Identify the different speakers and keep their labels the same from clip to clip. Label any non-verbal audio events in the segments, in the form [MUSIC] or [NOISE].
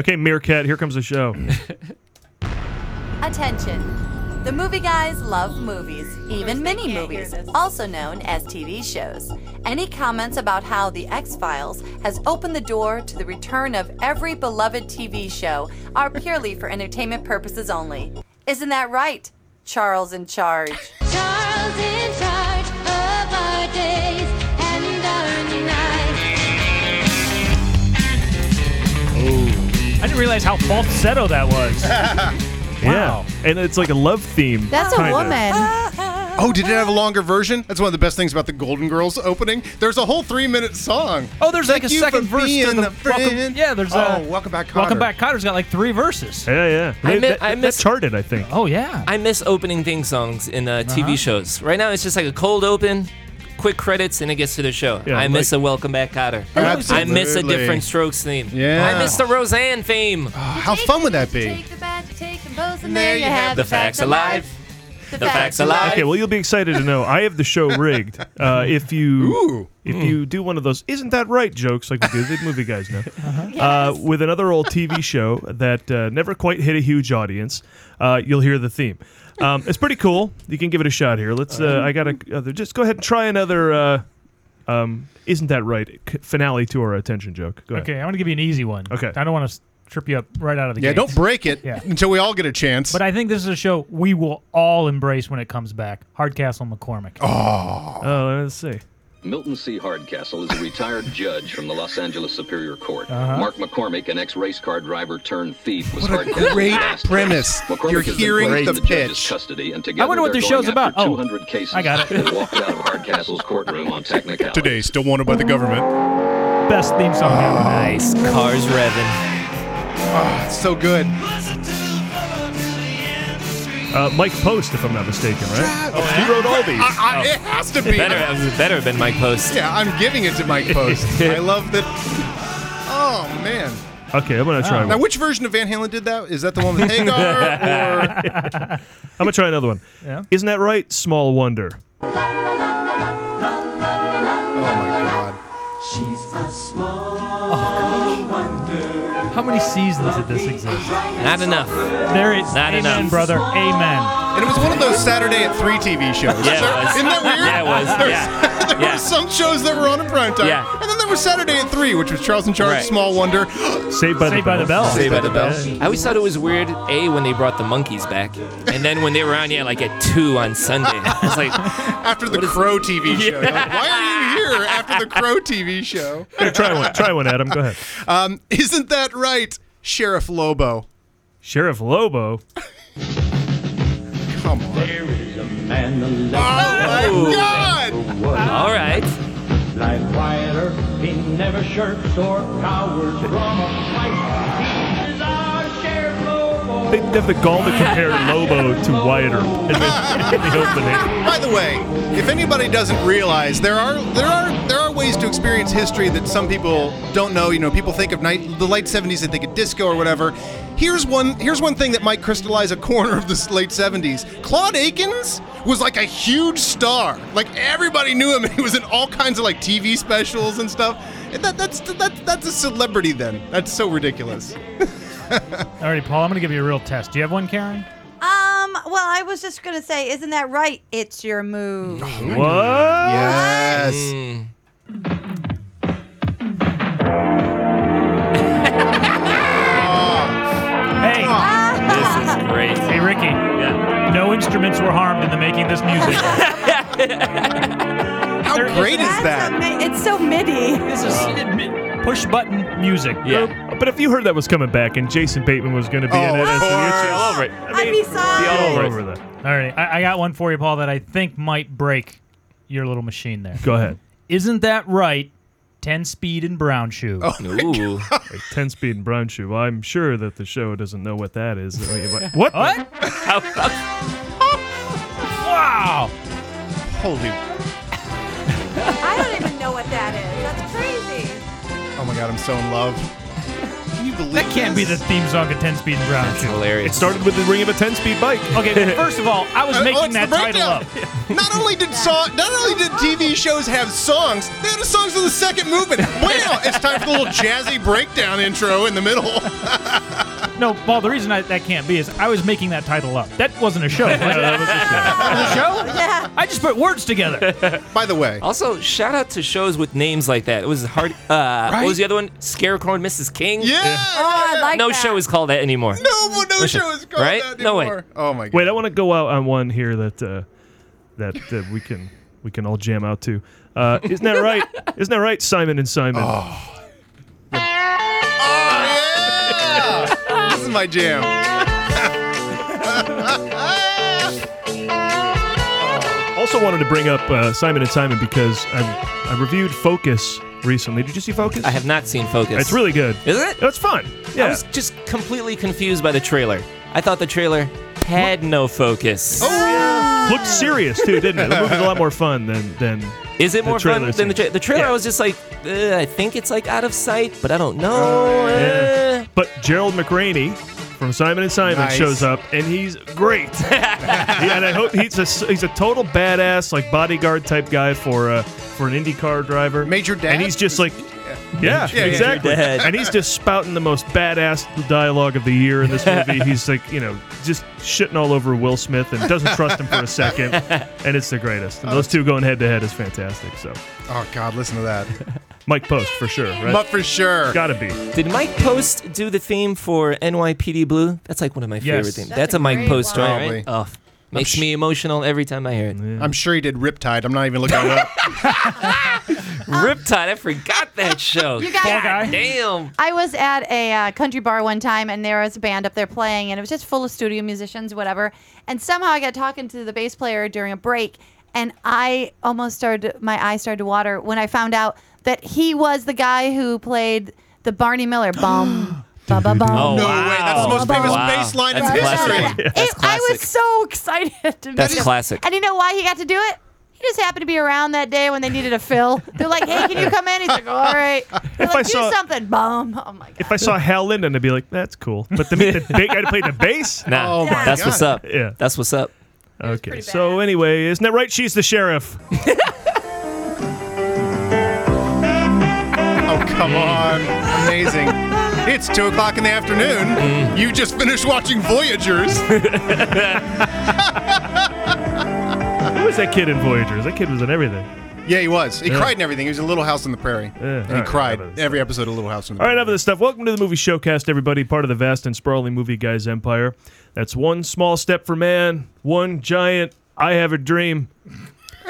Speaker 1: Okay, Meerkat, here comes the show.
Speaker 2: Attention! The movie guys love movies, even
Speaker 3: they
Speaker 2: mini
Speaker 3: can't
Speaker 2: movies,
Speaker 3: hear this.
Speaker 2: also known as TV shows. Any comments about how The X Files has opened the door to the return of every beloved TV show are purely for entertainment purposes only. Isn't that right, Charles in charge?
Speaker 4: Charles in charge of our days and our nights.
Speaker 5: I didn't realize how falsetto that was.
Speaker 1: Yeah, and it's like a love theme.
Speaker 6: That's a
Speaker 1: kinda.
Speaker 6: woman.
Speaker 2: Ah,
Speaker 7: Oh, did it have a longer version? That's one of the best things about the Golden Girls opening. There's a whole three minute song.
Speaker 5: Oh, there's like a
Speaker 7: Thank you
Speaker 5: second
Speaker 7: for
Speaker 5: verse to
Speaker 7: being
Speaker 5: the
Speaker 7: a
Speaker 5: welcome,
Speaker 7: friend.
Speaker 5: Yeah, there's uh,
Speaker 7: oh, welcome back, Cotter.
Speaker 5: welcome back. Cotter's got like three verses.
Speaker 1: Yeah, yeah.
Speaker 8: I
Speaker 1: They-
Speaker 8: mi-
Speaker 1: that,
Speaker 8: I
Speaker 1: that
Speaker 8: miss-
Speaker 1: charted, I think.
Speaker 5: Oh yeah.
Speaker 8: I miss opening theme songs in uh, TV shows. Right now, it's just like a cold open, quick credits, and it gets to the show.
Speaker 1: Yeah,
Speaker 8: I miss
Speaker 1: like-
Speaker 8: a Welcome Back, Cotter.
Speaker 7: Absolutely.
Speaker 8: I miss a Different Strokes theme.
Speaker 7: Yeah.
Speaker 8: I miss the Roseanne theme.
Speaker 7: Oh, how fun would that be?
Speaker 4: Take the bad, you take them both, and
Speaker 7: There
Speaker 4: there you
Speaker 7: you
Speaker 4: have
Speaker 8: The facts alive. The facts alive.
Speaker 1: Okay, well, you'll be excited to know I have the show
Speaker 5: [LAUGHS]
Speaker 1: rigged. Uh, if you if you do one of those, isn't that right? Jokes like we do, the movie guys
Speaker 5: [LAUGHS]
Speaker 1: know.
Speaker 5: Uh-huh.
Speaker 1: Uh, with another old TV show that uh, never quite hit a huge audience, uh, you'll hear the theme. Um, it's pretty cool. You can give it a shot here. Let's. Uh, I gotta uh, just go ahead and try another. Uh, um, isn't that right? C- finale to our attention joke. Go ahead.
Speaker 5: Okay, I'm gonna give you an easy one.
Speaker 1: Okay.
Speaker 5: I don't want to trip you up right out of the
Speaker 7: Yeah,
Speaker 5: gate.
Speaker 7: don't break it
Speaker 5: Yeah.
Speaker 7: until we all get a chance.
Speaker 5: But I think this is a show we will all embrace when it comes back. Hardcastle McCormick. Oh,
Speaker 1: Oh, let's see.
Speaker 9: Milton C. Hardcastle is a retired judge from the Los Angeles Superior Court.
Speaker 5: Uh-huh.
Speaker 9: Mark McCormick, an ex-race car driver turned thief, was
Speaker 7: What a
Speaker 9: Hardcastle's
Speaker 7: great
Speaker 9: last choice.
Speaker 7: premise.
Speaker 9: McCormick
Speaker 7: You're
Speaker 9: has been
Speaker 7: hearing
Speaker 9: placed
Speaker 7: the
Speaker 9: in the judge's
Speaker 7: pitch.
Speaker 9: Custody, and together
Speaker 5: I wonder what
Speaker 9: they're
Speaker 5: this
Speaker 9: going
Speaker 5: show's
Speaker 9: after
Speaker 5: about. Oh,
Speaker 9: 200 cases
Speaker 5: I got it.
Speaker 9: that walked out of Hardcastle's courtroom on technicality.
Speaker 7: Today, still wanted by the government.
Speaker 5: best theme song ever.
Speaker 8: Nice. Cars revving.
Speaker 7: It's so good.
Speaker 1: Uh, Mike Post, if I'm not mistaken, right?
Speaker 7: Oh,
Speaker 1: He wrote all these.
Speaker 7: I, I, It has to be.
Speaker 8: Better, better have been Mike Post.
Speaker 7: Yeah, I'm giving it to
Speaker 5: [LAUGHS]
Speaker 7: Mike Post. I love that. Oh man!
Speaker 1: Okay, I'm gonna try
Speaker 5: Ah.
Speaker 1: one.
Speaker 7: Now, which version of Van Halen did that? Is that the one
Speaker 5: [LAUGHS]
Speaker 7: with Hagar? or...
Speaker 1: I'm gonna try another one.
Speaker 5: Yeah.
Speaker 1: Isn't that right? Small wonder.
Speaker 7: Oh my God!
Speaker 5: How many seasons did this exist?
Speaker 8: Not enough.
Speaker 5: There is
Speaker 8: Not
Speaker 5: amen,
Speaker 8: enough.
Speaker 5: brother. Amen.
Speaker 7: And it was one of those Saturday at three TV shows.
Speaker 8: Yeah, it
Speaker 7: There-
Speaker 8: was.
Speaker 7: Isn't that weird?
Speaker 8: Yeah, it was.
Speaker 7: There's-
Speaker 8: Yeah.
Speaker 7: there
Speaker 8: Yeah.
Speaker 7: were some shows that were on at prime time,
Speaker 8: Yeah.
Speaker 7: and then there was Saturday at three, which was Charles in Charge,
Speaker 8: Right.
Speaker 7: Small Wonder. [GASPS]
Speaker 1: Saved by the
Speaker 5: Saved by the Bell.
Speaker 8: Saved by the Bell. I always thought it was weird, A, when they brought the monkeys back, and then when they were on, yeah, like at 2 on Sunday. I was like,
Speaker 7: after the Crow TV show. You're like, Why are you here after the Crow TV show?
Speaker 8: [LAUGHS]
Speaker 1: Here, try one. Try one, Adam. Go ahead.
Speaker 7: Um, isn't that right, Sheriff Lobo?
Speaker 1: Sheriff Lobo.
Speaker 7: Come on. Oh
Speaker 8: Ah!
Speaker 7: my God!
Speaker 8: all right.
Speaker 10: Life quieter, he never shirks or cowers from a fight. He is our Sheriff Lobo.
Speaker 1: They have the gall to compare Lobo to Wyatt Earp in the, in the opening.
Speaker 7: By the way, if anybody doesn't realize, there are there are there are ways to experience history that some people don't know. You know, people think of night, the late '70s and think of disco or whatever. Here's one here's one thing that might crystallize a corner of the late '70s. Claude Akins was like a huge star. Like everybody knew him, [LAUGHS] and he was in all kinds of like TV specials and stuff. And that, that's that, that's a celebrity then. That's so ridiculous.
Speaker 5: All right, Paul, I'm gonna give you a real test. Do you have one, Karen?
Speaker 2: Um, well, I was just gonna say, isn't that right? It's your move.
Speaker 1: What?
Speaker 7: Yes.
Speaker 5: Hey,
Speaker 8: This is great.
Speaker 5: hey, Ricky. No instruments were harmed in the making of this music.
Speaker 7: How great is that?
Speaker 2: ama- it's so midi.
Speaker 5: this is mi- push button music.
Speaker 8: Yeah.
Speaker 1: But if you heard that was coming back and Jason Bateman was going to be
Speaker 7: Oh,
Speaker 1: in it,
Speaker 7: of
Speaker 1: as an
Speaker 7: course.
Speaker 1: intro-
Speaker 8: All over it.
Speaker 2: I'd be sorry.
Speaker 8: be all
Speaker 1: all
Speaker 8: over
Speaker 1: over
Speaker 8: it.
Speaker 1: that.
Speaker 5: All right, I, I got one for you, Paul, that I think might break your little machine there.
Speaker 1: Go ahead.
Speaker 5: Isn't that right? 10 speed and brown shoe. Oh.
Speaker 8: Ooh.
Speaker 1: Like, Ten speed and brown shoe. Well, I'm sure that the show doesn't know what that is. Like, what?
Speaker 5: What?
Speaker 10: [LAUGHS]
Speaker 5: wow.
Speaker 7: Holy!
Speaker 2: [LAUGHS] I don't even know what that is. That's crazy.
Speaker 7: Oh my God! I'm so in love.
Speaker 5: You
Speaker 7: believe
Speaker 10: That can't be the
Speaker 7: this?
Speaker 10: theme song of Ten Speed and Brown
Speaker 8: It's
Speaker 10: Shoe.
Speaker 1: It
Speaker 8: hilarious.
Speaker 1: started with the ring of a ten-speed bike.
Speaker 10: Okay,
Speaker 1: [LAUGHS]
Speaker 10: well, first of all, I [LAUGHS] was
Speaker 7: Uh,
Speaker 10: making
Speaker 7: what's
Speaker 10: that
Speaker 7: the
Speaker 10: title
Speaker 7: breakdown? [LAUGHS]
Speaker 10: up.
Speaker 7: Not only did song, not only did TV shows have songs, they had songs in the second movement. Wow, it's time for the little jazzy breakdown intro in the middle. [LAUGHS]
Speaker 10: [LAUGHS] No, Paul, the reason I, that can't be is I was making that title up. That wasn't a show. [LAUGHS] Was it? that was a show.
Speaker 2: Yeah.
Speaker 10: I just put words together. [LAUGHS]
Speaker 7: By the way,
Speaker 8: Also, shout out to shows with names like that. It was hard. Uh, What was the other one? Scarecrow and Mrs. King.
Speaker 7: yeah,
Speaker 2: Oh, I like
Speaker 8: No
Speaker 2: that.
Speaker 8: show is called that anymore.
Speaker 7: no, no
Speaker 8: Listen,
Speaker 7: show is called
Speaker 8: right?
Speaker 7: that
Speaker 8: No way.
Speaker 7: anymore. Oh my god.
Speaker 1: Wait, I want to go out on one here that uh, that uh, we can we can all jam out to. Uh, isn't that right? Isn't that right, Simon and Simon?
Speaker 7: Oh, yeah! this is my jam.
Speaker 1: Also wanted to bring up uh, Simon and Simon because I I reviewed Focus recently. Did you see Focus?
Speaker 8: I have not seen Focus.
Speaker 1: It's really good.
Speaker 8: Is it?
Speaker 1: It's fun. Yeah.
Speaker 8: I was just completely confused by the trailer. I thought the trailer had no focus.
Speaker 7: Oh, yeah.
Speaker 1: Looked serious too, didn't it? The movie's a lot more fun than than.
Speaker 8: Is it
Speaker 1: The
Speaker 8: more fun
Speaker 1: trailer
Speaker 8: than the, tra-
Speaker 1: seems-
Speaker 8: the trailer?
Speaker 1: Yeah.
Speaker 8: I was just like, "Ugh, I think it's like out of sight, but I don't know.
Speaker 1: Yeah.
Speaker 8: uh."
Speaker 1: [LAUGHS] But Gerald McRaney from Simon and Simon
Speaker 7: Nice.
Speaker 1: shows up, and he's [LAUGHS] great. yeah, and I hope he's a he's a total badass like bodyguard type guy for uh, for an IndyCar driver.
Speaker 7: Major Dad?
Speaker 1: and he's just like. Yeah,
Speaker 7: yeah.
Speaker 1: exactly.
Speaker 8: Major Dad.
Speaker 1: And he's just spouting the most badass dialogue of the year in this [LAUGHS] movie. He's like, you know, just shitting all over Will Smith and doesn't trust him for a [LAUGHS] second. And Oh, it's the greatest. And those two going head to head is fantastic. So,
Speaker 7: Oh god, listen to that.
Speaker 1: Mike Post for sure, right?
Speaker 7: But for sure.
Speaker 1: Gotta be.
Speaker 8: Did Mike Post do the theme for NYPD Blue? That's like one of my favorite themes. That's,
Speaker 2: That's
Speaker 8: a
Speaker 2: a
Speaker 8: Mike
Speaker 2: great
Speaker 8: Post
Speaker 2: one.
Speaker 8: joint, right? Oh, makes me emotional every time I hear it.
Speaker 7: I'm sure he did Riptide. I'm not even looking it
Speaker 10: [LAUGHS]
Speaker 7: up.
Speaker 8: Riptide, I
Speaker 2: [LAUGHS]
Speaker 8: forgot that show.
Speaker 2: Uh, You guys- Fall
Speaker 10: Guy?
Speaker 8: Damn.
Speaker 2: I was at a uh, country bar one time, and there was a band up there playing, and it was just full of studio musicians, whatever. And somehow I got talking to the bass player during a break, and I almost started, my eyes started to water when I found out that he was the guy who played the Barney
Speaker 8: [GASPS]
Speaker 2: Miller bum. Ba, ba, bum.
Speaker 8: Oh,
Speaker 7: No
Speaker 8: wow.
Speaker 7: way, that's the most famous
Speaker 8: wow.
Speaker 7: bass line in
Speaker 8: That's
Speaker 7: history.
Speaker 8: classic.
Speaker 2: It-
Speaker 8: That's
Speaker 2: I
Speaker 8: classic.
Speaker 2: was so [LAUGHS] excited. to
Speaker 8: That's
Speaker 2: meet him.
Speaker 8: classic.
Speaker 2: And you know why he got to do it? He just happened to be around that day when they needed a fill. They're like, "Hey, can you come in?" He's like, "All right." They're
Speaker 1: If
Speaker 2: like,
Speaker 1: I
Speaker 2: "Do
Speaker 1: saw-
Speaker 2: something, bum." Oh my god.
Speaker 1: If I saw Hal Linden, I'd be like, that's cool. But to meet the big guy to play the bass?
Speaker 8: Nah,
Speaker 7: Oh my
Speaker 8: that's
Speaker 7: God.
Speaker 8: what's up.
Speaker 1: Yeah.
Speaker 8: That's what's up.
Speaker 1: Okay. So, anyway, isn't that right? She's the sheriff.
Speaker 7: Oh come on. Amazing. It's two o'clock in the afternoon. You just finished watching Voyagers.
Speaker 1: Who was that kid in Voyagers? That kid was in everything.
Speaker 7: Yeah, he was. He
Speaker 1: Yeah.
Speaker 7: cried and everything. He was in Little House on the Prairie. and he
Speaker 1: all right,
Speaker 7: cried
Speaker 1: enough of this
Speaker 7: every episode of Little House on the
Speaker 1: All right,
Speaker 7: Prairie.
Speaker 1: enough of this stuff. Welcome to the Movie Showcast, everybody, part of the vast and sprawling movie guys empire. That's one small step for man, one giant I have a dream.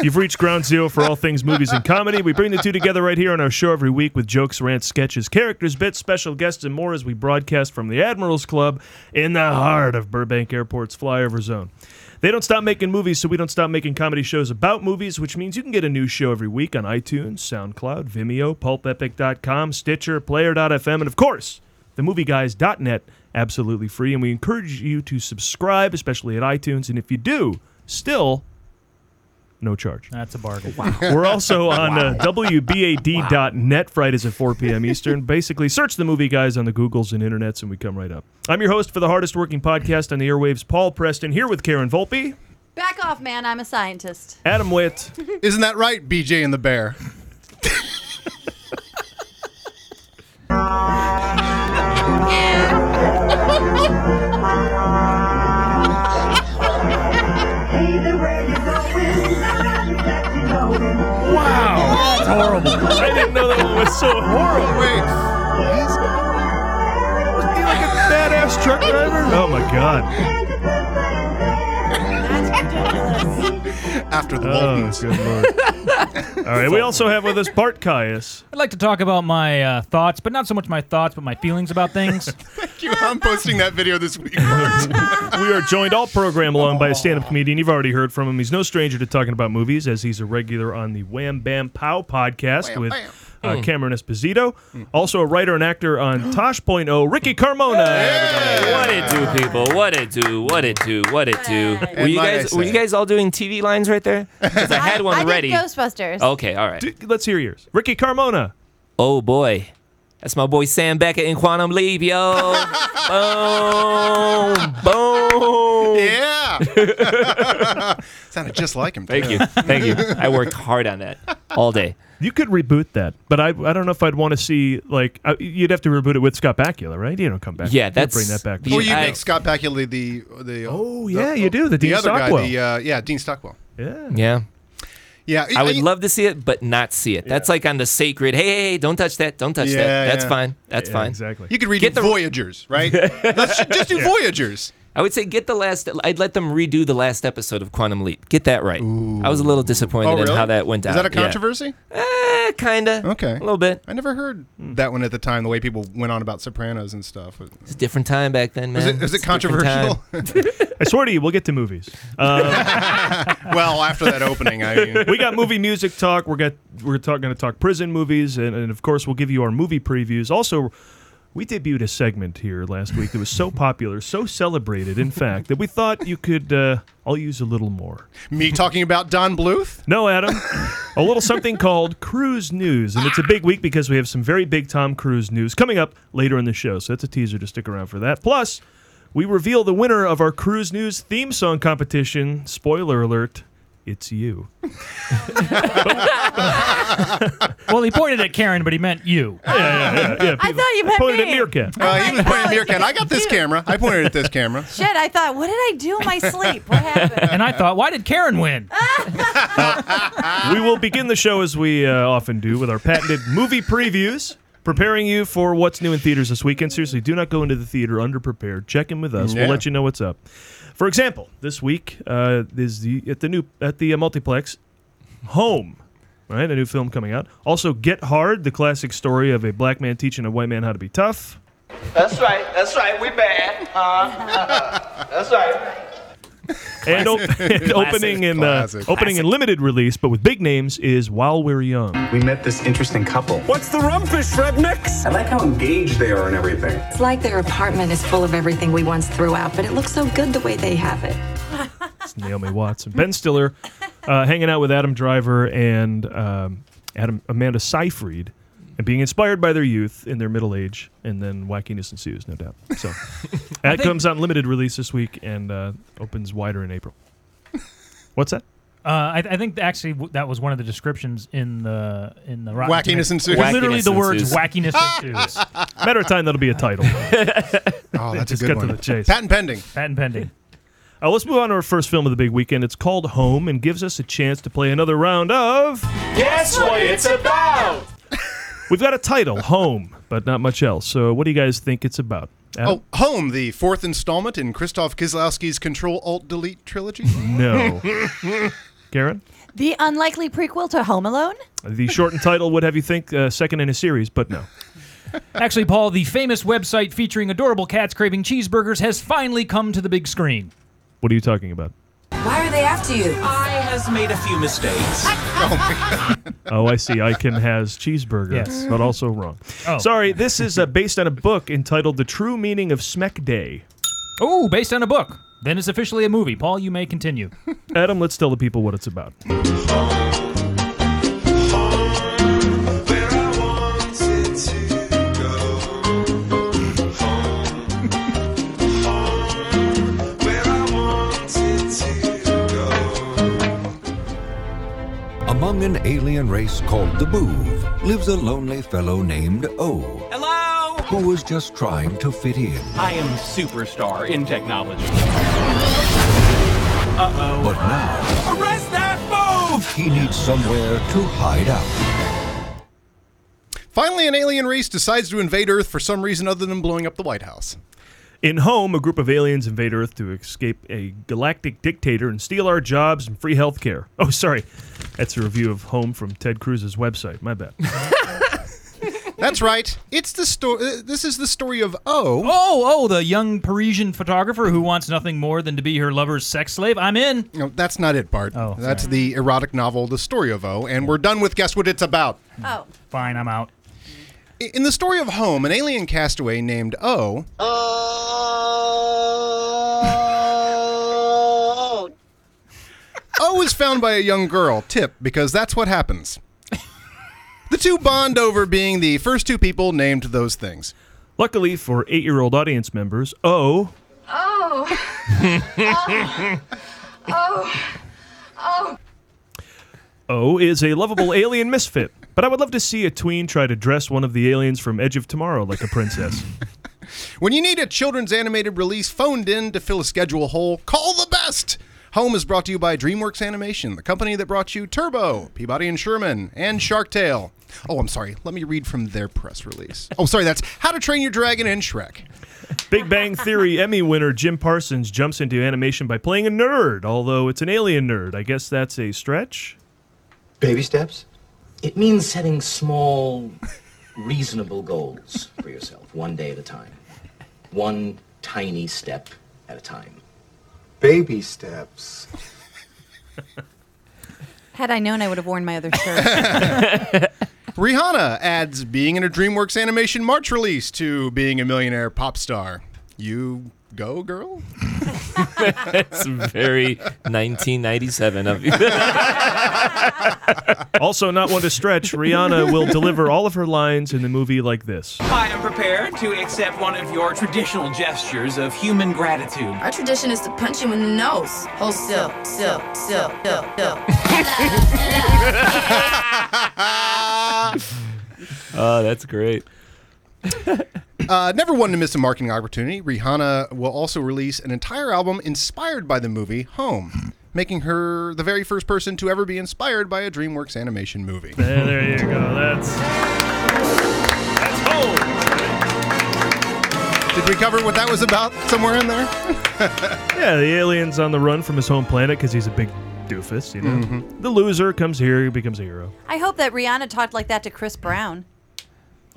Speaker 1: You've reached ground zero for all things movies and comedy. We bring the two together right here on our show every week with jokes, rants, sketches, characters, bits, special guests, and more as we broadcast from the Admirals Club in the heart of Burbank Airport's flyover zone. They don't stop making movies, so we don't stop making comedy shows about movies, which means you can get a new show every week on iTunes, SoundCloud, Vimeo, PulpEpic.com, Stitcher, Player.fm, and of course, themovieguys.net, absolutely free. And we encourage you to subscribe, especially at iTunes. And if you do, still, no charge.
Speaker 10: That's a bargain.
Speaker 1: We're also on uh, WBAD.net Fridays at 4 p.m. Eastern. Basically, search the movie guys on the Googles and internets, and we come right up. I'm your host for the hardest working podcast on the airwaves, Paul Preston, here with Karen Volpe,
Speaker 2: Back off, man. I'm a scientist.
Speaker 1: Adam Witt,
Speaker 7: Isn't that right, BJ and the Bear?
Speaker 1: I didn't know that one was so horrible.
Speaker 7: Wait.
Speaker 1: Be like a badass truck driver. Oh my god.
Speaker 7: After the
Speaker 1: Oh,
Speaker 7: Waltons.
Speaker 1: good lord. [LAUGHS] All right, we also have with us Bart Caius.
Speaker 10: I'd like to talk about my uh, thoughts, but not so much my thoughts, but my feelings about [LAUGHS] things.
Speaker 7: You- [LAUGHS] I'm posting that video this
Speaker 1: [LAUGHS]
Speaker 7: week. Bart.
Speaker 1: We are joined all program long by a stand up comedian. You've already heard from him. He's no stranger to talking about movies, as he's a regular on the Wham Bam Pow podcast
Speaker 7: Wham
Speaker 1: with
Speaker 7: Bam.
Speaker 8: Hmm.
Speaker 1: uh, Cameron Esposito. Also, a writer and actor [GASPS] on Tosh.0, Ricky Carmona.
Speaker 8: What it do, people? What it do? What it do? What it do? Were
Speaker 7: And
Speaker 8: you
Speaker 7: might I
Speaker 8: guys were
Speaker 7: say-
Speaker 8: you guys all doing TV lines right there? Because I had one
Speaker 2: I
Speaker 8: ready. Oh.
Speaker 2: Did Ghostbusters.
Speaker 8: Okay, all right.
Speaker 1: Everybody. Let's hear yours. Ricky Carmona.
Speaker 8: Oh boy, That's my boy Sam Beckett in Quantum
Speaker 7: [LAUGHS]
Speaker 8: Leap, yo. boom, boom.
Speaker 7: Yeah. [LAUGHS] Sounded just like him.
Speaker 8: Thank
Speaker 7: too.
Speaker 8: you, thank you. I worked hard on that all day.
Speaker 1: You could reboot that, but I, I don't know if I'd want to see like I, you'd have to reboot it with Scott Bakula, right? You don't come back. Oh, You
Speaker 8: Yeah,
Speaker 1: don't
Speaker 8: that's
Speaker 1: bring that back.
Speaker 8: the-
Speaker 7: Well, you
Speaker 8: I-
Speaker 7: make Scott Bakula the the.
Speaker 1: Oh,
Speaker 7: the-
Speaker 1: yeah, you do, the Dean
Speaker 7: other
Speaker 1: Stockwell.
Speaker 7: guy. The, uh, yeah, Dean Stockwell.
Speaker 1: yeah.
Speaker 8: Yeah,
Speaker 7: Yeah,
Speaker 8: I would love to see it, but not see it. That's like on the sacred. Hey, hey, hey, don't touch that. Don't touch
Speaker 7: Yeah,
Speaker 8: that. That's
Speaker 7: yeah.
Speaker 8: fine. That's
Speaker 1: Yeah,
Speaker 8: fine.
Speaker 1: Exactly.
Speaker 7: You could read
Speaker 8: Get the-
Speaker 7: Voyagers,
Speaker 8: [LAUGHS]
Speaker 7: right? Let's ju- just do Voyagers.
Speaker 8: I would say get the last. I'd let them redo the last episode of Quantum Leap. Get that right. I was a little disappointed
Speaker 7: Oh, really?
Speaker 8: in how that went down.
Speaker 7: Is that a
Speaker 8: Yeah.
Speaker 7: controversy?
Speaker 8: Eh, kinda.
Speaker 7: Okay.
Speaker 8: A little bit.
Speaker 7: I never heard
Speaker 1: Hmm.
Speaker 7: that one at the time. The way people went on about Sopranos and stuff. Was
Speaker 8: It's a different time back then, man.
Speaker 7: was it, was it
Speaker 8: It's a different
Speaker 7: controversial?
Speaker 1: I swear to you, we'll get to movies.
Speaker 7: [LAUGHS] well, after that opening, I mean,
Speaker 1: we got movie music talk. We're got we're talk, going to talk prison movies, and, and of course, we'll give you our movie previews. Also, we debuted a segment here last week that was so popular, so celebrated, in fact, that we thought you could. Uh, I'll use a little more.
Speaker 7: me talking about Don Bluth.
Speaker 1: No, Adam, a little something called Cruise News, and it's a big week because we have some very big Tom Cruise news coming up later in the show. So that's a teaser to stick around for that. Plus, we reveal the winner of our Cruise News theme song competition. Spoiler alert. It's you.
Speaker 10: Well, he pointed at Karen, but he meant you.
Speaker 1: Yeah,
Speaker 2: I
Speaker 1: people-
Speaker 2: thought you meant
Speaker 1: pointed
Speaker 2: me.
Speaker 1: at Meerkat.
Speaker 7: Uh, he was pointing
Speaker 1: Oh,
Speaker 7: at Meerkat. I got this camera. I pointed at
Speaker 1: [LAUGHS]
Speaker 7: this camera.
Speaker 2: Shit, I thought, what did I do in my sleep? What happened?
Speaker 10: And I thought, why did Karen win?
Speaker 1: we will begin the show as we uh, often do with our patented movie previews, preparing you for what's new in theaters this weekend. Seriously, do not go into the theater underprepared. Check in with us.
Speaker 7: Yeah.
Speaker 1: We'll let you know what's up. For example, this week uh, is the at the new at the uh, multiplex, Home. Right, a new film coming out. Also, Get Hard, the classic story of a black man teaching a white man how to be tough.
Speaker 3: That's right. That's right. We bad. Huh? [LAUGHS] that's right.
Speaker 1: And, op- [LAUGHS] and opening in uh,
Speaker 7: Classic.
Speaker 1: opening in limited release, but with big names, is While We're Young.
Speaker 6: We met this interesting couple.
Speaker 11: What's the rumpus, Rednecks?
Speaker 6: I like how engaged they are and everything.
Speaker 12: It's like their apartment is full of everything we once threw out, but it looks so good the way they have it.
Speaker 1: Naomi Watts and Ben Stiller, uh, hanging out with Adam Driver and um, Adam Amanda Seyfried, and being inspired by their youth in their middle age, and then wackiness ensues, no doubt. So that comes on limited release this week and uh, opens wider in April. What's that?
Speaker 10: Uh, I, I think actually w- that was one of the descriptions in the in the Rotten
Speaker 7: Wackiness
Speaker 10: Tomatoes.
Speaker 7: ensues.
Speaker 10: It was Literally,
Speaker 8: Wackiness
Speaker 10: the words
Speaker 8: ensues.
Speaker 10: "wackiness ensues."
Speaker 1: Matter of time, that'll be a title. Uh,
Speaker 7: Oh, that's a
Speaker 1: Just
Speaker 7: good
Speaker 1: cut to
Speaker 7: one.
Speaker 1: the chase.
Speaker 7: Patent pending.
Speaker 10: Patent pending.
Speaker 1: Uh, let's move on to our first film of the big weekend. It's called Home and gives us a chance to play another round of.
Speaker 11: Guess what it's about?
Speaker 1: We've got a title, Home, but not much else. So what do you guys think it's about? Adam?
Speaker 7: Oh, Home, the fourth installment in Christoph Kieslowski's Control Alt Delete trilogy.
Speaker 1: [LAUGHS] No. Karen?
Speaker 2: The unlikely prequel to Home Alone?
Speaker 1: The shortened title would have you think uh, second in a series, but no.
Speaker 10: Actually, Paul, the famous website featuring adorable cats craving cheeseburgers has finally come to the big screen.
Speaker 1: What are you talking about?
Speaker 12: Why are they after you?
Speaker 11: I has made a few mistakes.
Speaker 1: Oh, I see. Iken has cheeseburger,
Speaker 10: Yes.
Speaker 1: but also wrong.
Speaker 10: Oh.
Speaker 1: Sorry, this is uh, based on a book entitled "The True Meaning of Smek Day."
Speaker 10: Oh, based on a book. Then it's officially a movie. Paul, you may continue.
Speaker 1: Adam, let's tell the people what it's about.
Speaker 6: Among an alien race called the Boov lives a lonely fellow named O,
Speaker 11: Hello?
Speaker 6: who was just trying to fit in.
Speaker 11: I am superstar in technology.
Speaker 6: But now
Speaker 11: Arrest that move!
Speaker 6: he needs somewhere to hide out.
Speaker 7: Finally, an alien race decides to invade Earth for some reason other than blowing up the White House.
Speaker 1: In Home, a group of aliens invade Earth to escape a galactic dictator and steal our jobs and free healthcare. Oh, sorry. That's a review of Home from Ted Cruz's website. My bad.
Speaker 7: That's right. It's the story. This is the story of O.
Speaker 10: [LAUGHS] Oh, oh, the young Parisian photographer who wants nothing more than to be her lover's sex slave. I'm in.
Speaker 7: No, that's not it, Bart.
Speaker 10: Oh,
Speaker 7: that's the erotic novel, The Story of O, and we're done with guess what it's about.
Speaker 2: Oh.
Speaker 10: Fine, I'm out.
Speaker 7: I- In the story of Home, an alien castaway named O
Speaker 3: Oh.
Speaker 7: O is found by a young girl, Tip, because that's what happens. The the two bond over being the first two people named those things.
Speaker 10: Luckily for eight year old audience members, O
Speaker 13: Oh. [LAUGHS] oh. Oh. Oh.
Speaker 10: O Oh is a lovable alien misfit, but I would love to see a tween try to dress one of the aliens from Edge of Tomorrow like
Speaker 13: [LAUGHS]
Speaker 10: a princess.
Speaker 7: When you need a children's animated release phoned in to fill a schedule hole, call the best. Home is brought to you by DreamWorks Animation, the company that brought you Turbo, Peabody and Sherman, and Shark Tale. Oh, I'm sorry. Let me read from their press release. Oh, sorry. That's How to Train Your Dragon and Shrek.
Speaker 10: Big Bang Theory Emmy winner Jim Parsons jumps into animation by playing a nerd, although it's an alien nerd. I guess that's a stretch.
Speaker 9: Baby steps? It means setting small, reasonable goals for yourself, one day at a time, one tiny step at a time. Baby steps.
Speaker 2: Had I known, I would have worn my other shirt.
Speaker 7: Rihanna adds being in a DreamWorks Animation March release to being a millionaire pop star. You go, girl?
Speaker 8: That's very [LAUGHS] 1997 of [LAUGHS] you.
Speaker 10: also, not one to stretch, Rihanna will deliver all of her lines in the movie like this.
Speaker 5: I am prepared to accept one of your traditional gestures of human gratitude.
Speaker 14: Our tradition is to punch you in the nose. Hold still, still, still, still, [LAUGHS] still.
Speaker 8: Oh, that's great.
Speaker 7: uh, never one to miss a marketing opportunity, Rihanna will also release an entire album inspired by the movie Home, making her the very first person to ever be inspired by a DreamWorks animation movie.
Speaker 10: There, there you go. That's that's
Speaker 7: Did we cover what that was about somewhere in
Speaker 8: [LAUGHS]
Speaker 7: there?
Speaker 10: yeah, the alien's on the run from his home planet because he's a big doofus, you know.
Speaker 7: Mm-hmm.
Speaker 10: The loser comes here, he becomes a hero.
Speaker 2: I hope that Rihanna talked like that to Chris Brown.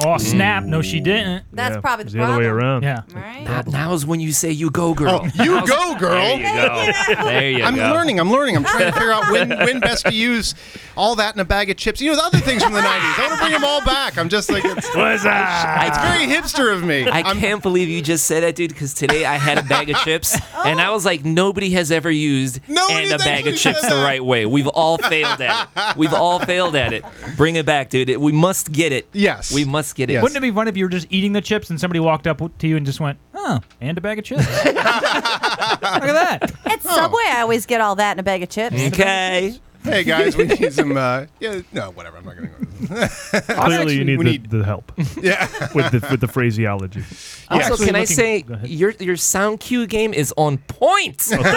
Speaker 1: Oh snap! No, she didn't.
Speaker 2: That's
Speaker 10: Yeah,
Speaker 2: probably
Speaker 10: it's
Speaker 2: the,
Speaker 10: the other way
Speaker 2: problem.
Speaker 10: around.
Speaker 1: Yeah.
Speaker 8: Now, now's when you say you go, girl.
Speaker 7: Oh, you go, girl.
Speaker 8: There you go. There you
Speaker 7: I'm
Speaker 8: go.
Speaker 7: learning. I'm learning. I'm trying to figure out when,
Speaker 8: [LAUGHS]
Speaker 7: when best to use all that in a bag of chips. You know, the other things from the 90s. I want to bring them all back. I'm just like, it's,
Speaker 8: What's up?
Speaker 7: it's very hipster of me.
Speaker 8: I can't believe you just said that, dude. Because today I had a bag of chips, and I was like, nobody has ever used and a bag of chips the right way. We've all failed at it. We've all failed at it. Bring it back, dude. It- we must get it.
Speaker 7: Yes.
Speaker 8: We must get it.
Speaker 1: Wouldn't it be fun if you were just eating the chips and somebody walked up to you and just went, "Oh, and a bag of
Speaker 2: [LAUGHS]
Speaker 1: chips."
Speaker 7: [LAUGHS]
Speaker 2: At Subway, I always get all that in a bag of chips.
Speaker 8: Okay.
Speaker 7: Hey, guys, we need some, uh, yeah, no, whatever. I'm not going to go.
Speaker 10: Clearly, you need,
Speaker 7: We
Speaker 10: the, the help.
Speaker 7: [LAUGHS] Yeah.
Speaker 10: with the with the phraseology.
Speaker 8: Also, can I say your your sound cue game is on point? on [LAUGHS] point.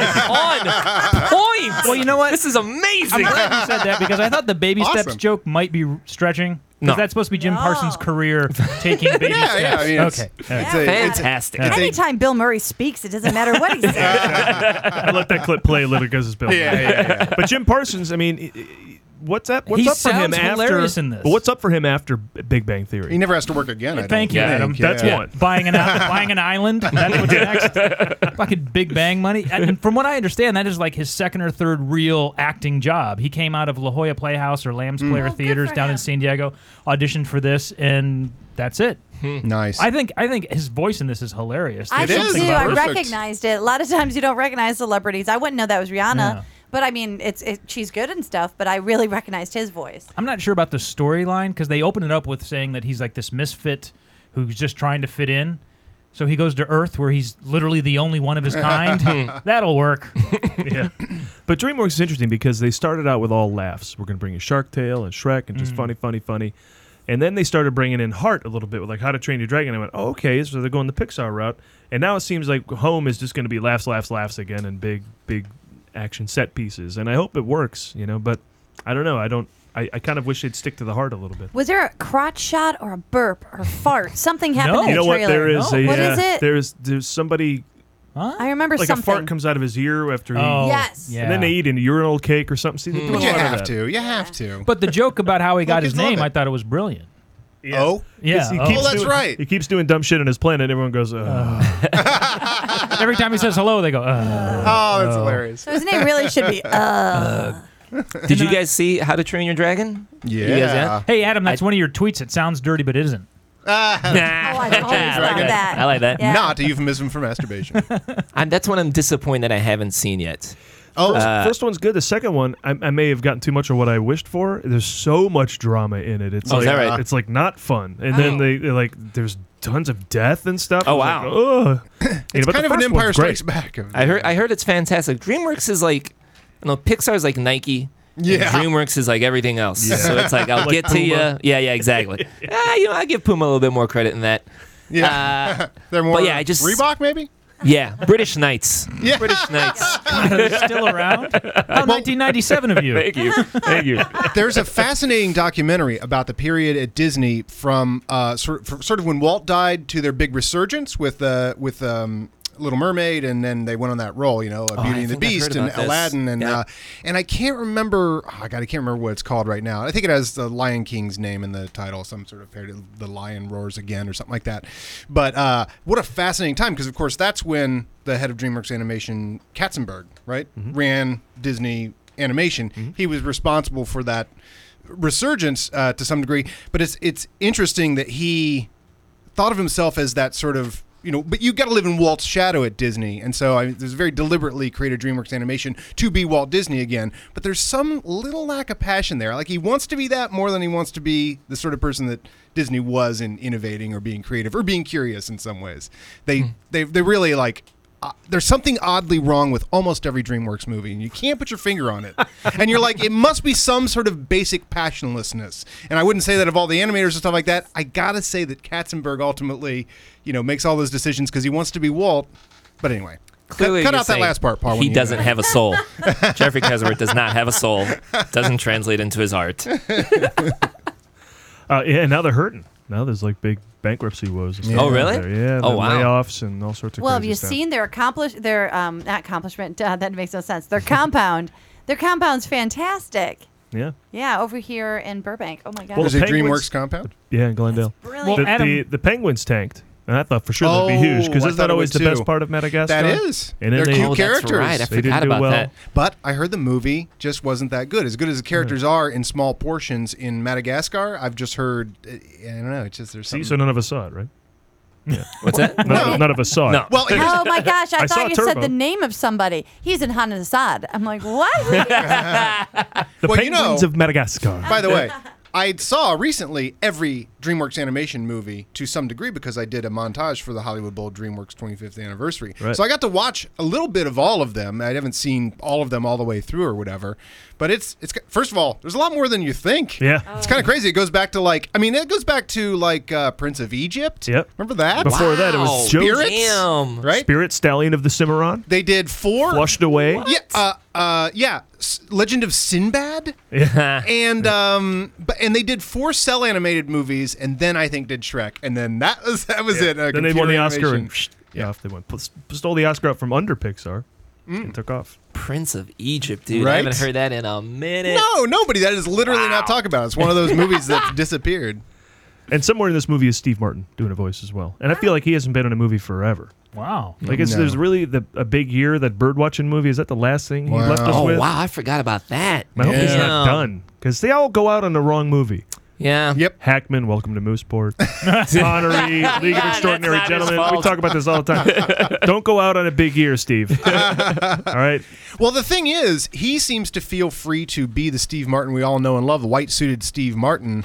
Speaker 8: Well, you know what? This is amazing.
Speaker 1: I'm glad you said that because I thought the baby steps
Speaker 8: Awesome.
Speaker 1: joke might be r- stretching. Because
Speaker 8: No.
Speaker 1: that's supposed to be Jim Parsons' career taking baby
Speaker 7: [LAUGHS] Yeah,
Speaker 1: steps.
Speaker 7: yeah, I mean, it's-
Speaker 1: okay.
Speaker 7: it's a- it's a- Fantastic. it's a-
Speaker 2: Anytime Bill Murray speaks, it doesn't matter
Speaker 10: [LAUGHS]
Speaker 2: what he says.
Speaker 10: I let that clip play a little because it's Bill.
Speaker 1: Yeah,
Speaker 10: Murray.
Speaker 1: yeah,
Speaker 10: But Jim Parsons, I mean, i- i- what's up? What's
Speaker 1: He
Speaker 10: up for him
Speaker 1: sounds
Speaker 10: after?
Speaker 1: hilarious in this.
Speaker 10: But what's up for him after B- Big Bang Theory?
Speaker 7: He never has to work again. I
Speaker 1: Thank you,
Speaker 7: don't think.
Speaker 1: Adam.
Speaker 10: That's
Speaker 1: Yeah.
Speaker 10: one.
Speaker 1: Buying an i- buying an
Speaker 10: [LAUGHS]
Speaker 1: island. That's what's next. Fucking Big Bang money. And from what I understand, that is like his second or third real acting job. He came out of La Jolla Playhouse or Lamb's
Speaker 7: Mm.
Speaker 1: Player
Speaker 7: Oh, good
Speaker 1: Theaters
Speaker 7: for
Speaker 1: down
Speaker 7: him.
Speaker 1: in San Diego. Auditioned for this, and that's it.
Speaker 7: Nice.
Speaker 1: I think I think his voice in this is hilarious.
Speaker 2: I
Speaker 1: There's
Speaker 2: did
Speaker 1: something
Speaker 2: too.
Speaker 1: about
Speaker 2: I
Speaker 1: it.
Speaker 2: recognized it. A lot of times you don't recognize celebrities. I wouldn't know that was Rihanna,
Speaker 1: Yeah.
Speaker 2: but I mean, it's it, she's good and stuff. But I really recognized his voice.
Speaker 1: I'm not sure about the storyline because they open it up with saying that he's like this misfit who's just trying to fit in. So he goes to Earth where he's literally the only one of his kind.
Speaker 10: [LAUGHS]
Speaker 1: That'll work.
Speaker 10: yeah. But DreamWorks is interesting because they started out with all laughs. We're going to bring in Shark Tale and Shrek and just
Speaker 1: Mm.
Speaker 10: funny, funny, funny. And then they started bringing in heart a little bit with like How to Train Your Dragon. I went, oh, okay, so they're going the Pixar route. And now it seems like home is just going to be laughs, laughs, laughs again and big, big action set pieces. And I hope it works, you know, but I don't know. I don't, I, I kind of wish they'd stick to the heart a little bit.
Speaker 2: Was there a crotch shot or a burp or a fart? Something happened in
Speaker 10: You
Speaker 2: the
Speaker 10: know what?
Speaker 2: trailer.
Speaker 10: There is a,
Speaker 2: what
Speaker 10: uh,
Speaker 2: is it?
Speaker 10: There's, there's somebody
Speaker 2: I remember
Speaker 10: like a
Speaker 2: something.
Speaker 10: fart comes out of his ear after he
Speaker 1: Oh, Yes.
Speaker 10: and then
Speaker 1: yeah.
Speaker 10: they eat a urinal cake or something. See, they do
Speaker 1: But
Speaker 10: a
Speaker 1: you
Speaker 10: lot of
Speaker 1: have
Speaker 10: that.
Speaker 1: to.
Speaker 7: You have to.
Speaker 1: But the joke about how he got his
Speaker 7: kids love
Speaker 1: name,
Speaker 7: it.
Speaker 1: I thought it was brilliant.
Speaker 7: Oh,
Speaker 1: Yeah.
Speaker 10: He
Speaker 1: Oh.
Speaker 10: keeps
Speaker 1: Oh, that's
Speaker 10: doing-
Speaker 1: right.
Speaker 10: He keeps doing dumb shit on his planet. and Everyone goes,
Speaker 1: Uh.
Speaker 10: "Ugh."
Speaker 1: Every time he says hello, they go, uh,
Speaker 7: Oh, that's
Speaker 1: uh.
Speaker 7: hilarious.
Speaker 2: So his name really should be.
Speaker 10: [LAUGHS]
Speaker 2: Uh,
Speaker 8: Did you guys see How to Train Your Dragon? You guys
Speaker 1: Yeah.
Speaker 8: that?
Speaker 1: Hey, Adam, that's one of your tweets. It sounds dirty, but
Speaker 8: [LAUGHS]
Speaker 1: isn't.
Speaker 8: Oh, Nah. I like that.
Speaker 7: Not a euphemism for masturbation.
Speaker 8: [LAUGHS] Uh, I'm, that's one I'm disappointed I haven't seen yet.
Speaker 14: Oh, first,
Speaker 8: Uh,
Speaker 14: first one's good. The second one, I, I may have gotten too much of what I wished for. There's so much drama in it. It's
Speaker 8: Oh,
Speaker 14: like
Speaker 8: is that right?
Speaker 14: it's like not fun. And then they they're like there's tons of death and stuff.
Speaker 8: Oh,
Speaker 14: I was
Speaker 8: wow. [CLEARS THROAT]
Speaker 14: Like, Ugh. Yeah, but the first one's great.
Speaker 8: I heard. I heard it's fantastic. DreamWorks is like, you know, Pixar's like Nike. and
Speaker 14: Yeah.
Speaker 8: DreamWorks is like everything else.
Speaker 14: Yeah.
Speaker 8: So it's
Speaker 7: [LAUGHS]
Speaker 8: like I'll
Speaker 14: Like
Speaker 8: get to you.
Speaker 14: Puma.
Speaker 8: Yeah, yeah, exactly. Ah, you know, I give Puma a little bit more credit than that.
Speaker 7: Yeah.
Speaker 8: Uh,
Speaker 7: They're more
Speaker 8: but yeah, I just
Speaker 7: Reebok,
Speaker 8: [LAUGHS]
Speaker 7: maybe?
Speaker 8: Yeah, British Knights.
Speaker 7: [LAUGHS] Yeah.
Speaker 8: British Knights.
Speaker 1: still around? [LAUGHS] How 1997 of you.
Speaker 8: Thank you. Thank [LAUGHS] you.
Speaker 7: There's a fascinating documentary about the period at Disney from, uh, sort, from sort of when Walt died to their big resurgence with uh, with um, Little Mermaid, and then they went on that role, you know,
Speaker 8: Oh,
Speaker 7: uh, Beauty
Speaker 8: I
Speaker 7: and the
Speaker 8: think I've heard
Speaker 7: Beast and
Speaker 8: about this.
Speaker 7: Aladdin, and
Speaker 8: Yeah.
Speaker 7: uh, and I can't remember. Oh, God, I can't remember what it's called right now. I think it has the Lion King's name in the title, some sort of parody, the lion roars again or something like that. But uh, what a fascinating time because, of course, that's when the head of DreamWorks Animation, Katzenberg, right, ran Disney Animation. He was responsible for that resurgence uh, to some degree. But it's it's interesting that he thought of himself as that sort of you know, but you got to live in Walt's shadow at Disney, and so I, there's very deliberately created DreamWorks Animation to be Walt Disney again. But there's some little lack of passion there. Like he wants to be that more than he wants to be the sort of person that Disney was in innovating or being creative or being curious in some ways. They they they really like. Uh, there's something oddly wrong with almost every DreamWorks movie, and you can't put your finger on
Speaker 14: [LAUGHS]
Speaker 7: it. and you're like, it must be some sort of basic passionlessness. And I wouldn't say that of all the animators and stuff like that. I gotta say that Katzenberg ultimately, you know, makes all those decisions because he wants to be Walt. But anyway, cut-
Speaker 8: Clearly
Speaker 7: cut,
Speaker 8: you're
Speaker 7: out that
Speaker 8: saying
Speaker 7: last part, Paul. when
Speaker 8: He
Speaker 7: you-
Speaker 8: doesn't have
Speaker 7: [LAUGHS]
Speaker 8: a soul. Jeffrey Kaiserworth does not have a soul. Doesn't translate into his art.
Speaker 14: Uh, yeah, and now they're hurting. Now there's like big bankruptcy woes. and stuff
Speaker 8: Oh, really?
Speaker 14: out there. Yeah.
Speaker 8: Oh,
Speaker 14: the
Speaker 8: wow.
Speaker 14: Layoffs and all sorts of.
Speaker 2: Well, have
Speaker 14: crazy
Speaker 2: you
Speaker 14: stuff.
Speaker 2: seen their accomplish their um not accomplishment? [LAUGHS] Duh, that makes no sense. Their compound. their compound's fantastic.
Speaker 14: Yeah.
Speaker 2: Yeah, over here in Burbank. Oh my god.
Speaker 14: Well, the
Speaker 7: Is it
Speaker 14: Penguins-
Speaker 7: DreamWorks compound?
Speaker 14: Yeah, in Glendale.
Speaker 2: brilliant. Well,
Speaker 14: the, the,
Speaker 2: Adam-
Speaker 14: the penguins tanked. And I thought for sure that'd be huge
Speaker 7: Oh,
Speaker 14: because
Speaker 7: I
Speaker 14: isn't
Speaker 7: thought it
Speaker 14: that always
Speaker 7: would
Speaker 14: the best
Speaker 7: too.
Speaker 14: part of Madagascar?
Speaker 7: That is.
Speaker 14: And then
Speaker 7: They're
Speaker 14: they,
Speaker 8: Oh,
Speaker 7: cute characters.
Speaker 14: they didn't do well.
Speaker 7: But I heard the movie just wasn't that good. As good
Speaker 14: Mm-hmm.
Speaker 7: as the characters are in small portions in Madagascar, I've just heard. uh, I don't know. It's just there's.
Speaker 14: See,
Speaker 7: something-
Speaker 14: so none of us saw it, right? Yeah.
Speaker 7: [LAUGHS]
Speaker 8: What's that?
Speaker 14: None, none of us saw
Speaker 8: No.
Speaker 14: it. [LAUGHS]
Speaker 7: Well,
Speaker 2: Oh my gosh! I,
Speaker 14: I saw
Speaker 2: thought you said
Speaker 14: Turbo.
Speaker 2: the name of somebody. He's in Hanan Assad. I'm like, what?
Speaker 14: the
Speaker 7: Well, you
Speaker 14: penguins
Speaker 7: know-
Speaker 14: of
Speaker 2: Oh.
Speaker 14: Madagascar.
Speaker 7: By the way, I saw recently every DreamWorks animation movie to some degree because I did a montage for the Hollywood Bowl DreamWorks 25th anniversary.
Speaker 14: Right.
Speaker 7: So I got to watch a little bit of all of them. I haven't seen all of them all the way through or whatever. But it's it's first of all, there's a lot more than you think.
Speaker 14: Yeah.
Speaker 7: It's kind of crazy. It goes back to like I mean, it goes back to like uh, Prince of Egypt.
Speaker 14: Yep.
Speaker 7: Remember that?
Speaker 14: Before that, it
Speaker 8: Wow.
Speaker 14: was Joe
Speaker 7: Spirits,
Speaker 8: Damn.
Speaker 7: right?
Speaker 14: Spirit Stallion of the Cimarron,
Speaker 7: They did four.
Speaker 14: flushed away.
Speaker 7: Yeah, uh, uh, yeah. S- Legend of Sinbad.
Speaker 8: Yeah.
Speaker 7: and um, but and they did four cell animated movies, and then I think did Shrek, and then that [LAUGHS] was that was it. uh,
Speaker 14: then they
Speaker 7: computer
Speaker 14: won the Oscar and
Speaker 7: animation.
Speaker 14: psh, yeah, off they went. Pl- Stole the Oscar out from under Pixar
Speaker 7: Mm.
Speaker 14: and took off.
Speaker 8: Prince of Egypt, dude. I
Speaker 7: Right?
Speaker 8: haven't heard that in a minute.
Speaker 7: no, nobody. That is literally not talked about. It's one of those
Speaker 14: [LAUGHS]
Speaker 7: movies that disappeared.
Speaker 14: And somewhere in this movie is Steve Martin doing a voice as well. And I feel like he hasn't been in a movie forever.
Speaker 1: Wow.
Speaker 14: Like it's,
Speaker 7: No.
Speaker 14: there's really the, a big year that birdwatching movie is that the last thing he left us
Speaker 8: Oh
Speaker 14: with.
Speaker 8: wow, I forgot about that.
Speaker 14: I hope he's
Speaker 8: Damn.
Speaker 14: not done because they all go out on the wrong movie.
Speaker 8: Yeah.
Speaker 7: Yep.
Speaker 14: Hackman, Welcome
Speaker 1: [LAUGHS]
Speaker 14: to Mooseport,
Speaker 8: [LAUGHS]
Speaker 14: Connery, League of
Speaker 8: that's
Speaker 14: Extraordinary
Speaker 8: not his
Speaker 14: Gentlemen. We
Speaker 8: fault.
Speaker 14: talk about this all
Speaker 8: [LAUGHS]
Speaker 14: the time. Don't go out on a big year, Steve. all right,
Speaker 7: Well, the thing is, he seems to feel free to be the Steve Martin we all know and love, the white suited Steve Martin.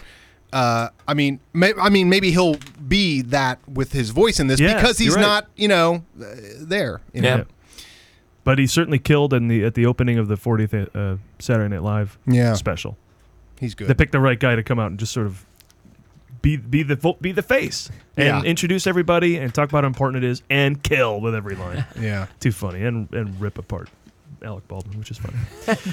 Speaker 7: Uh, I mean, may, I mean, maybe he'll be that with his voice in this
Speaker 14: Yeah,
Speaker 7: because he's
Speaker 14: you're right.
Speaker 7: not, you know, uh, there. You
Speaker 8: Yeah.
Speaker 7: know?
Speaker 14: but he certainly killed in the at the opening of the 40th uh, Saturday Night Live
Speaker 7: Yeah.
Speaker 14: special.
Speaker 7: he's good.
Speaker 14: They picked the right guy to come out and just sort of be be the vo- be the face and
Speaker 7: Yeah.
Speaker 14: introduce everybody and talk about how important it is and kill with every line.
Speaker 7: yeah.
Speaker 14: Too funny and and rip apart Alec Baldwin, which is funny.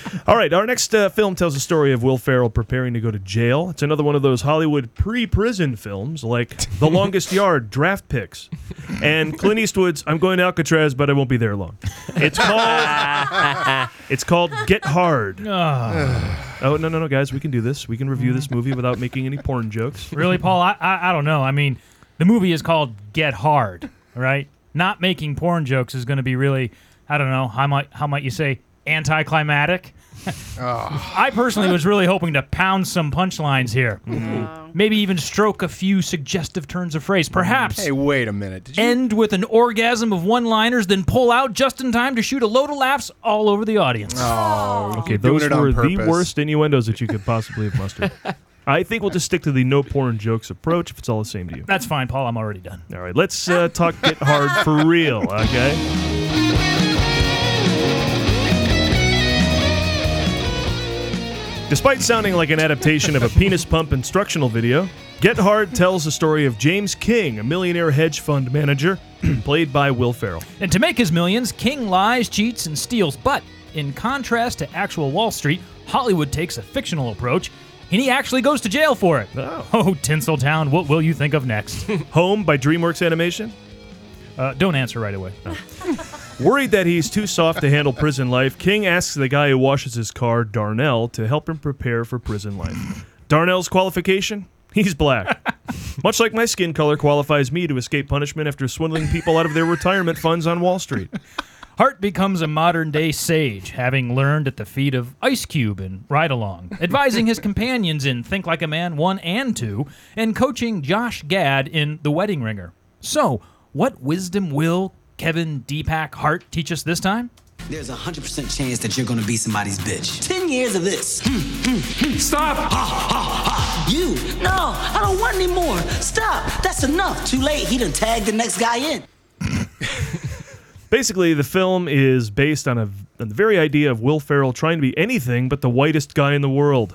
Speaker 14: [LAUGHS] All right, our next uh, film tells the story of Will Ferrell preparing to go to jail. It's another one of those Hollywood pre-prison films like The Longest Yard, Draft Picks, and Clint Eastwood's I'm going to Alcatraz, but I won't be there long. It's called It's called Get Hard. Oh no no no guys, we can do this. We can review this movie without making any porn jokes.
Speaker 1: Really, Paul? I, I I don't know. I mean, the movie is called Get Hard, right? Not making porn jokes is going to be really, I don't know, how might how might you say, anticlimactic? [LAUGHS] I personally was really hoping to pound some punchlines here. Maybe even stroke a few suggestive turns of phrase. Perhaps
Speaker 7: Hey, wait a minute. Did you-
Speaker 1: end with an orgasm of one liners, then pull out just in time to shoot a load of laughs all over the audience.
Speaker 14: Okay, those were the worst innuendos that you could possibly have mustered. I think we'll just stick to the no porn jokes approach if it's all the same to you.
Speaker 1: That's fine, Paul. I'm already done.
Speaker 14: All right, let's uh, talk get hard for real, okay? Despite sounding like an adaptation of a penis pump instructional video, Get Hard tells the story of James King, a millionaire hedge fund manager, [CLEARS THROAT] played by Will Ferrell.
Speaker 1: And to make his millions, King lies, cheats, and steals. But in contrast to actual Wall Street, Hollywood takes a fictional approach, and he actually goes to jail for it. [LAUGHS] Oh, Tinseltown, what will you think of next?
Speaker 14: Home by DreamWorks Animation?
Speaker 1: Uh, don't answer right away.
Speaker 14: Worried that he's too soft to handle prison life, King asks the guy who washes his car, Darnell, to help him prepare for prison life. Darnell's qualification? He's black. Much like my skin color qualifies me to escape punishment after swindling people out of their retirement funds on Wall Street.
Speaker 1: Hart becomes a modern day sage, having learned at the feet of Ice Cube in Ride Along, advising his companions in Think Like a Man 1 and 2, and coaching Josh Gad in The Wedding Ringer. So, what wisdom will Kevin Deepak Hart teach us this time?
Speaker 5: There's a 100% chance that you're gonna be somebody's bitch. 10 years of this. Hmm, hmm, hmm. Stop! Ha, ha, ha. You! No, I don't want any more. Stop! That's enough. Too late. He done tagged the next guy in.
Speaker 14: Basically, the film is based on, a, on the very idea of Will Ferrell trying to be anything but the whitest guy in the world.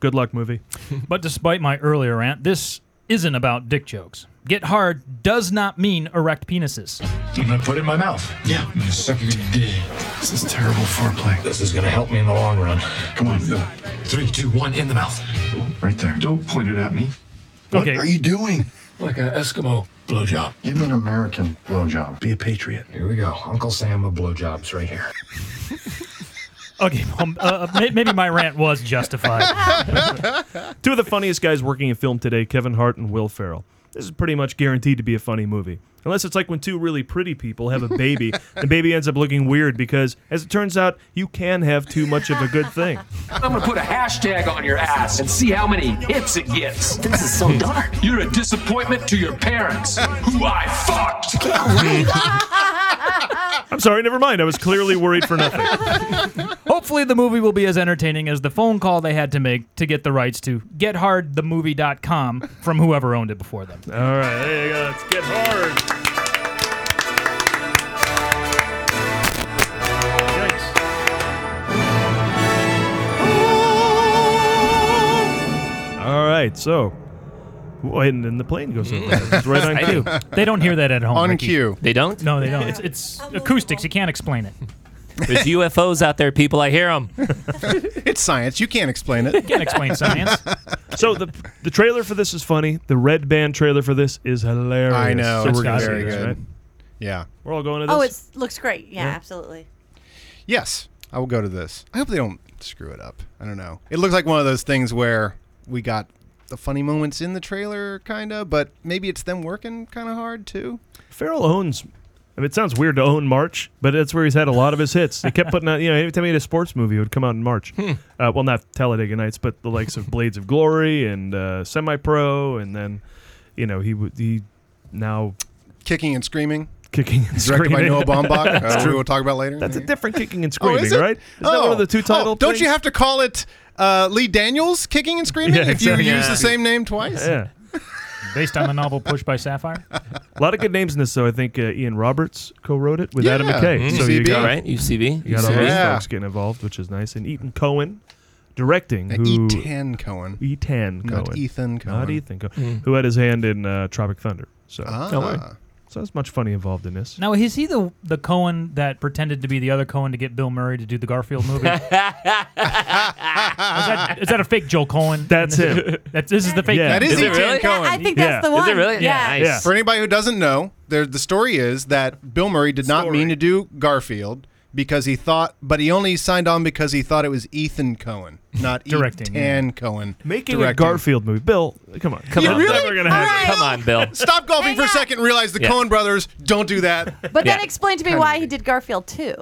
Speaker 14: Good luck, movie.
Speaker 1: [LAUGHS] But despite my earlier rant, this isn't about dick jokes. Get hard does not mean erect penises.
Speaker 15: I'm gonna put it in my mouth. Yeah. I'm gonna suck your dick. This is terrible foreplay. This is gonna help me in the long run. Come on, go. Three, two, one, in the mouth. Right there. Don't point it at me. What
Speaker 1: Okay.
Speaker 15: are you doing? Like an Eskimo blowjob. Give me an American blowjob. Be a patriot. Here we go. Uncle Sam of blowjobs right here.
Speaker 1: Okay, um, uh, may- maybe my rant was justified.
Speaker 14: Two of the funniest guys working in film today, Kevin Hart and Will Ferrell. This is pretty much guaranteed to be a funny movie. Unless it's like when two really pretty people have a
Speaker 1: [LAUGHS]
Speaker 14: baby, the baby ends up looking weird because, as it turns out, you can have too much of a good thing.
Speaker 10: I'm gonna put a hashtag on your ass and see how many hits it gets. This is so dark. [LAUGHS] You're a disappointment to your parents, who I fucked.
Speaker 14: I'm sorry, never mind. I was clearly worried for nothing.
Speaker 1: [LAUGHS] Hopefully, the movie will be as entertaining as the phone call they had to make to get the rights to GetHardTheMovie.com from whoever owned it before them.
Speaker 14: All right, there you go. Let's get hard. Yikes. All right, so. Oh, and then the plane goes over. It's right
Speaker 1: [LAUGHS]
Speaker 14: on cue.
Speaker 1: They don't hear that at home.
Speaker 14: On
Speaker 1: Ricky.
Speaker 14: cue.
Speaker 8: They don't?
Speaker 1: No, they don't. It's, it's acoustics. You can't explain it.
Speaker 7: [LAUGHS]
Speaker 8: There's UFOs out there, people. I hear them.
Speaker 7: it's science. You can't explain
Speaker 14: [LAUGHS]
Speaker 7: it.
Speaker 1: Can't explain science.
Speaker 14: So the the trailer for this is funny. The red band trailer for this is hilarious.
Speaker 7: I know,
Speaker 14: So
Speaker 7: it's
Speaker 14: we're gonna
Speaker 7: very
Speaker 14: see this,
Speaker 7: good.
Speaker 14: right?
Speaker 7: Yeah.
Speaker 14: We're all going to this.
Speaker 2: Oh, it looks great. Yeah,
Speaker 14: Yeah.
Speaker 2: absolutely.
Speaker 7: Yes, I will go to this. I hope they don't screw it up. I don't know. It looks like one of those things where we got the funny moments in the trailer, kind of, but maybe it's them working kind of hard too.
Speaker 14: Farrell owns. I mean, it sounds weird to own March, but that's where he's had a lot of his hits. They kept putting out, you know, every time he had a sports movie, it would come out in March.
Speaker 7: Hmm.
Speaker 14: Uh, well, not Talladega Nights, but the likes of Blades of Glory and uh, Semi Pro, and then, you know, he would he now
Speaker 7: Kicking and screaming.
Speaker 14: kicking and
Speaker 7: Directed by
Speaker 14: screaming.
Speaker 7: Noah
Speaker 14: [LAUGHS]
Speaker 7: Baumbach, uh,
Speaker 14: That's
Speaker 7: who
Speaker 14: true.
Speaker 7: we'll talk about later.
Speaker 14: That's a different kicking and
Speaker 7: Oh,
Speaker 14: screaming,
Speaker 7: is it?
Speaker 14: right? Isn't that one of the two
Speaker 7: Oh,
Speaker 14: title?
Speaker 7: don't you
Speaker 14: things?
Speaker 7: have to call it uh, Lee Daniels kicking and screaming
Speaker 14: [LAUGHS] Yeah,
Speaker 7: if
Speaker 14: exactly.
Speaker 7: you use
Speaker 14: Yeah.
Speaker 7: the same name twice?
Speaker 14: Yeah.
Speaker 1: [LAUGHS] Based on the novel Push by Sapphire.
Speaker 14: A lot of good names in this, though. I think uh, Ian Roberts co-wrote it with
Speaker 7: Yeah.
Speaker 14: Adam McKay.
Speaker 7: Mm.
Speaker 14: So you
Speaker 7: UCB.
Speaker 14: got
Speaker 7: Right,
Speaker 8: UCB.
Speaker 14: You got all those
Speaker 7: Yeah.
Speaker 14: folks getting involved, which is nice. And Ethan Cohen directing,
Speaker 7: Uh,
Speaker 14: who
Speaker 7: Ethan Cohen.
Speaker 14: Ethan Cohen,
Speaker 7: Not Ethan
Speaker 14: not
Speaker 7: Cohen.
Speaker 14: Ethan Cohen,
Speaker 7: Mm.
Speaker 14: who had his hand in uh, Tropic Thunder. So,
Speaker 7: Ah.
Speaker 1: No way.
Speaker 14: so that's much funny involved in this.
Speaker 1: Now, is he the the Cohen that pretended to be the other Cohen to get Bill Murray to do the Garfield
Speaker 10: [LAUGHS]
Speaker 1: movie? is, that, is that a fake Joel Cohen?
Speaker 14: That's
Speaker 1: And this
Speaker 14: him.
Speaker 1: Is, that's, [LAUGHS] this is the fake.
Speaker 7: That is, Ethan Cohen. For
Speaker 1: For-
Speaker 7: anybody who doesn't know, there, the story is that Bill Murray did not mean to do Garfield because he thought, but he only signed on because he thought it was Ethan Cohen, not
Speaker 14: [LAUGHS] Directing,
Speaker 7: Ethan Cohen.
Speaker 14: Making a
Speaker 7: directing.
Speaker 14: Garfield movie, Bill. Come on,
Speaker 7: Come
Speaker 14: It's
Speaker 7: on, Bill.
Speaker 14: never gonna happen.
Speaker 8: Come on, Bill.
Speaker 7: Stop golfing for a second and realize the
Speaker 8: Yeah.
Speaker 14: [LAUGHS]
Speaker 7: Cohen brothers don't do that.
Speaker 2: But
Speaker 8: Yeah.
Speaker 2: then explain to me
Speaker 7: Kinda
Speaker 2: why he did Garfield too.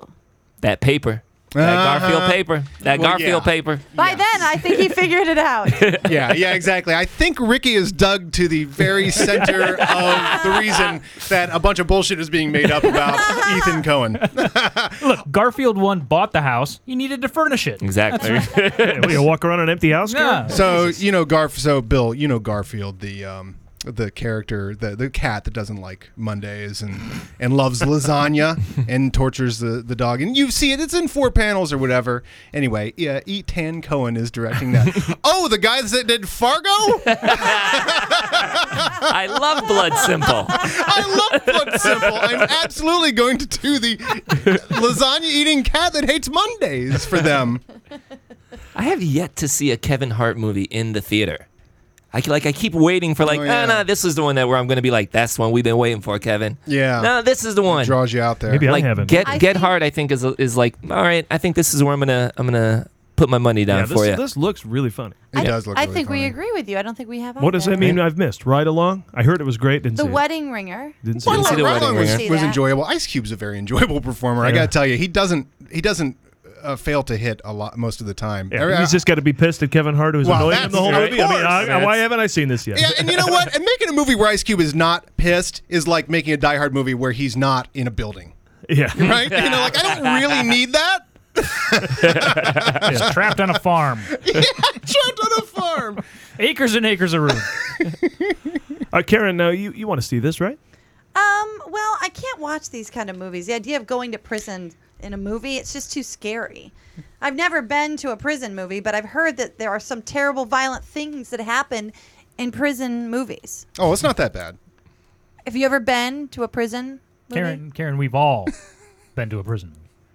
Speaker 8: That paper. That
Speaker 7: Uh-huh.
Speaker 8: Garfield paper. That
Speaker 7: Well,
Speaker 8: Garfield
Speaker 7: yeah.
Speaker 8: paper.
Speaker 2: By then, I think he figured it out.
Speaker 7: yeah, yeah, exactly. I think Ricky is dug to the very center of the reason that a bunch of bullshit is being made up about Ethan Cohen.
Speaker 10: Look, Garfield one bought the house. He needed to furnish it.
Speaker 8: Exactly.
Speaker 1: we gonna walk around an empty house.
Speaker 10: Yeah.
Speaker 7: So you know Garf. So Bill, you know Garfield, the um, the character, the the cat that doesn't like Mondays and and loves lasagna and tortures the the dog. And you see it. It's in four panels or whatever. Anyway, yeah, E. Tan Cohen is directing that. oh, the guys that did Fargo.
Speaker 8: [LAUGHS] I love Blood
Speaker 7: [LAUGHS]
Speaker 8: Simple.
Speaker 7: I love Blood Simple. I'm absolutely going to do the lasagna eating cat that hates Mondays for them.
Speaker 8: I have yet to see a Kevin Hart movie in the theater. I c- like I keep waiting for like,
Speaker 7: Oh,
Speaker 8: oh,
Speaker 7: yeah.
Speaker 8: no, this is the one that where I'm gonna be like, that's the one we've been waiting for, Kevin.
Speaker 7: Yeah.
Speaker 8: No, this is the one.
Speaker 7: draws you out there.
Speaker 8: like, Get
Speaker 2: I
Speaker 8: Get Hard, I think is is like, all right, I think this is where I'm gonna I'm gonna put my money down
Speaker 1: Yeah,
Speaker 8: for
Speaker 1: this,
Speaker 8: you.
Speaker 1: this looks really funny.
Speaker 2: I, I think we agree with you. I don't think we have.
Speaker 1: What does that
Speaker 2: either.
Speaker 1: mean? I've missed Ride Along. I heard it was great. Didn't
Speaker 2: The
Speaker 1: see it.
Speaker 2: wedding ringer.
Speaker 1: Didn't see
Speaker 7: Well,
Speaker 1: it.
Speaker 7: Ryan was,
Speaker 2: See
Speaker 7: was
Speaker 2: that?
Speaker 7: enjoyable. Ice Cube's a very enjoyable [LAUGHS] performer. I
Speaker 1: Yeah.
Speaker 7: got to tell you, he doesn't he doesn't uh, fail to hit a lot most of the time.
Speaker 1: Yeah,
Speaker 7: I- I-
Speaker 1: he's just got to be pissed at Kevin Hart, who's
Speaker 7: Well,
Speaker 1: annoying him the whole
Speaker 7: that's-
Speaker 1: movie. I mean,
Speaker 7: of
Speaker 1: I-
Speaker 7: course.
Speaker 1: why haven't I seen this yet?
Speaker 7: yeah, and you know what? And making a movie where Ice Cube is not pissed is like making a Die Hard movie where he's not in a building,
Speaker 1: [LAUGHS] Yeah.
Speaker 7: right? you know, like I don't really need that. [LAUGHS]
Speaker 10: Just trapped on a farm.
Speaker 7: yeah, trapped on a farm.
Speaker 10: Acres and acres of room.
Speaker 1: Uh, Karen, now you, you want to see this, right?
Speaker 2: Um. Well, I can't watch these kind of movies. The idea of going to prison in a movie—it's just too scary. I've never been to a prison movie, but I've heard that there are some terrible, violent things that happen in prison movies.
Speaker 7: Oh, it's not that bad.
Speaker 2: Have you ever been to a prison? Movie?
Speaker 10: Karen, Karen, we've all been to a prison.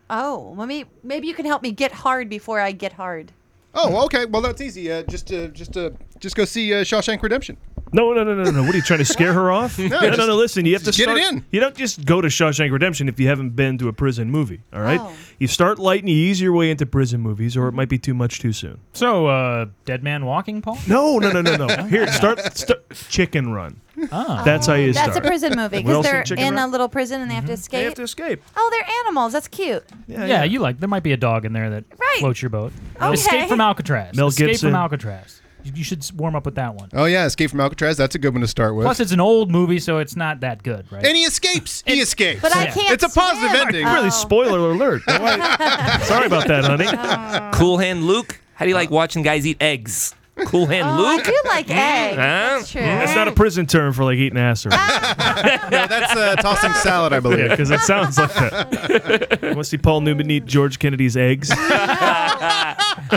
Speaker 2: Oh, maybe maybe you can help me get hard before I get hard.
Speaker 7: Oh, okay. Well, that's easy. Uh, just uh, just uh, just go see uh, Shawshank Redemption.
Speaker 1: No, no, no, no, no. What are you trying to scare her off?
Speaker 7: No,
Speaker 1: no, no,
Speaker 7: just-
Speaker 1: no. Listen, you have to
Speaker 7: just get it
Speaker 1: start,
Speaker 7: in.
Speaker 1: You don't just go to Shawshank Redemption if you haven't been to a prison movie. All right,
Speaker 2: Oh.
Speaker 1: you start light and you ease your way into prison movies, or it might be too much too soon.
Speaker 10: So, uh, Dead Man Walking, Paul?
Speaker 1: No, no, no, no, no. [LAUGHS] Here, start, start Chicken Run.
Speaker 10: Ah.
Speaker 1: That's how you start.
Speaker 2: That's a
Speaker 1: [LAUGHS]
Speaker 2: prison movie
Speaker 1: We've all
Speaker 2: because
Speaker 1: seen
Speaker 2: they're
Speaker 1: Chicken
Speaker 2: in
Speaker 1: Run. Mm-hmm.
Speaker 2: a little prison and they have to escape.
Speaker 1: They have to escape.
Speaker 2: Oh, they're animals. That's cute.
Speaker 10: Yeah, you like. There might be a dog in there that
Speaker 2: Right.
Speaker 10: floats your boat.
Speaker 2: Okay.
Speaker 10: Escape from Alcatraz.
Speaker 1: Mel
Speaker 10: Escape
Speaker 1: Gibson.
Speaker 10: from Alcatraz. You, you should s- warm up with that one.
Speaker 7: Oh yeah, Escape from Alcatraz. That's a good one to start with.
Speaker 10: Plus, it's an old movie, so it's not that good, right?
Speaker 7: and he escapes. He escapes.
Speaker 2: But I
Speaker 10: Yeah.
Speaker 2: can't.
Speaker 7: It's a positive
Speaker 2: swim. Oh.
Speaker 7: ending.
Speaker 1: Really, spoiler
Speaker 2: [LAUGHS]
Speaker 1: alert. Sorry about that, honey.
Speaker 8: Cool Hand Luke. How
Speaker 1: uh,
Speaker 8: do you like watching guys eat eggs? [LAUGHS] Cool Hand
Speaker 2: Oh, I
Speaker 8: Luke.
Speaker 2: do like eggs.
Speaker 8: Huh?
Speaker 2: That's true.
Speaker 1: That's Mm-hmm. not a prison term for like eating ass or.
Speaker 2: Ah.
Speaker 7: No, that's uh,
Speaker 1: [LAUGHS]
Speaker 7: tossing salad, I believe.
Speaker 1: Yeah, because it sounds like that. You want to see Paul Newman eat George Kennedy's
Speaker 2: [LAUGHS]
Speaker 1: eggs? [LAUGHS]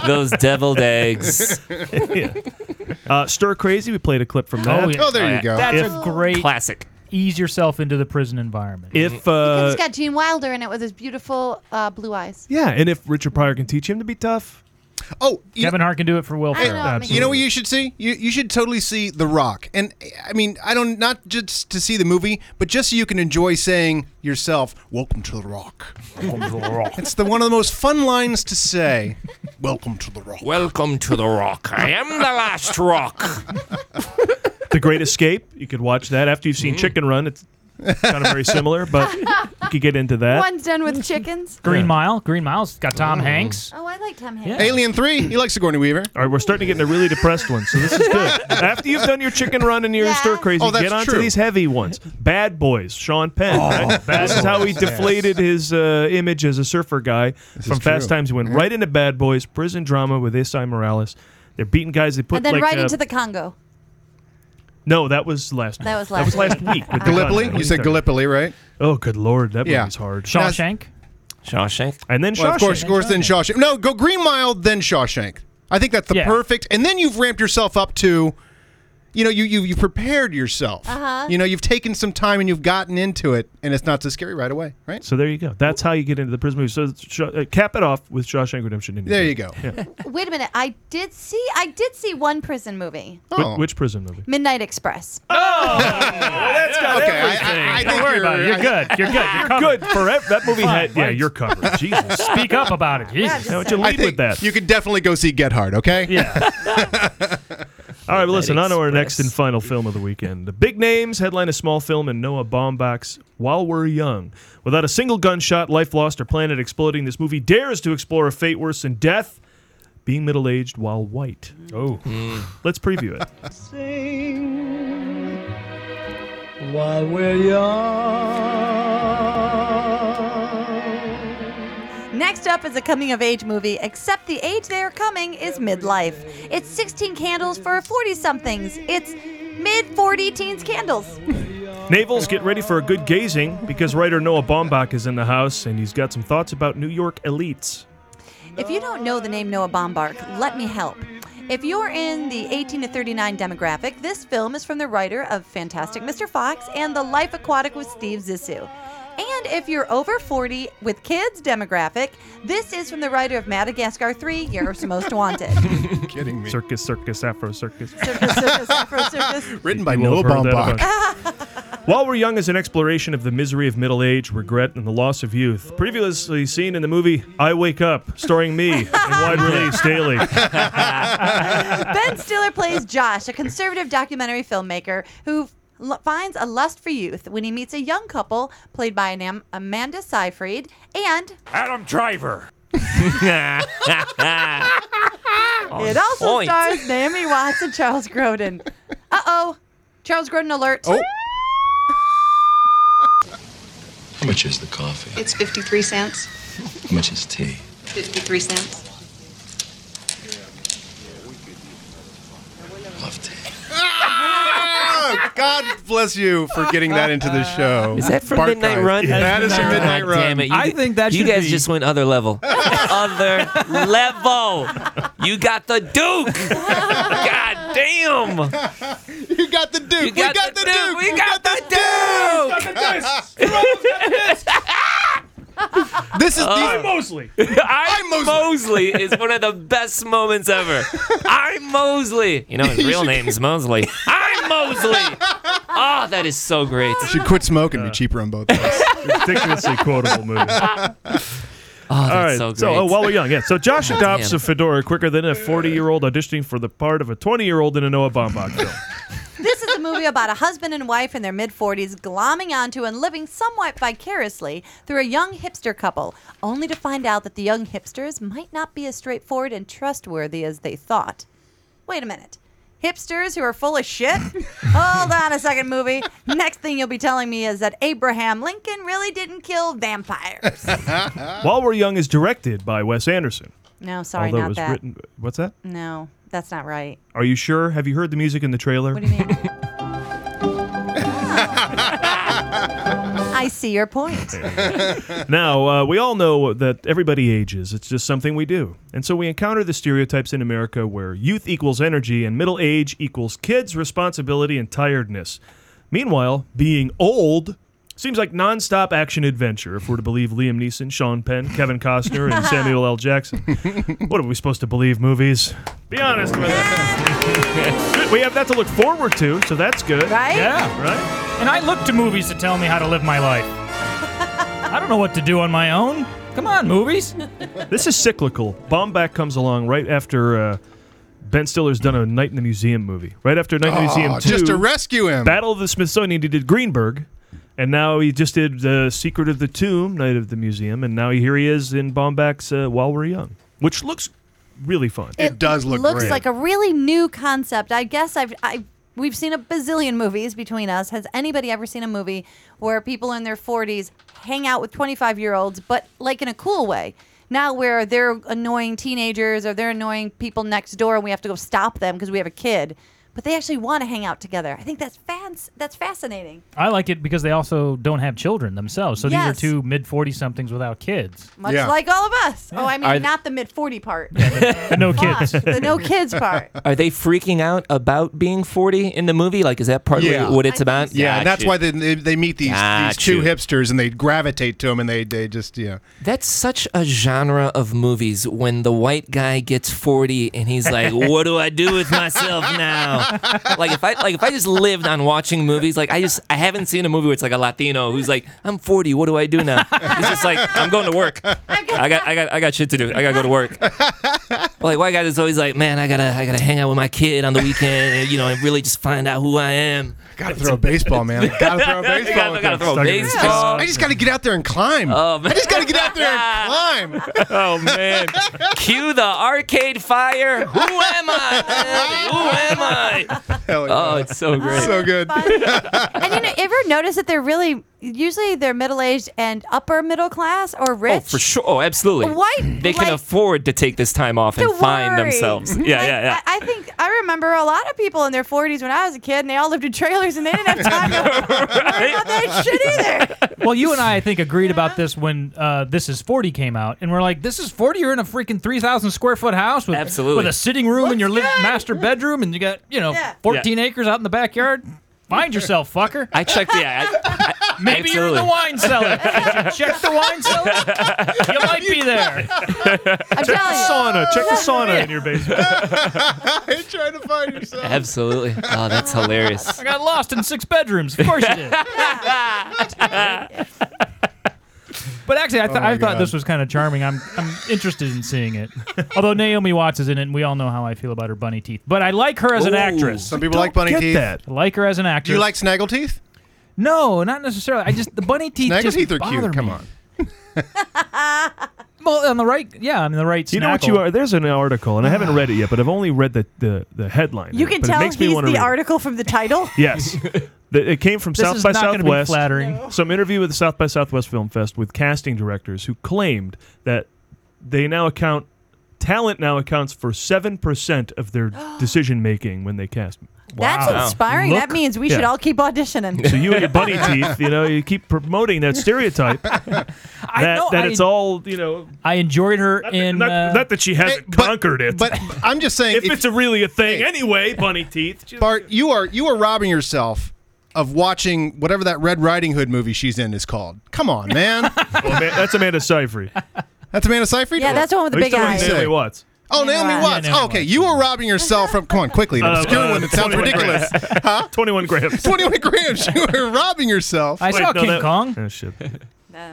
Speaker 8: Those deviled [LAUGHS]
Speaker 1: [LAUGHS]
Speaker 8: eggs.
Speaker 1: Uh, Stir Crazy, we played a clip from that.
Speaker 10: Oh, yeah.
Speaker 7: Oh, there you
Speaker 8: yeah.
Speaker 7: go.
Speaker 10: That's
Speaker 1: If-
Speaker 10: a great
Speaker 8: Classic.
Speaker 10: ease yourself into the prison environment.
Speaker 1: If
Speaker 2: It's
Speaker 1: uh,
Speaker 2: got Gene Wilder in it with his beautiful uh, blue eyes.
Speaker 1: yeah, and if Richard Pryor can teach him to be tough,
Speaker 7: Oh, you,
Speaker 10: Kevin Hart can do it for Will
Speaker 2: I
Speaker 10: Ferrell.
Speaker 2: know. it makes
Speaker 7: You know what
Speaker 2: sense.
Speaker 7: you should see? You you should totally see The Rock. And I mean, I don't not just to see the movie, but just so you can enjoy saying yourself, "Welcome to The Rock." It's the one of the most fun lines to say. Welcome to The Rock.
Speaker 8: Welcome to the rock. I am the last rock.
Speaker 1: The Great
Speaker 2: [LAUGHS]
Speaker 1: Escape, you could watch that after you've
Speaker 2: Mm.
Speaker 1: seen Chicken Run. It's kind of very similar, but you could get into that.
Speaker 2: One's done with chickens.
Speaker 10: Green
Speaker 1: Yeah.
Speaker 10: Mile. Green Mile's got Tom Hanks.
Speaker 2: [LAUGHS] Oh, I like Tom
Speaker 10: Yeah.
Speaker 2: Hanks.
Speaker 7: Alien 3, you like Sigourney Weaver.
Speaker 1: All right, we're starting to get into really depressed ones, so this is good. After you've done your Chicken Run and your
Speaker 2: Yeah.
Speaker 1: Stir Crazy,
Speaker 7: Oh, that's
Speaker 1: get onto
Speaker 7: true. Oh,
Speaker 1: these heavy ones. Bad Boys, Sean Penn. right?
Speaker 10: Bad
Speaker 1: This is how he
Speaker 10: Boys, yes.
Speaker 1: deflated his uh, image as a surfer guy from Fast
Speaker 7: true.
Speaker 1: Times. He went right into Bad Boys, prison drama with Isai Morales. They're beating guys. They put
Speaker 2: And then
Speaker 1: like
Speaker 2: right
Speaker 1: uh,
Speaker 2: into the Congo.
Speaker 1: no. That was last.
Speaker 2: That was
Speaker 1: That was
Speaker 2: last
Speaker 1: last week. with the gun.
Speaker 7: Gallipoli?
Speaker 1: What
Speaker 7: You
Speaker 1: are
Speaker 7: said
Speaker 1: talking about?
Speaker 7: Gallipoli, right?
Speaker 1: Oh, good lord, that
Speaker 7: Yeah.
Speaker 1: movie's hard.
Speaker 10: Shawshank.
Speaker 8: Shawshank.
Speaker 1: And then
Speaker 7: Well,
Speaker 1: Shawshank.
Speaker 7: of course, of course, then Shawshank. No, go Green Mile, then Shawshank. I think that's the
Speaker 10: Yeah.
Speaker 7: perfect. And then you've ramped yourself up to, you know, you you you prepared yourself.
Speaker 2: Uh-huh.
Speaker 7: You know, you've taken some time and you've gotten into it, and it's not so scary right away, right?
Speaker 1: So there you go. That's how you get into the prison movie. So sh- uh, cap it off with Shawshank Redemption. Indiana.
Speaker 7: There you go.
Speaker 2: Wait a minute. I did see. I did see one prison movie.
Speaker 1: Wh- which prison movie?
Speaker 2: Midnight Express.
Speaker 7: okay, I- I, I, think
Speaker 10: Don't worry
Speaker 7: you're,
Speaker 10: about it. You're good. You're good. You're covered.
Speaker 1: Good forever. That movie
Speaker 10: Fine,
Speaker 1: had. Yeah,
Speaker 10: right.
Speaker 1: you're covered.
Speaker 7: [LAUGHS]
Speaker 1: Jesus.
Speaker 10: Speak up
Speaker 2: [LAUGHS]
Speaker 10: about it. Jesus.
Speaker 1: Now, would you
Speaker 7: I
Speaker 1: lead
Speaker 7: think
Speaker 1: with that?
Speaker 7: you could definitely go see Get Hard. Okay.
Speaker 10: Yeah.
Speaker 1: All right, well, listen, on to our
Speaker 16: Express.
Speaker 1: next and final film of the weekend. The big names headline a small film in Noah Baumbach's While We're Young. Without a single gunshot, life lost, or planet exploding, this movie dares to explore a fate worse than death being middle aged while white. Oh. Let's preview it.
Speaker 17: While we're young.
Speaker 2: Next up is a coming of age movie, except the age they are coming is midlife. It's 16 candles for 40 somethings. It's mid 40 teens candles.
Speaker 1: Navels, get ready for a good gazing because writer Noah Baumbach is in the house and he's got some thoughts about New York elites.
Speaker 2: If you don't know the name Noah Baumbach, let me help. If you're in the 18 to 39 demographic, this film is from the writer of Fantastic Mr. Fox and The Life Aquatic with Steve Zissou. And if you're over 40 with kids demographic, this is from the writer of Madagascar 3, Europe's Most Wanted.
Speaker 1: Kidding me. Circus, circus, Afro circus.
Speaker 2: Circus, Afro Circus.
Speaker 1: Written
Speaker 7: by Noah Baumbach.
Speaker 2: [LAUGHS]
Speaker 7: [LAUGHS]
Speaker 1: While We're Young is an exploration of the misery of middle age, regret, and the loss of youth. Previously seen in the movie I Wake Up, starring me in
Speaker 2: [LAUGHS]
Speaker 1: wide release daily.
Speaker 2: Ben Stiller plays Josh, a conservative documentary filmmaker who l- finds a lust for youth when he meets a young couple played by an Am- Amanda Seyfried and
Speaker 16: Adam Driver.
Speaker 2: it also stars Naomi Watts and Charles Grodin. Uh oh, Charles Grodin alert! Oh.
Speaker 14: How much is the coffee?
Speaker 18: It's 53 cents.
Speaker 14: How much is tea?
Speaker 18: 53 cents.
Speaker 7: Ah, God bless you for getting that into the show.
Speaker 8: Is that from
Speaker 7: Bart
Speaker 8: Midnight
Speaker 7: Guy.
Speaker 8: Run?
Speaker 7: That is from Midnight
Speaker 8: God
Speaker 7: Run.
Speaker 8: Damn it! You, you guys just went other [LAUGHS] level. other level. You got the [LAUGHS] Duke. God damn.
Speaker 7: You got the Duke.
Speaker 8: You got, the, Duke. We got, the Duke.
Speaker 7: This is
Speaker 8: I'm
Speaker 1: Mosley.
Speaker 8: I'm Mosley is one of the best moments ever. I'm Mosley. You know his
Speaker 7: You
Speaker 8: real
Speaker 7: should-
Speaker 8: name's Mosley. I'm Mosley. Oh, that is so great.
Speaker 7: You should quit smoking. Be cheaper on both.
Speaker 8: [LAUGHS]
Speaker 1: Ridiculously quotable movie.
Speaker 8: Oh, that's
Speaker 1: All right.
Speaker 8: so great.
Speaker 1: oh, while we're young, yeah. So Josh adopts
Speaker 8: Damn.
Speaker 1: a fedora quicker than a 40-year-old auditioning for the part of a 20-year-old in a Noah Baumbach film.
Speaker 2: This is a movie about a husband and wife in their mid 40s glomming onto and living somewhat vicariously through a young hipster couple, only to find out that the young hipsters might not be as straightforward and trustworthy as they thought. Wait a minute. Hipsters who are full
Speaker 1: [LAUGHS]
Speaker 2: of shit? Hold on a second, movie. Next thing you'll be telling me is that Abraham Lincoln really didn't kill vampires.
Speaker 1: While We're Young is directed by Wes Anderson.
Speaker 2: No, sorry,
Speaker 1: although
Speaker 2: not
Speaker 1: it was
Speaker 2: that. Mm.
Speaker 1: written. What's that?
Speaker 2: No, that's not right.
Speaker 1: Are you sure? Have you heard the music in the trailer?
Speaker 2: What do you
Speaker 1: [LAUGHS]
Speaker 2: mean? I see
Speaker 1: [LAUGHS]
Speaker 2: your point.
Speaker 1: now, uh, we all know that everybody ages. It's just something we do. And so we encounter the stereotypes in America where youth equals energy and middle age equals kids' responsibility and tiredness. Meanwhile, being old seems like nonstop action adventure if we're to believe Liam Neeson, Sean Penn, Kevin Costner, and Samuel L. Jackson. What are we supposed to believe, movies? Be honest with us. [LAUGHS] we have that to look forward to, so that's good.
Speaker 10: Right? Yeah.
Speaker 1: Right?
Speaker 10: And I look to movies to tell me how to live
Speaker 2: [LAUGHS]
Speaker 10: my life. I don't know what to do on my own. Come on, movies.
Speaker 1: This is cyclical. Bomback comes along right after uh, Ben Stiller's done a Night in the Museum movie. Right after Night in the
Speaker 7: Oh,
Speaker 1: Museum 2.
Speaker 7: just to rescue him.
Speaker 1: Battle of the Smithsonian, he did Greenberg. And now he just did The Secret of the Tomb, Night of the Museum. And now here he is in Bomback's uh, While We're Young, which looks really fun.
Speaker 2: looks like a really new concept. I guess I've I we've seen a bazillion movies between us. Has anybody ever seen a movie where people in their 40s hang out with 25 year olds, but like in a cool way? Not where they're annoying teenagers or they're annoying people next door, and we have to go stop them because we have a kid. But they actually want to hang out together. I think that's fans. That's fascinating.
Speaker 10: I like it because they also don't have children themselves. So
Speaker 2: Yes.
Speaker 10: these are two mid 40 somethings without kids.
Speaker 2: Much like all of us. Oh, I mean,
Speaker 10: Are-
Speaker 2: not the mid 40 part.
Speaker 10: no
Speaker 2: kids. the no kids part.
Speaker 8: Are they freaking out about being 40 in the movie? Like, is that partly
Speaker 7: Yeah.
Speaker 8: what it's about?
Speaker 7: Yeah, and that's
Speaker 8: Gotcha.
Speaker 7: why they, they, they meet these, these
Speaker 8: Got
Speaker 7: two
Speaker 8: you.
Speaker 7: hipsters and they gravitate to them and they, they just, yeah.
Speaker 8: That's such a genre of movies when the white guy gets 40 and he's like, "What do I do with myself now?" Like if I like if I just lived on watching movies, like I just I haven't seen a movie where it's like a Latino who's like, "I'm 40, what do I do now?" It's just like, "I'm going to work. I got I got I got shit to do. I got to go to work." Like white guys is always like, man, I gotta, I gotta hang out with my kid on the weekend, and you know, and really just find out who I am.
Speaker 7: Gotta [LAUGHS] throw a baseball, man. Gotta throw a
Speaker 8: Gotta-
Speaker 7: baseball.
Speaker 8: gotta
Speaker 7: with him.
Speaker 8: throw a Stuck in his baseball.
Speaker 7: I just gotta get out there and climb. Oh, man. I just gotta get out there
Speaker 8: [LAUGHS]
Speaker 7: and climb.
Speaker 8: oh man! Cue the arcade fire. Who am I? man? Who am I? Oh, it's so great.
Speaker 7: So good.
Speaker 2: and you know, ever notice that they're really usually they're middle aged and upper middle class or
Speaker 8: Oh,
Speaker 2: rich?
Speaker 8: for sure. Oh, absolutely.
Speaker 2: White,
Speaker 8: They can
Speaker 2: like-
Speaker 8: afford to take this time off and
Speaker 2: to
Speaker 8: find
Speaker 2: worry.
Speaker 8: themselves. Yeah, yeah, yeah.
Speaker 2: I think I remember a lot of people in their 40s when I was a kid, and they all lived in trailers, and they didn't have time to
Speaker 1: [LAUGHS]
Speaker 2: worry about that shit either.
Speaker 10: well, you and I, I think, agreed about this when uh, This Is 40 came out, and we're like, This is 40? You're in a freaking 3,000 square foot house with,
Speaker 8: Absolutely.
Speaker 10: with a sitting room and your li- master bedroom, and you got, you know, 14 acres out in the backyard. Find yourself, fucker.
Speaker 8: I checked, yeah. I, I,
Speaker 10: [LAUGHS] Maybe you're in the
Speaker 8: absolutely.
Speaker 10: wine cellar. Did you check the wine cellar? You might be there.
Speaker 1: Check the
Speaker 2: Oh,
Speaker 1: sauna. Check the sauna in uh, your basement.
Speaker 7: You're trying to find yourself.
Speaker 8: Absolutely. Oh, that's
Speaker 2: [LAUGHS]
Speaker 8: hilarious.
Speaker 10: I got lost in six bedrooms. Of course you did. But actually, I, th-
Speaker 17: Oh my
Speaker 10: I thought
Speaker 17: God.
Speaker 10: this was kind of charming. I'm I'm interested in seeing it. Although Naomi Watts is in it, and we all know how I feel about her bunny teeth. But I like her as an
Speaker 7: Ooh,
Speaker 10: actress.
Speaker 7: some people I like don't bunny get teeth. that.
Speaker 10: I like her as an actress.
Speaker 7: Do you like snaggleteeth?
Speaker 10: No, not necessarily. I just the bunny teeth. just
Speaker 7: Snaggleteeth are
Speaker 10: bother
Speaker 7: cute. Come
Speaker 10: me.
Speaker 7: on.
Speaker 10: Well, on the right, yeah, on the right.
Speaker 1: You know what you are? There's an article, and I haven't read it yet, but I've only read the, the, the headline.
Speaker 2: You
Speaker 1: of it,
Speaker 2: can
Speaker 1: but it
Speaker 2: tell
Speaker 1: makes
Speaker 2: he's
Speaker 1: me wanna
Speaker 2: the
Speaker 1: read it.
Speaker 2: article from
Speaker 1: [LAUGHS]
Speaker 2: the title.
Speaker 10: [LAUGHS]
Speaker 1: Yes. The- it came from
Speaker 10: This
Speaker 1: South
Speaker 10: is
Speaker 1: by
Speaker 10: not gonna be
Speaker 1: Southwest.
Speaker 10: flattering. No.
Speaker 1: Some interview with the South by Southwest Film Fest with casting directors who claimed that they now account talent now accounts for seven percent of
Speaker 10: [GASPS]
Speaker 1: their decision making when they cast.
Speaker 2: That's inspiring. that means we should
Speaker 1: Yeah.
Speaker 2: all
Speaker 1: [LAUGHS]
Speaker 2: keep auditioning.
Speaker 1: So you and your
Speaker 10: [LAUGHS]
Speaker 1: bunny teeth, you know, you keep promoting that stereotype that,
Speaker 10: know,
Speaker 1: that
Speaker 10: I-
Speaker 1: it's all, you know.
Speaker 10: I enjoyed her in. uh,
Speaker 1: Not, not that she hasn't conquered it,
Speaker 7: But I'm just saying,
Speaker 1: if, it's a really a thing
Speaker 7: [LAUGHS]
Speaker 1: anyway, bunny teeth. just-
Speaker 7: Bart, you are you are robbing yourself of watching whatever that Red Riding Hood movie she's in is called. Come on, [LAUGHS] man.
Speaker 1: Well, Ama- that's Amanda Seyfried.
Speaker 7: That's Amanda Seyfried.
Speaker 2: Yeah, that's the one with the
Speaker 1: Are you
Speaker 2: big
Speaker 1: still on
Speaker 2: eyes.
Speaker 1: Naomi Watts.
Speaker 7: Oh, Naomi,
Speaker 2: Naomi
Speaker 7: Watts.
Speaker 2: Watts. Yeah, Naomi
Speaker 7: oh, okay, you are robbing yourself from. Come on, quickly. An
Speaker 1: Uh,
Speaker 7: obscure
Speaker 1: uh,
Speaker 7: one that sounds
Speaker 1: 21
Speaker 7: ridiculous. [LAUGHS] Huh?
Speaker 1: Twenty-one grams.
Speaker 7: 21 grams. You are
Speaker 2: [LAUGHS]
Speaker 7: robbing yourself.
Speaker 10: I saw King Kong,
Speaker 1: Oh shit.
Speaker 10: Uh,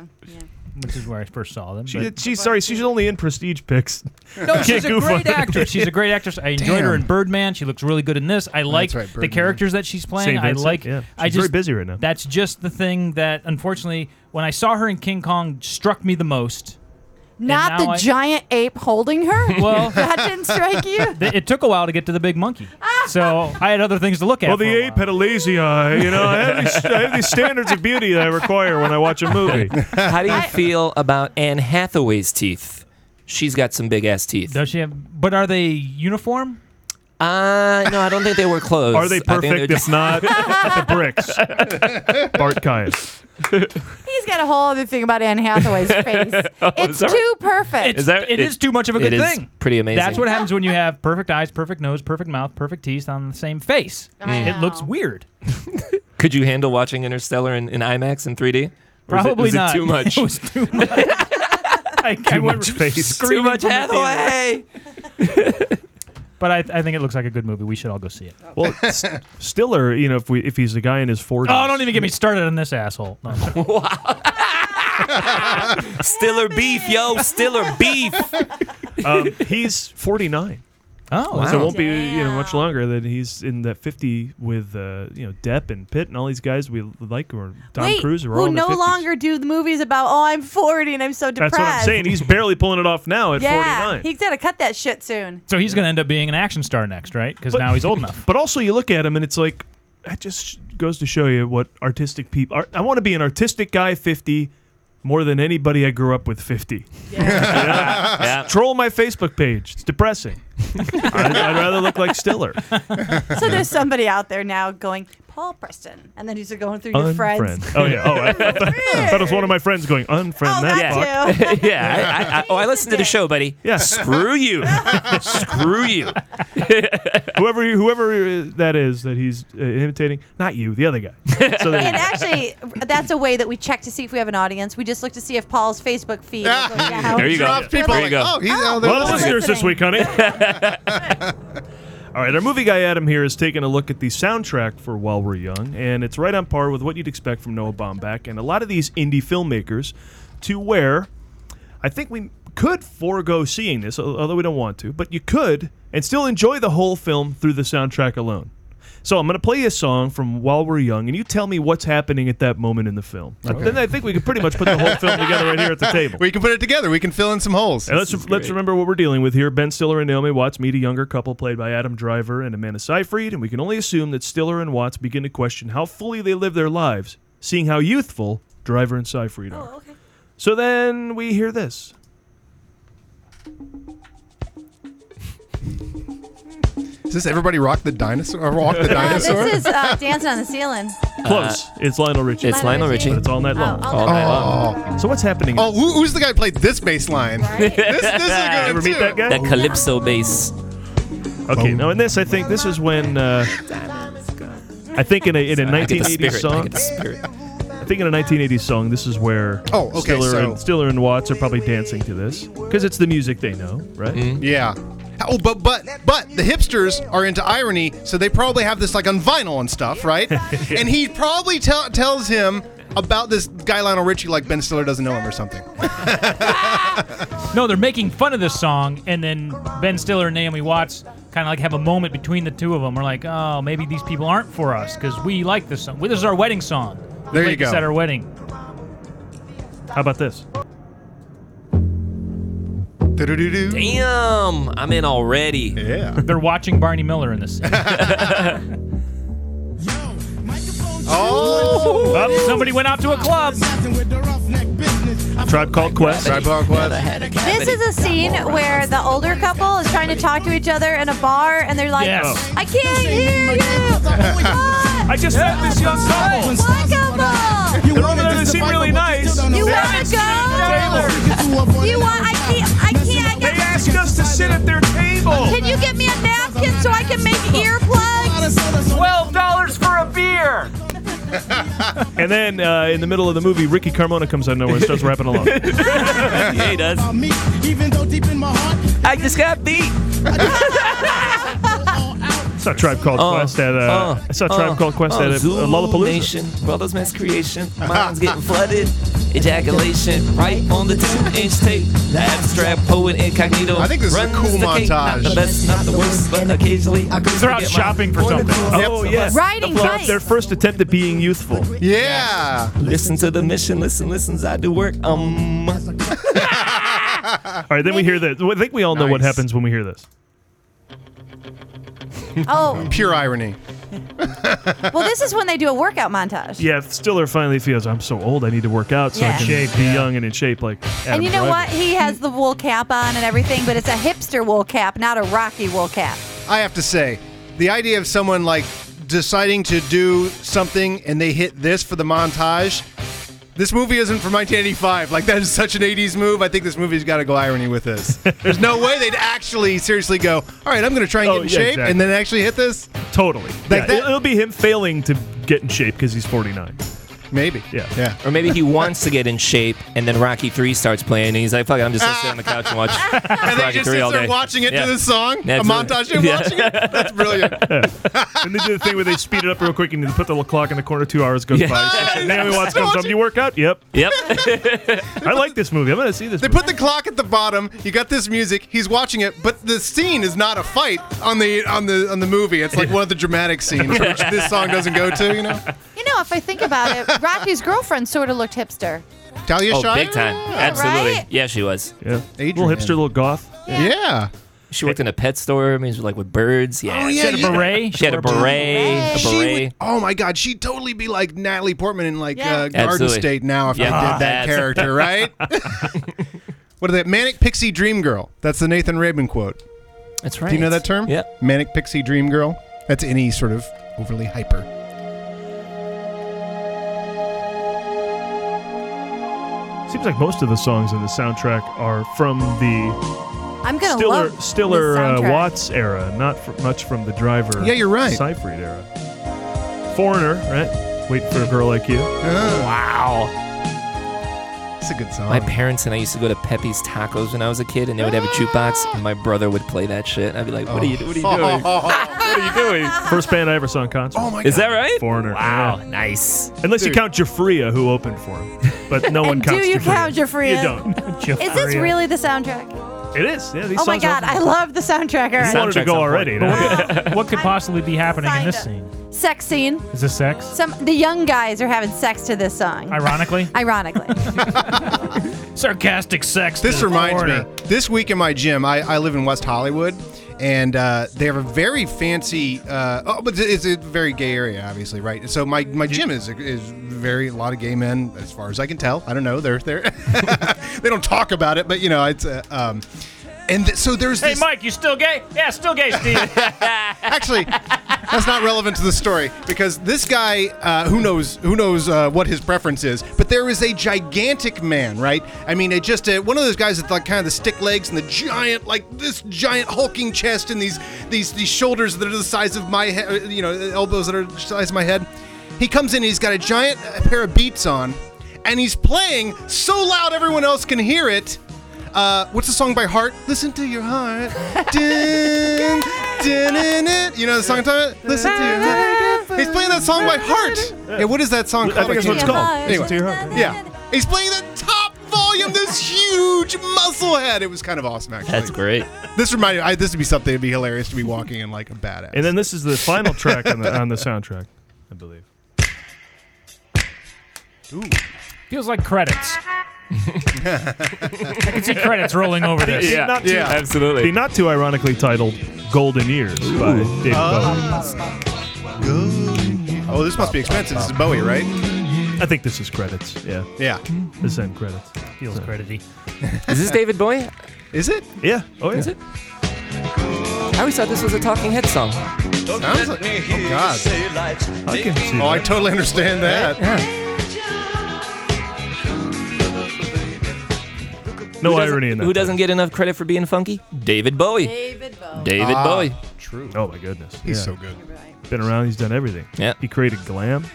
Speaker 10: which is where I first saw them.
Speaker 1: She,
Speaker 10: but-
Speaker 1: she's sorry. She's only in prestige [LAUGHS] picks.
Speaker 10: No, she's
Speaker 1: Can't
Speaker 10: a
Speaker 1: goof on
Speaker 10: great
Speaker 1: her.
Speaker 10: actress. She's a great actress. I enjoyed her in Birdman. She looks really good in this. I like
Speaker 1: right,
Speaker 10: the
Speaker 1: Birdman.
Speaker 10: characters that she's playing.
Speaker 1: St.
Speaker 10: I
Speaker 1: Vincent,
Speaker 10: like.
Speaker 1: yeah.
Speaker 10: I
Speaker 1: She's very
Speaker 10: just
Speaker 1: busy right now.
Speaker 10: That's just the thing that, unfortunately, when I saw her in King Kong, struck me the most.
Speaker 2: Not
Speaker 10: And
Speaker 2: the
Speaker 10: now I-
Speaker 2: giant ape holding her.
Speaker 10: Well-
Speaker 2: [LAUGHS] that didn't strike
Speaker 10: [LAUGHS]
Speaker 2: you.
Speaker 10: Th- It took a while to get to the big monkey, so I had other things to look at.
Speaker 1: Well,
Speaker 10: for
Speaker 1: the
Speaker 10: a while.
Speaker 1: ape had a lazy eye. You know, I have, these, I have these standards of beauty that I require when I watch a [LAUGHS] movie.
Speaker 8: How do you feel about Anne Hathaway's teeth? She's got some big ass teeth.
Speaker 10: Does she have? But are they uniform?
Speaker 8: Uh, no, I don't think they were closed.
Speaker 1: Are they
Speaker 8: I think they're
Speaker 1: perfect?
Speaker 8: just-
Speaker 1: If [LAUGHS] not, the bricks. Bart Kias.
Speaker 2: He's got a whole other thing about Anne
Speaker 8: [LAUGHS]
Speaker 2: Hathaway's face.
Speaker 8: Oh,
Speaker 2: It's
Speaker 8: is that
Speaker 2: too perfect.
Speaker 8: Is that-
Speaker 10: it is too much of a
Speaker 8: it
Speaker 10: good
Speaker 8: is
Speaker 10: thing.
Speaker 8: Pretty amazing.
Speaker 10: That's what happens when you have perfect eyes, perfect nose, perfect mouth, perfect teeth on the same face.
Speaker 2: I
Speaker 10: It looks weird.
Speaker 8: Could you handle watching Interstellar in, in IMAX in 3D? Or is it-
Speaker 10: Probably
Speaker 8: is it
Speaker 10: not. [LAUGHS]
Speaker 8: too much.
Speaker 10: It was too much. I, I
Speaker 1: [LAUGHS]
Speaker 10: went
Speaker 1: face.
Speaker 8: Too
Speaker 10: screaming
Speaker 8: much
Speaker 10: from the theater.
Speaker 8: Hathaway.
Speaker 10: But I, I think it looks like a good movie. We should all go see it.
Speaker 1: [LAUGHS] Well, S- Stiller, you know, if we if he's a guy in his forties.
Speaker 10: Oh, don't even get me started on this asshole. No, I'm sorry.
Speaker 8: Stiller beef, yo, Stiller beef.
Speaker 1: Um, [LAUGHS] he's forty nine.
Speaker 10: oh,
Speaker 1: So it
Speaker 10: wow.
Speaker 1: won't be you know much longer than he's in that fifty with uh, you know Depp and Pitt and all these guys we like or Tom
Speaker 2: Wait,
Speaker 1: Cruise or all
Speaker 2: who
Speaker 1: in their
Speaker 2: no
Speaker 1: 50s.
Speaker 2: longer do the movies about? Oh, I'm 40 and I'm so depressed.
Speaker 1: That's what I'm saying. He's barely pulling it off now at
Speaker 2: yeah,
Speaker 1: 49.
Speaker 2: he's gotta cut that shit soon.
Speaker 10: So he's going to end up being an action star next, right? Because
Speaker 1: But-
Speaker 10: now he's
Speaker 1: [LAUGHS]
Speaker 10: old enough.
Speaker 1: But also, you look at him and it's like that just goes to show you what artistic people. Art, I want to be an artistic guy, 50, more than anybody I grew up with, 50.
Speaker 8: Yeah.
Speaker 1: Troll my Facebook page. It's depressing. [LAUGHS] I'd, I'd rather look like Stiller.
Speaker 8: [LAUGHS]
Speaker 2: So there's somebody out there now going, Paul Preston, and then he's going through [LAUGHS] your friends.
Speaker 1: Unfriend. Oh yeah. Oh, I, [LAUGHS] I thought, I thought it was one of my friends going unfriend.
Speaker 2: Oh,
Speaker 1: that
Speaker 2: that
Speaker 1: fuck." [LAUGHS]
Speaker 2: too.
Speaker 8: yeah. I, I, oh, I listened to the show, buddy.
Speaker 1: Yeah.
Speaker 8: Screw you. Screw you.
Speaker 1: Whoever you- whoever that is that he's uh, imitating, not you, the other
Speaker 2: [LAUGHS]
Speaker 1: guy. So there you
Speaker 2: And
Speaker 1: go.
Speaker 2: actually, that's a way that we check to see if we have an audience. We just look to see if Paul's Facebook feed.
Speaker 8: [LAUGHS]
Speaker 2: is going down.
Speaker 8: There you go.
Speaker 7: Drops Ah, people
Speaker 8: There
Speaker 7: like,
Speaker 8: you go.
Speaker 7: oh, he's out there.
Speaker 1: Well,
Speaker 7: listening."
Speaker 1: listeners this week, honey. All right, our movie guy Adam here is taking a look at the soundtrack for While We're Young, and it's right on par with what you'd expect from Noah Baumbach and a lot of these indie filmmakers to where I think we could forego seeing this, al- although we don't want to, but you could and still enjoy the whole film through the soundtrack alone. So I'm going to play you a song from While We're Young, and you tell me what's happening at that moment in the film. I-
Speaker 7: Okay.
Speaker 1: Then I think we could pretty much put the whole film together right here at the table.
Speaker 7: We can put it together. We can fill in some holes.
Speaker 1: And let's let's remember what we're dealing with here. Ben Stiller and Naomi Watts meet a younger couple played by Adam Driver and Amanda Seyfried, and we can only assume that Stiller and Watts begin to question how fully they live their lives, seeing how youthful Driver and Seyfried are. okay. So then we hear this.
Speaker 7: Is this everybody rock the dinosaur? Or
Speaker 2: [LAUGHS]
Speaker 7: walk the
Speaker 2: Uh, this
Speaker 7: dinosaur?
Speaker 2: is uh, Dancing on the Ceiling.
Speaker 1: Close. it's Lionel Richie.
Speaker 8: Uh, it's Lionel Lionel Richie. Richie.
Speaker 1: But it's all night
Speaker 2: Oh,
Speaker 1: long.
Speaker 2: all All night night
Speaker 7: long.
Speaker 1: So what's happening?
Speaker 7: Oh, who, who's the guy who played this bass line? this, this is a good
Speaker 1: Ever
Speaker 7: one,
Speaker 1: meet
Speaker 7: too.
Speaker 1: that guy?
Speaker 8: That calypso bass.
Speaker 1: Okay, now in this, I think this is when uh, I think in a in a
Speaker 8: I get the
Speaker 1: 1980s
Speaker 8: spirit, I
Speaker 1: song.
Speaker 8: get the spirit.
Speaker 1: I think in a 1980s song, this is where
Speaker 7: Oh, okay,
Speaker 1: Stiller,
Speaker 7: so-
Speaker 1: and, Stiller and Watts are probably dancing to this because it's the music they know, right?
Speaker 7: Yeah. Oh, but but but the hipsters are into irony, so they probably have this like on vinyl and stuff,
Speaker 1: [LAUGHS]
Speaker 7: right? and he probably tell tells him about this guy Lionel Richie, like Ben Stiller doesn't know him or something.
Speaker 10: No, they're making fun of this song, and then Ben Stiller and Naomi Watts kind of like have a moment between the two of them. We're like, oh, maybe these people aren't for us because we like this song. Well, this is our wedding song. We
Speaker 1: There you
Speaker 10: played this
Speaker 1: go.
Speaker 10: At our wedding.
Speaker 1: How about this?
Speaker 8: Damn, I'm in already.
Speaker 7: Yeah.
Speaker 1: [LAUGHS]
Speaker 10: They're watching Barney Miller in this. Scene.
Speaker 7: oh,
Speaker 10: somebody went out to a club.
Speaker 1: Tribe Called Quest.
Speaker 7: Tribe Called Quest.
Speaker 2: This is a scene where the older couple is trying to talk to each other in a bar, and they're like,
Speaker 1: Yes.
Speaker 2: "I can't hear you." I
Speaker 1: just met this young couple.
Speaker 2: What couple?
Speaker 1: They're over there. They seem really nice.
Speaker 2: You want to go? You want? I can't. I can't. I got they asked
Speaker 1: us to sit at their table.
Speaker 2: Can you get me a napkin so I can make earplugs?
Speaker 19: Twelve dollars for a beer.
Speaker 1: And then uh, in the middle of the movie, Ricky Carmona comes out of nowhere and starts rapping [LAUGHS] along.
Speaker 8: yeah, he does. I just got beat.
Speaker 1: I saw Tribe Called Quest at uh, I saw Tribe Called Quest at a, a Lollapalooza.
Speaker 8: uh, Nation, brothers, mass
Speaker 7: [LAUGHS]
Speaker 8: creation. Minds getting flooded. Ejaculation right on the two-inch tape. The abstract poet incognito.
Speaker 7: I think this is a
Speaker 8: runs
Speaker 7: cool
Speaker 8: the cake, Not the
Speaker 7: montage.
Speaker 8: best, not the worst, but occasionally I could
Speaker 1: They're out shopping for something.
Speaker 2: [LAUGHS]
Speaker 1: Oh yes,
Speaker 2: Riding
Speaker 1: Their-
Speaker 2: bikes.
Speaker 1: Their first attempt at being youthful.
Speaker 7: Yeah.
Speaker 8: Listen to the mission. Listen, listens. I do work. Um.
Speaker 1: All right, then we hear this. I think we all know what happens when we hear this.
Speaker 2: Oh,
Speaker 7: Pure irony.
Speaker 2: well, this is when they do a workout montage.
Speaker 1: Yeah, Stiller finally feels I'm so old. I need to work out so
Speaker 2: Yeah.
Speaker 1: I can
Speaker 2: Shape,
Speaker 1: be young and in shape. Like, Adam
Speaker 2: and you know
Speaker 1: Driver.
Speaker 2: what? He has the wool cap on and everything, but it's a hipster wool cap, not a Rocky wool cap.
Speaker 7: I have to say, the idea of someone like deciding to do something and they hit this for the montage. This movie isn't from 1985. Like that is such an 80s move. I think this movie's got to go irony
Speaker 1: [LAUGHS]
Speaker 7: with this. There's no way they'd actually seriously go. All right, I'm going to try and
Speaker 1: Oh,
Speaker 7: get in
Speaker 1: yeah,
Speaker 7: shape
Speaker 1: exactly.
Speaker 7: and then actually hit this.
Speaker 1: Totally.
Speaker 7: Like
Speaker 1: Yeah,
Speaker 7: that-
Speaker 1: it- It'll be him failing to get in shape because he's [LAUGHS] 49.
Speaker 7: Maybe.
Speaker 1: Yeah.
Speaker 7: Yeah.
Speaker 8: Or maybe he wants to get in shape, and then Rocky Three starts playing, and he's like, "Fuck it, I'm just gonna sit on the couch and watch
Speaker 7: [LAUGHS] And they just
Speaker 8: Rocky Three
Speaker 7: sit
Speaker 8: all
Speaker 7: there
Speaker 8: day."
Speaker 7: watching it
Speaker 8: Yeah.
Speaker 7: to this song,
Speaker 8: That's
Speaker 7: a
Speaker 8: right.
Speaker 7: montage of
Speaker 8: [LAUGHS] Yeah.
Speaker 7: watching it. That's brilliant.
Speaker 1: and they do the thing where they speed it up real quick and they put the clock in the corner. Two hours goes
Speaker 8: Yeah.
Speaker 1: [LAUGHS] by. And Naomi Watts comes up. You work out? Yep.
Speaker 7: [LAUGHS]
Speaker 8: Yep.
Speaker 1: I like this movie. I'm gonna see this.
Speaker 7: They
Speaker 1: movie.
Speaker 7: put the clock at the bottom. You got this music. He's watching it, but the scene is not a fight on the on the on the movie. It's like one of the dramatic scenes, which this song doesn't go to. You know,
Speaker 2: You know, if I think about it, Rocky's girlfriend sort of looked hipster.
Speaker 7: Talia
Speaker 8: Oh,
Speaker 7: Shire.
Speaker 8: big time! Absolutely.
Speaker 2: right?
Speaker 8: Yeah, she was.
Speaker 1: Yeah. Little hipster, little goth.
Speaker 7: Yeah.
Speaker 8: She worked in a pet store. I mean, she was like with birds. Yeah.
Speaker 7: Oh, yeah,
Speaker 8: she had a
Speaker 7: yeah.
Speaker 8: beret. She had a beret. A
Speaker 7: She would-
Speaker 8: beret.
Speaker 7: oh my God, she'd totally be like Natalie Portman in like uh, Garden
Speaker 8: Absolutely.
Speaker 7: State now if they
Speaker 8: Yeah.
Speaker 7: did that
Speaker 8: That's-
Speaker 7: character,
Speaker 8: [LAUGHS]
Speaker 7: right? what are they? Manic Pixie Dream Girl. That's the Nathan Rabin quote.
Speaker 8: That's
Speaker 7: Do
Speaker 10: [LAUGHS]
Speaker 7: you know that term?
Speaker 8: Yeah.
Speaker 7: Manic Pixie Dream Girl. That's any sort of overly hyper.
Speaker 1: Seems like most of the songs in the soundtrack are from the
Speaker 2: I'm gonna
Speaker 1: Stiller
Speaker 2: love
Speaker 1: Stiller
Speaker 2: this
Speaker 1: uh,
Speaker 2: soundtrack.
Speaker 1: Watts era, not fr- much from the Driver.
Speaker 7: Yeah, you're right.
Speaker 1: Seyfried era. Foreigner, right? Wait for a girl like you.
Speaker 8: Wow.
Speaker 7: That's a good song.
Speaker 8: My parents and I used to go to Pepe's
Speaker 7: Oh. [LAUGHS]
Speaker 8: Tacos when I was a kid, and they would have a jukebox, and my brother would play that shit. And I'd be like, "What are you? What are you doing?" what are you doing?
Speaker 1: First band I ever saw in concert.
Speaker 8: Oh my Is God. that right?
Speaker 1: Foreigner.
Speaker 8: Wow, nice.
Speaker 1: Unless
Speaker 8: Dude.
Speaker 1: you count Jafria, who opened for him, but
Speaker 2: [LAUGHS]
Speaker 1: no one
Speaker 2: Do
Speaker 1: counts.
Speaker 2: you count Jafria?
Speaker 1: You don't.
Speaker 2: Is this really the soundtrack?
Speaker 1: It is. Yeah. These
Speaker 2: oh my
Speaker 1: songs
Speaker 2: god,
Speaker 1: are-
Speaker 2: I love the soundtrack
Speaker 1: You wanted
Speaker 2: already.
Speaker 1: to go already.
Speaker 10: But
Speaker 1: now-
Speaker 10: what, what could possibly be happening in this scene?
Speaker 2: Sex scene.
Speaker 10: Is this sex?
Speaker 2: Some the young guys are having sex to this song.
Speaker 10: Ironically?
Speaker 2: Ironically.
Speaker 1: [LAUGHS]
Speaker 10: Sarcastic sex.
Speaker 7: This
Speaker 10: to
Speaker 7: reminds me.
Speaker 10: Warner.
Speaker 7: This week in my gym, I, I live in West Hollywood, and uh, they have a very fancy. Uh, oh, but it's a very gay area, obviously, right? So my, my gym is is very a lot of gay men, as far as I can tell. I don't know. They're [LAUGHS] they they don't talk about it, but you know it's. Uh, um, and th- so there's
Speaker 10: Hey,
Speaker 7: this.
Speaker 10: Mike, you still gay? Yeah, still gay, Steve.
Speaker 7: Actually, that's not relevant to the story because this guy, uh, who knows, who knows uh, what his preference is. But there is a gigantic man, right? I mean, it just uh, one of those guys with like kind of the stick legs and the giant, like this giant hulking chest and these these these shoulders that are the size of my head, you know, elbows that are the size of my head. He comes in, he's got a giant uh, pair of beats on, and he's playing so loud everyone else can hear it. Uh, what's the song by Heart? Listen to your heart. Dun, dun, dun, dun. You know the song I'm talking about? Listen to your heart. He's pooing that song by heart. Yeah, what is that song
Speaker 1: I
Speaker 7: called?
Speaker 1: think that's what it's
Speaker 7: can't-
Speaker 1: called.
Speaker 7: Anyway,
Speaker 1: Listen to your heart.
Speaker 7: Yeah. He's playing that top volume, this huge muscle head. It was kind of awesome, actually.
Speaker 8: That's great.
Speaker 7: This reminded I, this would be something that'd be hilarious to be walking in like a badass.
Speaker 1: And then this is the final track on the, on the soundtrack, I believe.
Speaker 10: [LAUGHS] Feels like credits. I can see credits rolling over this.
Speaker 1: The not too- [LAUGHS] The not too ironically titled "Golden Years" by David
Speaker 7: Oh. oh, this must be expensive. This is Bowie, right?
Speaker 1: Bowie. I think this is credits. Yeah.
Speaker 7: Yeah.
Speaker 1: This end credits.
Speaker 10: Feels
Speaker 1: So-
Speaker 10: credity.
Speaker 8: Is this David Bowie?
Speaker 7: Is it?
Speaker 1: Yeah. Oh yeah.
Speaker 8: Is it? I always thought this was a Talking Head song.
Speaker 7: Sounds like. Oh God.
Speaker 1: I can see
Speaker 7: Oh, I
Speaker 1: that.
Speaker 7: totally understand that.
Speaker 1: No
Speaker 8: Who doesn't-
Speaker 1: irony in that.
Speaker 8: Who doesn't get enough credit for being funky? David Bowie.
Speaker 2: David Bowie.
Speaker 8: David
Speaker 1: Ah.
Speaker 8: Bowie.
Speaker 7: True.
Speaker 1: Oh my goodness.
Speaker 7: He's
Speaker 1: Yeah.
Speaker 7: so good.
Speaker 1: Been around. He's done everything.
Speaker 8: Yeah.
Speaker 1: He created glam.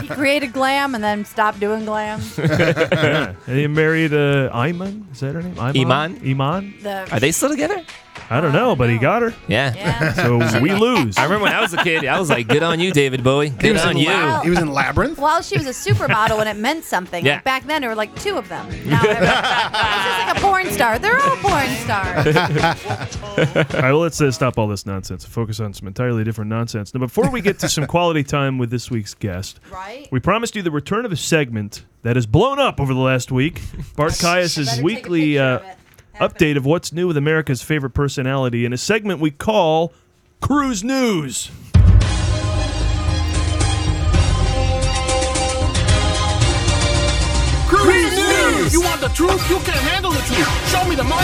Speaker 2: he created glam and then stopped doing glam.
Speaker 1: yeah. And he married uh, Iman. Is that her name? Iman. Iman.
Speaker 2: The-
Speaker 8: Are they still together?
Speaker 1: I don't know, but he got her.
Speaker 8: Yeah.
Speaker 2: [LAUGHS]
Speaker 1: So we lose.
Speaker 8: I remember when I was a kid, I was like, "Good on you, David Bowie.
Speaker 7: He
Speaker 8: Good
Speaker 7: was,
Speaker 8: on
Speaker 7: in
Speaker 8: you."
Speaker 7: Lab- he was in Labyrinth.
Speaker 2: Well, she was a supermodel and it meant something.
Speaker 8: Yeah.
Speaker 2: Like back then, there were like two of them. Now
Speaker 1: [LAUGHS]
Speaker 2: everyone- she's like a porn star. They're all porn stars.
Speaker 1: all right, well, let's uh, stop all this nonsense. and Focus on some entirely different nonsense. Now, before we get to some quality time with this week's guest,
Speaker 2: right?
Speaker 1: we promised you the return of a segment that has blown up over the last week. Bart Caius's weekly uh, update of what's new with America's favorite personality in a segment we call Cruise News.
Speaker 19: Cruise News! You want the truth? You can handle the truth. Show me the money.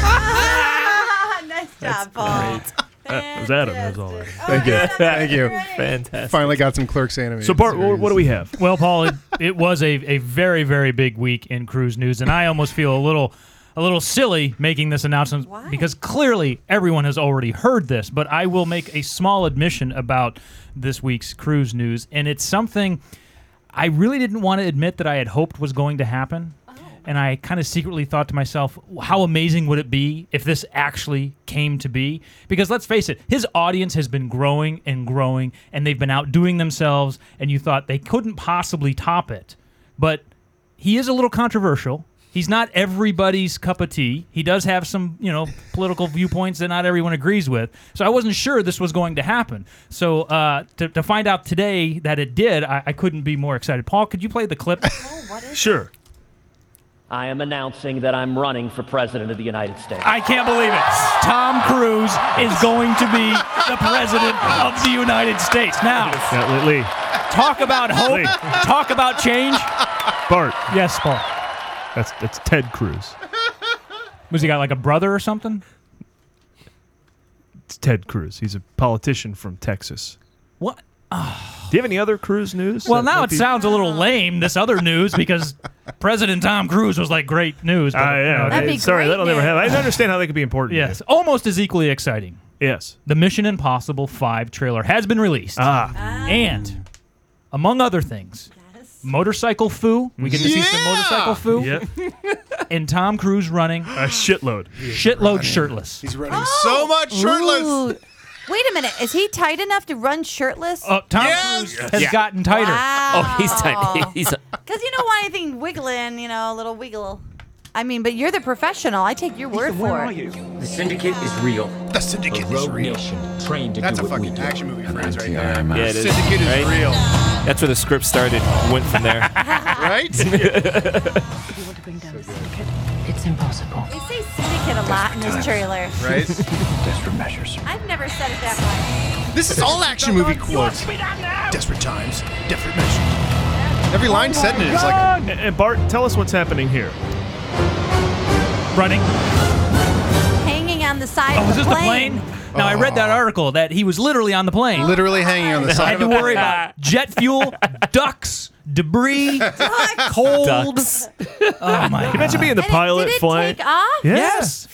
Speaker 2: [LAUGHS] nice job, Paul.
Speaker 1: That was Adam. That was all. That.
Speaker 7: Thank you. Thank you.
Speaker 8: Fantastic.
Speaker 7: Finally got some clerks animated.
Speaker 1: So, Bart, wh- what do we have?
Speaker 10: Well, Paul, it, it was a, a very very big week in cruise news, and I almost feel a little a little silly making this announcement because clearly everyone has already heard this. But I will make a small admission about this week's cruise news, and it's something I really didn't want to admit that I had hoped was going to happen. And I kind of secretly thought to myself, how amazing would it be if this actually came to be? Because let's face it, his audience has been growing and growing, and they've been outdoing themselves, and you thought they couldn't possibly top it. But he is a little controversial. He's not everybody's cup of tea. He does have some, you know, political viewpoints that not everyone agrees with. So I wasn't sure this was going to happen. So uh, to, to find out today that it did, I, I couldn't be more excited. Paul, could you play the clip?
Speaker 1: Sure.
Speaker 16: I am announcing that I'm running for president of the United States.
Speaker 10: I can't believe it. Tom Cruise is going to be the president of the United States. Now,
Speaker 1: Yeah, Lee. Lee.
Speaker 10: talk about hope. Talk about change.
Speaker 1: Bart.
Speaker 10: Yes, Paul.
Speaker 1: That's that's Ted Cruz.
Speaker 10: Was he got like a brother or something?
Speaker 1: It's Ted Cruz. He's a politician from Texas.
Speaker 10: What?
Speaker 1: Do you have any other cruise news?
Speaker 10: Well,
Speaker 1: that
Speaker 10: now
Speaker 1: might
Speaker 10: it
Speaker 1: be-
Speaker 10: sounds a
Speaker 2: Ah.
Speaker 10: little lame, this other
Speaker 2: [LAUGHS]
Speaker 10: news, because President Tom Cruise was like great news. but,
Speaker 1: Ah,
Speaker 10: you
Speaker 1: yeah.
Speaker 10: know,
Speaker 1: okay. Sorry, that'll never happen. I didn't understand how that could be important. to
Speaker 10: Yes, almost as equally exciting.
Speaker 1: Yes.
Speaker 10: The Mission Impossible 5 trailer has been released.
Speaker 1: Ah.
Speaker 10: And, among other things, Motorcycle Foo. We get to see some motorcycle foo.
Speaker 1: Yep.
Speaker 10: [LAUGHS] and Tom Cruise running
Speaker 1: a shitload,
Speaker 10: shitload shirtless. He's
Speaker 7: running
Speaker 8: Oh,
Speaker 7: so much shirtless.
Speaker 2: Wait a minute. Is he tight enough to run shirtless?
Speaker 10: Uh, Tom
Speaker 2: Yes!
Speaker 10: Cruise has
Speaker 8: Yeah.
Speaker 10: gotten tighter.
Speaker 2: Wow.
Speaker 8: Oh, he's tight. [LAUGHS] He's
Speaker 2: Because you know why I think wiggling, you know, a little wiggle. I mean, but you're the professional. I take your word for it.
Speaker 5: The syndicate is real.
Speaker 7: The syndicate
Speaker 5: is real. Nation trained to That's do a fucking action movie friends right there.
Speaker 8: yeah, it is.
Speaker 7: Syndicate is
Speaker 8: right? [LAUGHS]
Speaker 7: real.
Speaker 8: That's where the script started. Went from there.
Speaker 7: right?
Speaker 4: If you want to bring down the syndicate, it's impossible.
Speaker 2: They say syndicate a lot in this trailer.
Speaker 7: Right?
Speaker 5: Desperate measures.
Speaker 2: I've never said it that way.
Speaker 7: This is all action movie quotes. Desperate times, desperate measures. Every
Speaker 8: Oh
Speaker 7: line said in it is like
Speaker 1: And- And Bart, tell us what's happening here.
Speaker 10: Running.
Speaker 2: Hanging on the side
Speaker 10: Oh,
Speaker 2: of
Speaker 10: is
Speaker 2: the
Speaker 10: this the plane?
Speaker 2: plane.
Speaker 10: Now I read that article that he was literally on the plane,
Speaker 7: literally hanging on the side
Speaker 10: Had
Speaker 7: of
Speaker 10: to
Speaker 7: a
Speaker 10: worry
Speaker 7: plane.
Speaker 10: about [LAUGHS] jet fuel, ducks, debris, cold. Oh my!
Speaker 1: Can you imagine being the pilot flying?
Speaker 10: Take off?
Speaker 1: Yeah.
Speaker 10: Yes.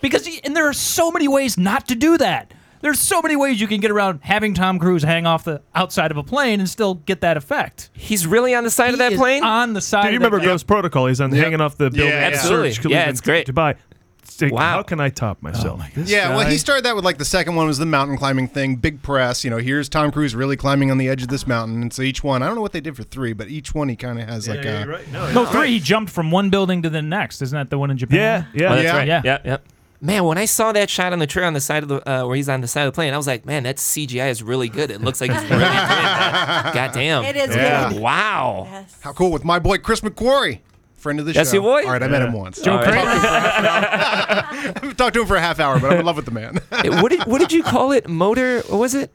Speaker 10: Because y- and there are so many ways not to do that. There's so many ways you can get around having Tom Cruise hang off the outside of a plane and still get that effect.
Speaker 8: [LAUGHS] He's really on the side of that plane?
Speaker 10: On the side.
Speaker 1: Do you
Speaker 10: of that
Speaker 1: remember
Speaker 10: plane.
Speaker 1: Ghost Protocol? He's on hanging off the building.
Speaker 8: yeah.
Speaker 1: at
Speaker 8: Absolutely.
Speaker 1: Surge,
Speaker 8: Yeah,
Speaker 1: Collision,
Speaker 8: it's great.
Speaker 1: Dubai. It's like, How can I top
Speaker 14: Oh
Speaker 1: myself? This
Speaker 7: Yeah, well,
Speaker 1: guy-
Speaker 7: he started that with like the second one was the mountain climbing thing, big press. You know, here's Tom Cruise really climbing on the edge of this mountain. And so each one, I don't know what they did for three, but each one he kind of has like a.
Speaker 10: No, three. He jumped from one building to the next. Isn't that the one in Japan?
Speaker 8: Oh, that's right.
Speaker 10: yeah.
Speaker 8: Yeah. yeah, Man, when I saw that shot on the tree on the side of the uh, where he's on the side of the plane, I was like, man, that CGI is really good. It looks like it's really good.
Speaker 19: [LAUGHS]
Speaker 8: God damn.
Speaker 2: It is
Speaker 7: Yeah.
Speaker 2: good.
Speaker 8: Wow.
Speaker 7: How cool with my boy Chris McQuarrie, friend of the
Speaker 8: That's
Speaker 7: show.
Speaker 8: your boy?
Speaker 7: All right, I met
Speaker 8: Yeah.
Speaker 7: him once.
Speaker 8: Joe
Speaker 7: I've talked to him for half an hour. I've talked to him for a half hour, but I'm in love with the
Speaker 8: [LAUGHS]
Speaker 7: man.
Speaker 8: Hey, what did what did you call it? Motor? What was it?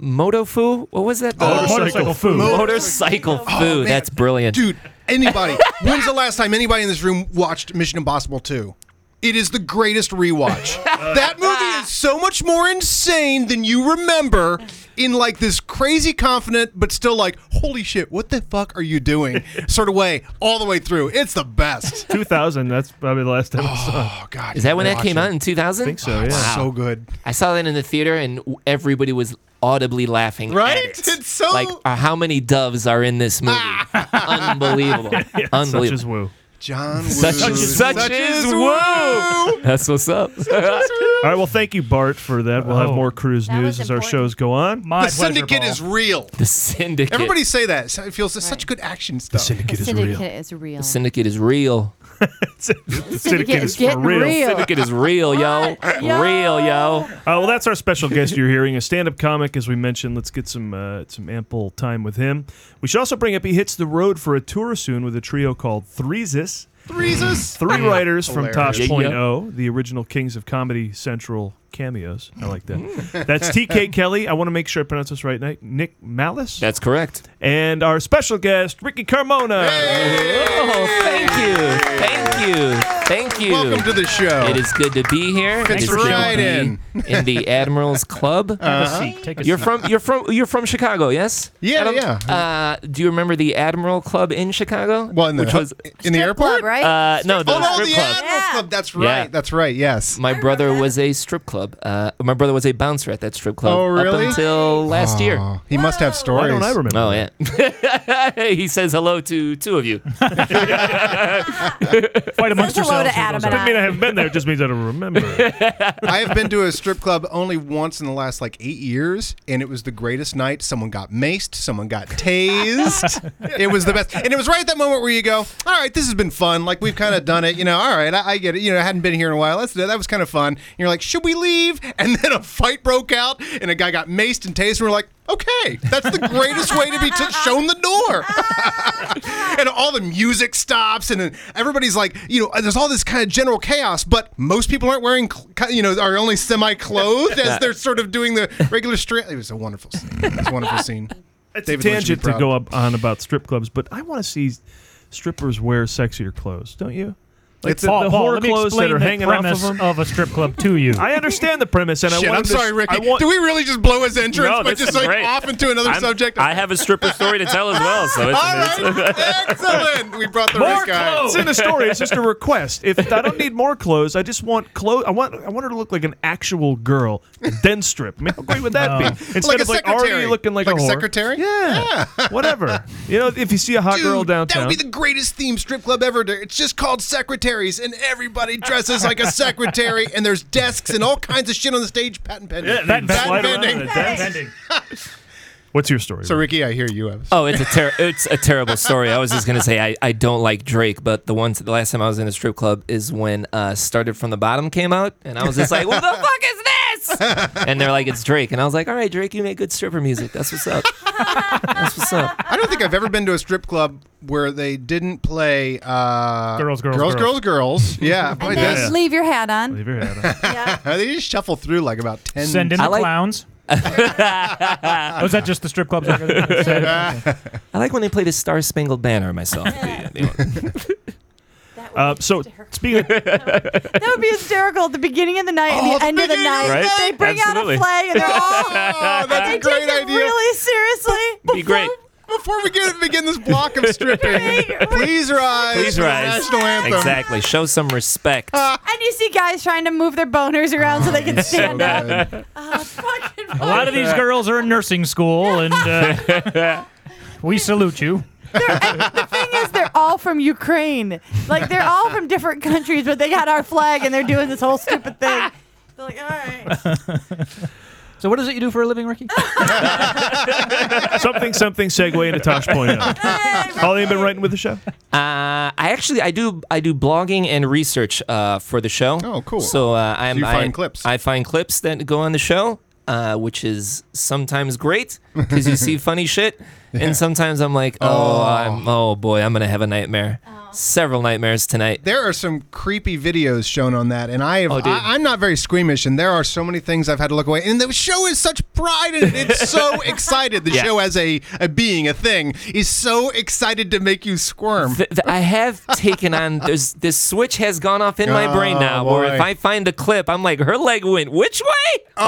Speaker 8: Moto foo? What was that?
Speaker 7: Oh, Motorcycle motorcycle foo. foo.
Speaker 8: Motorcycle foo.
Speaker 19: Oh,
Speaker 7: man.
Speaker 8: That's brilliant,
Speaker 7: dude. Anybody? when's the last time anybody in this room watched Mission Impossible 2? It is the greatest rewatch. that movie is so much more insane than you remember in like this crazy confident but still like holy shit, what the fuck are you
Speaker 8: [LAUGHS]
Speaker 7: doing? sort of way all the way through. It's the best.
Speaker 1: 2000. Oh. That's probably the last time. Oh
Speaker 7: God.
Speaker 8: Is that when that came out in 2000?
Speaker 1: I think so. Yeah.
Speaker 8: Wow.
Speaker 7: So good.
Speaker 8: I saw that in the theater, and w- everybody was audibly laughing. at
Speaker 7: Right?
Speaker 8: it.
Speaker 7: It's so-
Speaker 8: like uh, how many doves are in this movie? Unbelievable!
Speaker 1: Such
Speaker 8: Unbelievable.
Speaker 1: [LAUGHS] is woo.
Speaker 7: [LAUGHS] John
Speaker 8: Such
Speaker 7: Woo.
Speaker 8: is- such is woo. That's what's up. [LAUGHS]
Speaker 1: All right. Well, thank you, Bart, for that. We'll have
Speaker 2: Oh.
Speaker 1: more cruise news as our shows go on.
Speaker 2: [LAUGHS]
Speaker 7: the syndicate is real.
Speaker 8: The syndicate.
Speaker 7: Everybody say that. So It feels such good action stuff. The
Speaker 1: syndicate
Speaker 8: is real.
Speaker 2: Syndicate is real.
Speaker 8: The syndicate is real.
Speaker 1: the
Speaker 2: syndicate is is getting real. real.
Speaker 8: Syndicate is real, yo. Real, yo.
Speaker 1: Uh, well, that's our special guest you're hearing, a stand-up comic, as we mentioned. Let's get some uh, some ample time with him. We should also bring up he hits the road for a tour soon with a trio called Threesis.
Speaker 7: Threesis.
Speaker 1: Three
Speaker 2: Mm.
Speaker 1: writers from
Speaker 7: Hilarious.
Speaker 1: Tosh.0, the original Kings of Comedy Central cameos. I like
Speaker 2: Mm.
Speaker 1: that. That's
Speaker 2: [LAUGHS]
Speaker 1: TK Kelly. I want to make sure I pronounce this right. Nick- Nick Malice.
Speaker 8: That's correct.
Speaker 1: And our special guest, Ricky Carmona.
Speaker 8: Oh, thank you. Thank you. Thank you.
Speaker 7: Welcome to the show.
Speaker 8: It is good to be here.
Speaker 7: Fits
Speaker 8: It is good to
Speaker 7: right
Speaker 8: be
Speaker 7: in.
Speaker 8: in the Admiral's Club.
Speaker 7: Have a seat. Take a
Speaker 8: you're
Speaker 7: seat.
Speaker 8: from you're from you're from Chicago, yes?
Speaker 7: Yeah,
Speaker 8: Adam?
Speaker 7: yeah.
Speaker 8: Uh, do you remember the Admiral Club in Chicago?
Speaker 7: Well, in the-
Speaker 8: Which was
Speaker 7: in the airport,
Speaker 2: right?
Speaker 8: Uh, no, the
Speaker 7: oh, no,
Speaker 8: strip
Speaker 7: the
Speaker 8: club.
Speaker 7: Admirals Club. That's right.
Speaker 8: Yeah.
Speaker 7: That's right. Yes.
Speaker 8: My brother was a strip club. Uh, my brother was a bouncer at that strip club.
Speaker 7: Oh, really?
Speaker 8: Up until last
Speaker 7: Aw,
Speaker 8: year.
Speaker 7: He must have stories. Uh,
Speaker 8: Oh yeah. [LAUGHS] he says hello to
Speaker 7: [LAUGHS]
Speaker 8: two of you.
Speaker 1: Fight amongst
Speaker 2: Says hello
Speaker 1: yourselves.
Speaker 2: to Adam and
Speaker 1: Doesn't mean
Speaker 2: I.
Speaker 1: I haven't been there. It just means I don't remember.
Speaker 7: I have been to a strip club only once in the last like eight years, and it was the greatest night. Someone got maced, someone got tased. it was the best, and it was right at that moment where you go, "All right, this has been fun. Like we've kind of done it. You know, all right, I, I get it. You know, I hadn't been here in a while. That's that was kind of fun." And you're like, "Should we leave?" And then a fight broke out, and a guy got maced and tased, and we're like, "Okay, that's the greatest way to be t- shown the door." [LAUGHS] and all the music stops, and then everybody's like, you know, there's all this kind of general chaos, but most people aren't wearing, cl- you know, are only semi clothed as they're sort of doing the regular strip. It was a wonderful scene. It was a wonderful scene.
Speaker 1: [LAUGHS] It's
Speaker 7: David
Speaker 1: a
Speaker 7: Lynch would
Speaker 1: tangent
Speaker 7: be
Speaker 1: to
Speaker 7: proud.
Speaker 1: go up on about strip clubs, but I want to see strippers wear sexier clothes, don't you? Like
Speaker 7: It's a-
Speaker 1: the,
Speaker 7: Paul,
Speaker 1: the
Speaker 7: Paul,
Speaker 1: horror
Speaker 7: let me
Speaker 1: clothes that
Speaker 7: explain
Speaker 1: are
Speaker 7: the
Speaker 1: hanging off of
Speaker 10: premise
Speaker 1: them.
Speaker 10: of a strip club to you.
Speaker 1: I understand the premise, and
Speaker 7: Shit,
Speaker 1: I want.
Speaker 7: I'm
Speaker 1: this-
Speaker 7: sorry, Ricky.
Speaker 1: I want-
Speaker 7: Do we really just blow his entrance
Speaker 8: No,
Speaker 7: by
Speaker 8: this
Speaker 7: just
Speaker 8: is
Speaker 7: like
Speaker 8: great.
Speaker 7: off into another
Speaker 8: I'm-
Speaker 7: subject?
Speaker 8: I have a stripper story to tell as well, so
Speaker 7: [LAUGHS]
Speaker 8: it's, it's-
Speaker 7: Excellent. We brought the
Speaker 1: More
Speaker 7: right
Speaker 1: [LAUGHS]
Speaker 7: guy.
Speaker 1: It's in the story. It's just a request. If I don't need more clothes, I just want clothes. I want. I want her to look like an actual girl, and then strip. I mean, how great would that be?
Speaker 7: Oh.
Speaker 1: Instead
Speaker 7: Like a
Speaker 1: of like
Speaker 7: secretary.
Speaker 1: already looking like,
Speaker 7: Like a
Speaker 1: whore.
Speaker 7: secretary? [LAUGHS]
Speaker 1: Yeah. Whatever. You know, if you see a hot girl
Speaker 7: Dude,
Speaker 1: downtown,
Speaker 7: That would be the greatest theme strip club ever. It's just called Secretary. secretaries, and everybody dresses like a secretary, and there's desks and all kinds of shit on the stage. Patent pending.
Speaker 1: Yeah, that- that slide around on a desk. What's your story?
Speaker 7: So Ricky, I hear you. Have
Speaker 8: Oh, it's a ter- it's a terrible story. I was just gonna say I, I don't like Drake, but the ones the last time I was in a strip club is when uh, "Started from the Bottom" came out, and I was just like, "What the fuck is this?" And they're like, "It's Drake," and I was like, "All right, Drake, you make good stripper music. That's what's up." That's what's up.
Speaker 7: I don't think I've ever been to a strip club where they didn't play uh,
Speaker 1: Girls, girls,
Speaker 7: girls,
Speaker 1: girls.
Speaker 7: girls, girls. Yeah, boy,
Speaker 2: And then
Speaker 7: that's-
Speaker 2: leave your hat on.
Speaker 1: Leave your hat on.
Speaker 20: [LAUGHS]
Speaker 1: [LAUGHS]
Speaker 7: they just shuffle through like about ten. [LAUGHS]
Speaker 10: Send in the [LAUGHS] clowns. was that just the strip [LAUGHS] clubs? over there? Said- okay.
Speaker 8: I like when they play the Star Spangled Banner myself.
Speaker 1: uh,
Speaker 7: [LAUGHS]
Speaker 1: so speaking
Speaker 20: [LAUGHS]
Speaker 1: of,
Speaker 20: That would be hysterical at the beginning of the night and
Speaker 1: Oh,
Speaker 20: the,
Speaker 1: the
Speaker 20: end of the
Speaker 1: beginning of
Speaker 20: night.
Speaker 1: the night.
Speaker 20: They bring
Speaker 1: Absolutely.
Speaker 20: out a flag and they're all.
Speaker 1: Oh,
Speaker 7: [LAUGHS] that's
Speaker 20: they
Speaker 7: a great
Speaker 20: take it
Speaker 7: idea.
Speaker 20: Really seriously.
Speaker 8: Be great.
Speaker 7: Before we get, begin this
Speaker 20: [LAUGHS]
Speaker 7: block of stripping, please rise.
Speaker 8: Please
Speaker 7: for the
Speaker 8: rise.
Speaker 7: National anthem.
Speaker 8: Exactly. Show some
Speaker 7: [LAUGHS]
Speaker 8: respect.
Speaker 20: and you see E guys trying to move their boners around so they
Speaker 1: Oh,
Speaker 20: can stand up.
Speaker 8: [LAUGHS]
Speaker 10: A lot of these girls are in nursing school, and uh, [LAUGHS] we salute you.
Speaker 20: Thing is, they're all from Ukraine. Like they're all from different countries, but they got our flag and they're doing this whole stupid thing. They're like, all right.
Speaker 1: [LAUGHS]
Speaker 10: So, what is it you do for a living, Ricky?
Speaker 1: something something segue into Tosh
Speaker 7: [LAUGHS]
Speaker 1: Point. Holly, you been writing with the show?
Speaker 8: Uh, I actually I do I do blogging and research uh, for the show. Oh, cool. So uh, I'm
Speaker 7: you find
Speaker 8: I,
Speaker 7: clips.
Speaker 8: I find clips that go on the show, uh, which is sometimes great because you see
Speaker 7: [LAUGHS]
Speaker 8: funny shit, and sometimes I'm like, oh, I'm, oh boy, I'm gonna have a nightmare.
Speaker 7: Oh.
Speaker 8: Several nightmares tonight.
Speaker 7: There are some creepy videos shown on that, and I have.
Speaker 8: Oh, dude.
Speaker 7: I, I'm not very squeamish, and there are so many things I've had to look away. And the show is such pride, and it's
Speaker 8: [LAUGHS]
Speaker 7: so excited. The
Speaker 8: Yeah.
Speaker 7: show as a, a being, a thing, is so excited to make you squirm.
Speaker 8: Th- th- I have taken on. There's this switch has gone off in my brain
Speaker 7: Oh,
Speaker 8: now. Where if
Speaker 7: boy.
Speaker 8: I find a clip, I'm like, her leg went which way? Oh,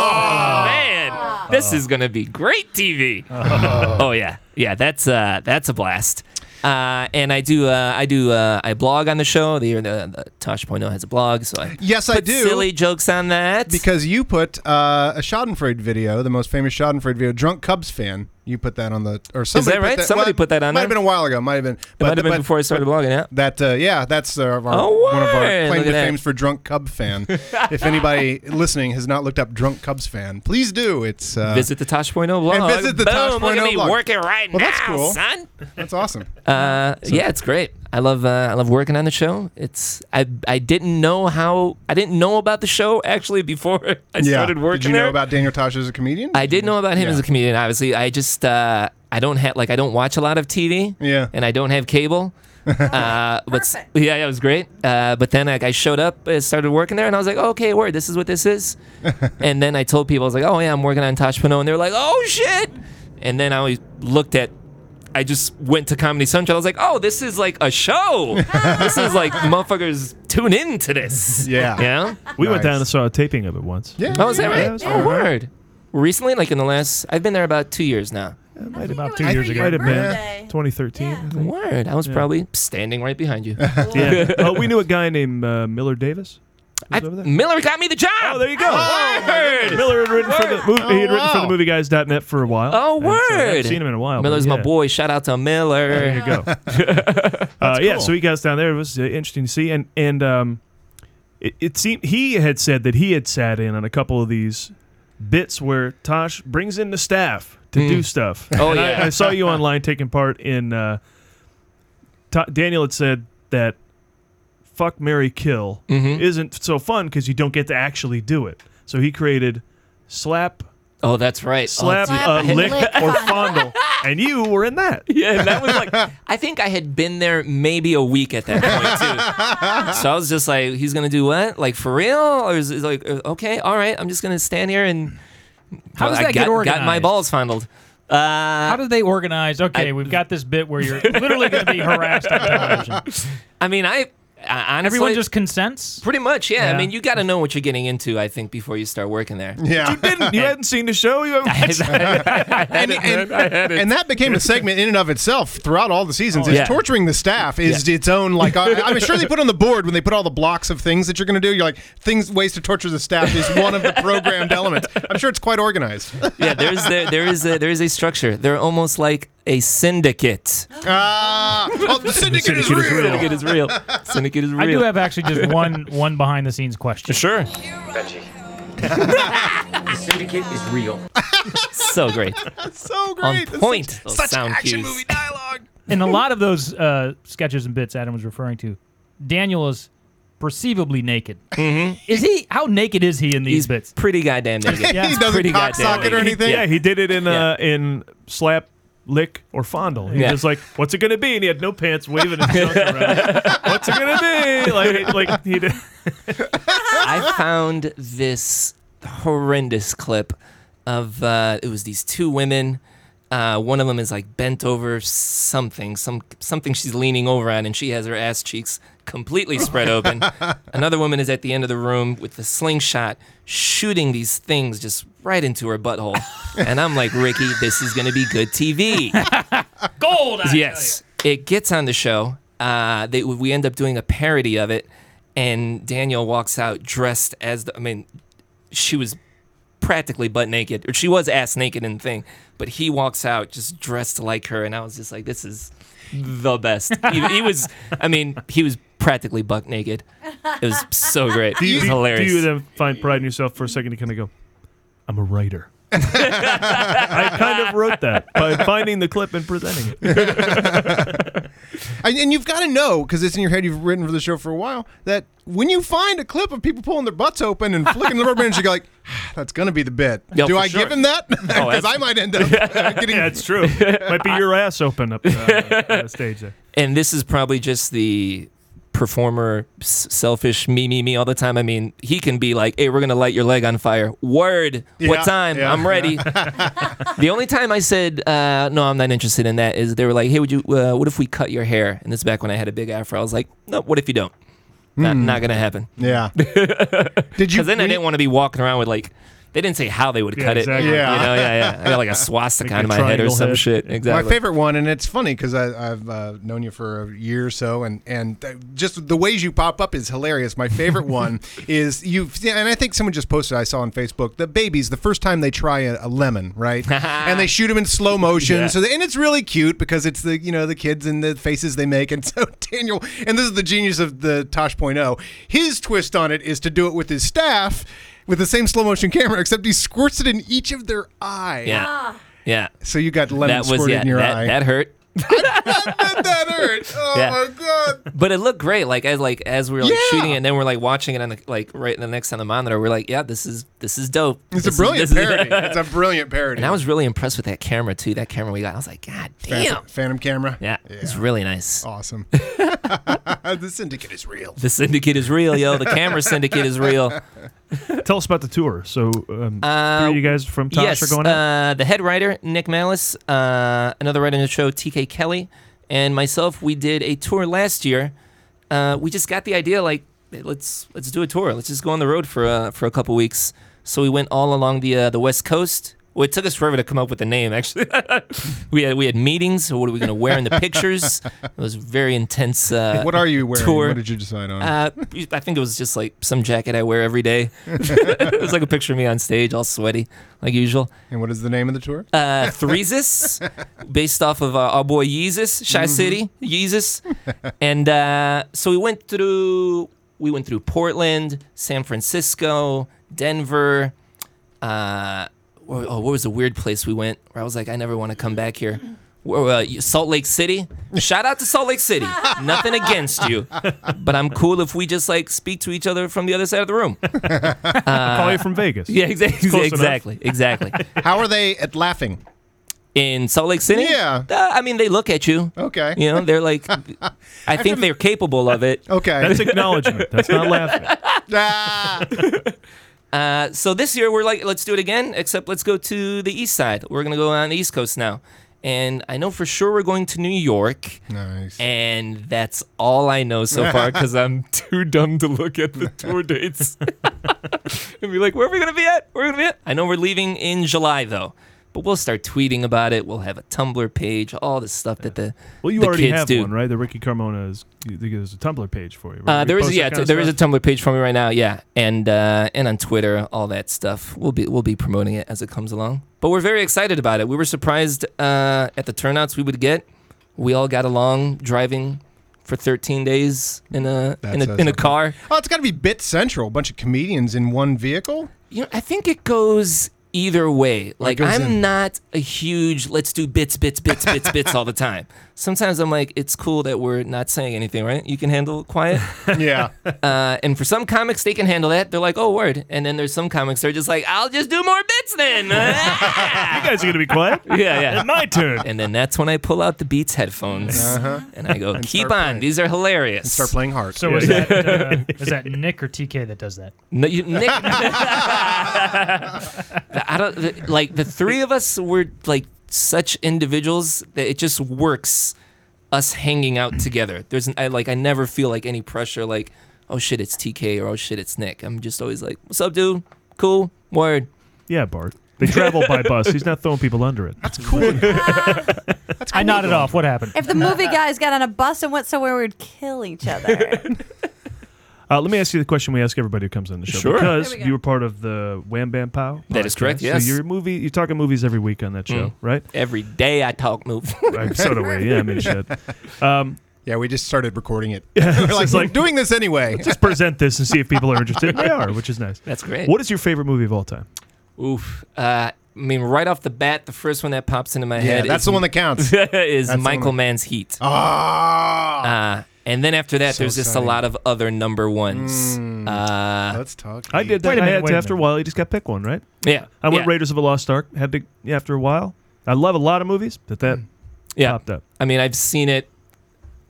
Speaker 8: man, this is gonna be great TV. Oh, yeah, yeah. That's uh, that's a blast. Uh, and I do, uh, I do, uh, I blog on the show. The, uh, the Tosh.0 has a blog, so I
Speaker 7: Yes, I
Speaker 8: put
Speaker 7: do.
Speaker 8: Silly jokes on that
Speaker 7: because you put uh, a Schadenfreude video, the most famous Schadenfreude video, drunk Cubs fan. You put that on the or somebody
Speaker 8: that
Speaker 7: put
Speaker 8: right?
Speaker 7: That,
Speaker 8: Somebody
Speaker 7: well,
Speaker 8: put that on
Speaker 7: Might
Speaker 8: there?
Speaker 7: have been a while ago. Might have been.
Speaker 8: might have been before I started blogging. Yeah.
Speaker 7: That uh, yeah, that's uh, our,
Speaker 8: Oh,
Speaker 7: one of our
Speaker 8: word.
Speaker 7: claim
Speaker 8: Look
Speaker 7: to
Speaker 8: at that.
Speaker 7: fame for drunk Cub
Speaker 8: [LAUGHS]
Speaker 7: fan. if anybody listening has not looked up drunk Cubs fan, please do. It's uh,
Speaker 8: visit the Tosh.0 blog.
Speaker 7: and visit the
Speaker 8: Boom,
Speaker 7: Tosh.0
Speaker 8: look at me
Speaker 7: blog.
Speaker 8: working right
Speaker 7: well, that's
Speaker 8: now,
Speaker 7: cool.
Speaker 8: son.
Speaker 7: That's awesome.
Speaker 8: Uh,
Speaker 7: So-
Speaker 8: yeah, it's great. I love uh, I love working on the show. It's I I didn't know how I didn't know about the show actually before [LAUGHS] I
Speaker 7: Yeah.
Speaker 8: started working.
Speaker 7: Did you
Speaker 8: there.
Speaker 7: know about Daniel Tosh as a comedian?
Speaker 8: I did know about him as a comedian. Obviously, I just uh, I don't have like I don't watch a lot of TV.
Speaker 7: Yeah.
Speaker 8: and I don't have cable. uh, but s- yeah, yeah, it was great. Uh, but then like, I showed up, uh, started working there, and I was like, okay, word, this is what this is. and then I told people, I was like, oh yeah, I'm working on Tosh Pano, and they were like, oh shit. And then I always looked at. I just went to Comedy Central. I was like, "Oh, this is like a show. this is like motherfuckers tune in to
Speaker 7: [LAUGHS]
Speaker 8: this."
Speaker 1: Yeah.
Speaker 8: yeah.
Speaker 1: We went down and saw a taping of it once.
Speaker 8: Yeah. Oh, is that
Speaker 1: Yeah, it
Speaker 8: right?
Speaker 1: was
Speaker 8: Oh, word. Recently, like in the last, I've been there about two years now.
Speaker 1: about two
Speaker 8: I
Speaker 1: years
Speaker 8: think
Speaker 1: ago.
Speaker 8: your
Speaker 1: Might have been
Speaker 8: birthday.
Speaker 1: 2013. I think.
Speaker 8: Word. I was
Speaker 1: Yeah.
Speaker 8: probably standing right
Speaker 1: [LAUGHS]
Speaker 8: behind you.
Speaker 1: Yeah. Oh, we knew a guy named uh, Miller Davis.
Speaker 8: I- Miller got me the job. Oh,
Speaker 1: there you go.
Speaker 8: Word.
Speaker 1: Miller had written for the movie. he had
Speaker 7: Oh,
Speaker 1: written for the movieguys.net for a while.
Speaker 8: Oh,
Speaker 1: And so I haven't
Speaker 8: word.
Speaker 1: seen him in a while. but
Speaker 8: Miller's my
Speaker 1: yeah.
Speaker 8: boy. Shout out to Miller.
Speaker 1: There you go. Uh, yeah, so he got us down there. It was uh, interesting to see, and and um, it, it seemed he had said that he had sat in on a couple of these bits where Tosh brings in the staff to
Speaker 8: Mm.
Speaker 1: do stuff.
Speaker 8: [LAUGHS] Oh,
Speaker 1: And I-
Speaker 8: yeah.
Speaker 1: I, saw you online taking part in. Uh, Ta Daniel had said that "fuck Mary Kill"
Speaker 8: Mm-hmm.
Speaker 1: isn't so fun because you don't get to actually do it. So he created slap.
Speaker 8: Oh, that's right.
Speaker 1: Slap, uh,
Speaker 8: dude.
Speaker 1: lick, or fondle, and you were in that.
Speaker 8: [LAUGHS] Yeah, and that was like I think I had been there maybe a week at that point too. so I was just like, he's gonna do what? Like for real? Or is it like uh, okay, all right, I'm just gonna stand here and
Speaker 10: How does
Speaker 8: I
Speaker 10: that
Speaker 8: got,
Speaker 10: get
Speaker 8: Got my
Speaker 10: organized?
Speaker 8: balls fondled. Uh,
Speaker 10: [LAUGHS] How did they organize? Okay, we've got this bit where you're literally going to be harassed [LAUGHS] on television.
Speaker 8: I mean, I, I honestly
Speaker 10: Everyone just consents.
Speaker 8: pretty much, yeah.
Speaker 10: Yeah.
Speaker 8: I mean, you got to know what you're getting into, I think, before you start working
Speaker 10: [LAUGHS]
Speaker 8: there.
Speaker 7: Yeah. You
Speaker 8: [LAUGHS]
Speaker 1: didn't. You hadn't seen the show. You haven't
Speaker 7: and, and- and that became a segment in and of itself throughout all the seasons.
Speaker 8: Oh,
Speaker 7: is
Speaker 8: yeah.
Speaker 7: torturing the staff is its own like I, I'm sure
Speaker 8: [LAUGHS]
Speaker 7: they put on the board when they put all the blocks of things that you're going to do. You're like things ways to torture the staff is one of the
Speaker 8: [LAUGHS]
Speaker 7: programmed elements. I'm sure it's quite organized. Uh,
Speaker 8: yeah, there's there, there is a, there is a structure. They're almost like a syndicate.
Speaker 7: Ah, oh, the syndicate is real.
Speaker 8: Syndicate is real. Syndicate is real.
Speaker 10: I do have actually [LAUGHS] just one one behind the scenes question.
Speaker 8: Sure.
Speaker 5: Reggie. the syndicate is real.
Speaker 8: So
Speaker 10: [LAUGHS]
Speaker 8: great.
Speaker 7: so
Speaker 8: On
Speaker 7: great. That's
Speaker 8: point.
Speaker 7: Such,
Speaker 8: Those
Speaker 7: such
Speaker 8: sound
Speaker 7: action
Speaker 8: cues.
Speaker 7: movie dialogue.
Speaker 10: In a lot of those uh, sketches and bits Adam was referring to, Daniel is perceivably naked. Mm-hmm. Is he? How naked is he in these bits? [LAUGHS]
Speaker 8: Pretty goddamn
Speaker 1: naked.
Speaker 7: [LAUGHS]
Speaker 10: yeah.
Speaker 1: He doesn't
Speaker 8: Pretty
Speaker 1: cock
Speaker 8: goddamn
Speaker 1: sock it
Speaker 8: naked.
Speaker 1: Yeah, he did it in
Speaker 8: Yeah.
Speaker 1: uh, in slap, lick, or fondle. He
Speaker 8: Yeah.
Speaker 1: was
Speaker 8: [LAUGHS]
Speaker 1: like, "What's it gonna be?" And he had no pants, waving his junk around. What's it gonna be?
Speaker 10: [LAUGHS]
Speaker 1: Like, like he did.
Speaker 8: I found this horrendous clip of uh, it was these two women. Uh, one of them is like bent over something, some something she's leaning over on, and she has her ass cheeks completely spread open. Another woman is at the end of the room with the slingshot, shooting these things just right into her butthole. And I'm like, Ricky, this is gonna be good TV.
Speaker 10: Gold. I
Speaker 8: yes, it gets on the show. Uh, they, we end up doing a parody of it, and Daniel walks out dressed as the. I mean, she was practically butt naked, or she was ass naked in the thing, but he walks out just dressed like her, and I was just like, this is the best.
Speaker 1: [LAUGHS]
Speaker 8: He, he was. I mean, he was practically butt naked. It was so great.
Speaker 1: Do
Speaker 8: it
Speaker 1: you,
Speaker 8: was
Speaker 1: do you-
Speaker 8: hilarious.
Speaker 1: do you then find pride in yourself for a second to kind of go, "I'm a
Speaker 8: [LAUGHS]
Speaker 1: writer." I kind of wrote that by finding the clip and presenting it.
Speaker 7: And, and you've got to know because it's in your head. You've written for the show for a while. That when you find a clip of people pulling their butts open [LAUGHS] and flicking the rubber bands, you go like, "Ah, "That's gonna be the bit."
Speaker 1: Yeah,
Speaker 7: Do
Speaker 1: for
Speaker 7: I
Speaker 1: sure. Oh,
Speaker 7: give him that? [LAUGHS] Because I might end up uh,
Speaker 1: [LAUGHS]
Speaker 7: getting.
Speaker 1: yeah, it's true. Might be your ass open up uh, on the stage there.
Speaker 8: and this is probably just the performer s- selfish me me me all the time i mean he can be like hey we're gonna light your leg on fire word
Speaker 7: Yeah,
Speaker 8: what time
Speaker 7: yeah,
Speaker 8: i'm
Speaker 7: [LAUGHS]
Speaker 8: ready the only time i said uh, no i'm not interested in that is they were like hey would you uh, what if we cut your hair and this is back when i had a big afro i was like no what if you don't not,
Speaker 7: Hmm.
Speaker 8: not gonna happen
Speaker 1: [LAUGHS]
Speaker 7: Yeah.
Speaker 8: did you because then i didn't want to be walking around with like they didn't say how they would
Speaker 7: Yeah,
Speaker 8: cut
Speaker 7: exactly.
Speaker 8: it
Speaker 7: Yeah.
Speaker 8: you know, yeah yeah i
Speaker 7: [LAUGHS]
Speaker 8: got like a swastika on my head or some shit exactly
Speaker 7: My favorite one, and it's funny because I've uh, known you for a year or so, and and th- just the ways you pop up is hilarious. My favorite
Speaker 8: [LAUGHS]
Speaker 7: one is you, and I think someone just posted I saw on Facebook the babies the first time they try a, a lemon,
Speaker 8: [LAUGHS]
Speaker 7: right? and they shoot them in slow motion.
Speaker 14: Yeah.
Speaker 7: So they, and it's really cute because it's the you know the kids and the faces they make, and [LAUGHS] so Daniel, and this is the genius of the Tosh.0. His twist on it is to do it with his staff. With the same slow motion camera, except he squirts it in each of their eye.
Speaker 8: yeah yeah
Speaker 7: So you got lemon squirted in your
Speaker 8: that,
Speaker 7: eye.
Speaker 8: that hurt
Speaker 7: that [LAUGHS] hurt. Oh
Speaker 8: Yeah.
Speaker 7: my god.
Speaker 8: But it looked great. Like as like as we were like shooting it, and then we're like watching it on the like right the next on the monitor. We're like, yeah, this is this is dope.
Speaker 7: It's
Speaker 8: This
Speaker 7: a
Speaker 8: is-
Speaker 7: brilliant
Speaker 8: this is-
Speaker 7: parody. it's a brilliant parody.
Speaker 8: [LAUGHS] and I was really impressed with that camera too. That camera we got. I was like, God damn.
Speaker 7: Phantom, Phantom camera.
Speaker 8: Yeah, it's really nice. [LAUGHS]
Speaker 7: Awesome. [LAUGHS] the syndicate is real.
Speaker 8: The syndicate is real, yo. The camera syndicate is
Speaker 7: [LAUGHS]
Speaker 8: real.
Speaker 1: Tell us about the tour. So, um, three
Speaker 8: Uh,
Speaker 1: of you guys from Tosh
Speaker 8: yes,
Speaker 1: are going out.
Speaker 8: Uh, the head writer, Nick Malice, uh, another writer on the show, TK Kelly, and myself, we did a tour last year. Uh, we just got the idea, like, hey, let's let's do a tour. Let's just go on the road for uh, for a couple weeks. So we went all along the uh, the West Coast. Well, it took us forever to come up with the name. Actually, [LAUGHS] we had we had meetings. So what are we going to wear in the pictures? It was a very intense. Uh,
Speaker 7: what are you wearing?
Speaker 8: Tour.
Speaker 7: What did you decide on?
Speaker 8: Uh, I think it was just like some jacket I wear every day. [LAUGHS] it was like a picture of me on stage, all sweaty, like usual.
Speaker 7: and what is the name of the tour?
Speaker 8: Uh, Threesis, based off of uh, our boy Yeezus, Shy
Speaker 7: Mhm.
Speaker 8: City, Yeezus. and uh, so we went through, we went through Portland, San Francisco, Denver. Uh, wh- oh, what was the weird place we went where I was like, I never want to come back here. Where, uh, Salt Lake City. Shout out to Salt Lake City. Nothing against you, but I'm cool if we just like speak to each other from the other side of the
Speaker 1: [LAUGHS]
Speaker 8: room. Uh,
Speaker 1: Call you from Vegas.
Speaker 8: Yeah, [LAUGHS] exactly,
Speaker 1: It's close enough.
Speaker 8: exactly, exactly.
Speaker 7: How are they at laughing?
Speaker 8: In Salt Lake City?
Speaker 7: Yeah.
Speaker 8: Uh, I mean, they look at you.
Speaker 7: Okay.
Speaker 8: You know, they're
Speaker 1: [LAUGHS]
Speaker 8: like, I think they're capable of it.
Speaker 7: Okay. Ah!
Speaker 1: That's acknowledgement. That's not laughing.
Speaker 8: [LAUGHS] Uh, so this year we're like, let's do it again, except let's go to the east side. We're gonna go on the east coast now, and I know for sure we're going to New York.
Speaker 7: Nice.
Speaker 8: And that's all I know so
Speaker 1: [LAUGHS]
Speaker 8: far because I'm too dumb to look at the tour [LAUGHS] dates and be like, where are we gonna be at? Where are we gonna be at? I know we're leaving in July though. But we'll start tweeting about it. We'll have a Tumblr page, all the stuff that the
Speaker 1: Well, you
Speaker 8: the
Speaker 1: already
Speaker 8: kids
Speaker 1: have
Speaker 8: do.
Speaker 1: one, right? The Ricky Carmona is there's a Tumblr page for you. Right?
Speaker 8: Uh,
Speaker 1: You
Speaker 8: there is
Speaker 1: post
Speaker 8: yeah,
Speaker 1: that kind
Speaker 8: t-
Speaker 1: of
Speaker 8: there is a
Speaker 1: stuff?
Speaker 8: Tumblr page for me right now, yeah, and uh, and on Twitter, all that stuff. We'll be we'll be promoting it as it comes along. But we're very excited about it. We were surprised uh, at the turnouts we would get. We all got along driving for 13 days in a
Speaker 7: That
Speaker 8: in a,
Speaker 7: says
Speaker 8: in a
Speaker 7: something.
Speaker 8: car.
Speaker 7: Oh, it's got to be bit central. A bunch of comedians in one vehicle.
Speaker 8: You know, I think it goes either way. Like
Speaker 7: goes
Speaker 8: I'm
Speaker 7: in.
Speaker 8: not a huge let's do bits bits bits bits bits all
Speaker 7: [LAUGHS]
Speaker 8: the time. Sometimes I'm like it's cool that we're not saying anything, right? You can handle it quiet.
Speaker 7: [LAUGHS] Yeah.
Speaker 8: Uh, and for some comics, they can handle that. They're like, oh, word. And then there's some comics that are just like, I'll just do more bits then. [LAUGHS] you
Speaker 1: guys are going to be quiet?
Speaker 8: [LAUGHS] Yeah, yeah.
Speaker 1: It's my turn.
Speaker 8: And then that's when I pull out the Beats headphones.
Speaker 7: Uh-huh.
Speaker 8: And I go,
Speaker 7: And
Speaker 8: keep on.
Speaker 7: start playing.
Speaker 8: These are hilarious.
Speaker 7: And start playing hard.
Speaker 8: So
Speaker 10: So is that uh, is that Nick or TK that does that?
Speaker 8: No, you, Nick. [LAUGHS] I don't the- like the three of us were like such individuals that it just works us hanging out together. There's an, I like I never feel like any pressure like oh shit it's TK or oh shit it's Nick. I'm just always like what's up dude? Cool. Word.
Speaker 1: Yeah, Bart. They travel
Speaker 10: [LAUGHS]
Speaker 1: by bus. He's not throwing people under it. That's cool. [LAUGHS]
Speaker 10: I nodded off. What happened?
Speaker 20: If the movie guys got on a bus and went somewhere, we'd kill
Speaker 8: [LAUGHS]
Speaker 20: each other.
Speaker 1: Uh, let me ask you the question we ask everybody who comes on the show.
Speaker 8: Sure.
Speaker 1: Because
Speaker 8: There we
Speaker 1: you were part of the Wham Bam Pow.
Speaker 8: That is
Speaker 1: podcast.
Speaker 8: correct, yes.
Speaker 1: So you're a movie. You're talking movies every week on that show,
Speaker 8: Mm.
Speaker 1: right?
Speaker 8: Every day I talk move.
Speaker 10: Mm.
Speaker 1: Right, so do we. Yeah, I mean shit. Um,
Speaker 7: yeah, we just started recording it. [LAUGHS] We're like,
Speaker 1: it's
Speaker 7: we're
Speaker 1: like-
Speaker 7: doing this anyway.
Speaker 1: Just present this and see if people are interested. And
Speaker 10: [LAUGHS]
Speaker 1: They are, which is nice.
Speaker 8: [LAUGHS] That's great.
Speaker 1: What is your favorite movie of all time?
Speaker 8: Oof. Uh, I mean, right off the bat, the first one that pops into my
Speaker 7: Yeah,
Speaker 8: head.
Speaker 7: that's
Speaker 8: [LAUGHS] is,
Speaker 7: the one that counts. That's
Speaker 8: is
Speaker 7: the one
Speaker 8: Michael
Speaker 7: that-
Speaker 8: Mann's Heat.
Speaker 7: Ah.
Speaker 8: Uh, and then after that,
Speaker 7: So
Speaker 8: there's just
Speaker 7: exciting.
Speaker 8: a lot of other number ones. Uh,
Speaker 7: Let's talk.
Speaker 1: I did that.
Speaker 10: Wait a
Speaker 1: I
Speaker 10: minute,
Speaker 1: had
Speaker 10: wait
Speaker 1: to
Speaker 10: a
Speaker 1: after a while. You just got to pick one, right?
Speaker 8: Yeah,
Speaker 1: I went
Speaker 8: yeah.
Speaker 1: Raiders of the Lost Ark. Had to after a while. I love a lot of movies, but that
Speaker 8: Mm. yeah.
Speaker 1: popped up.
Speaker 8: I mean, I've seen it.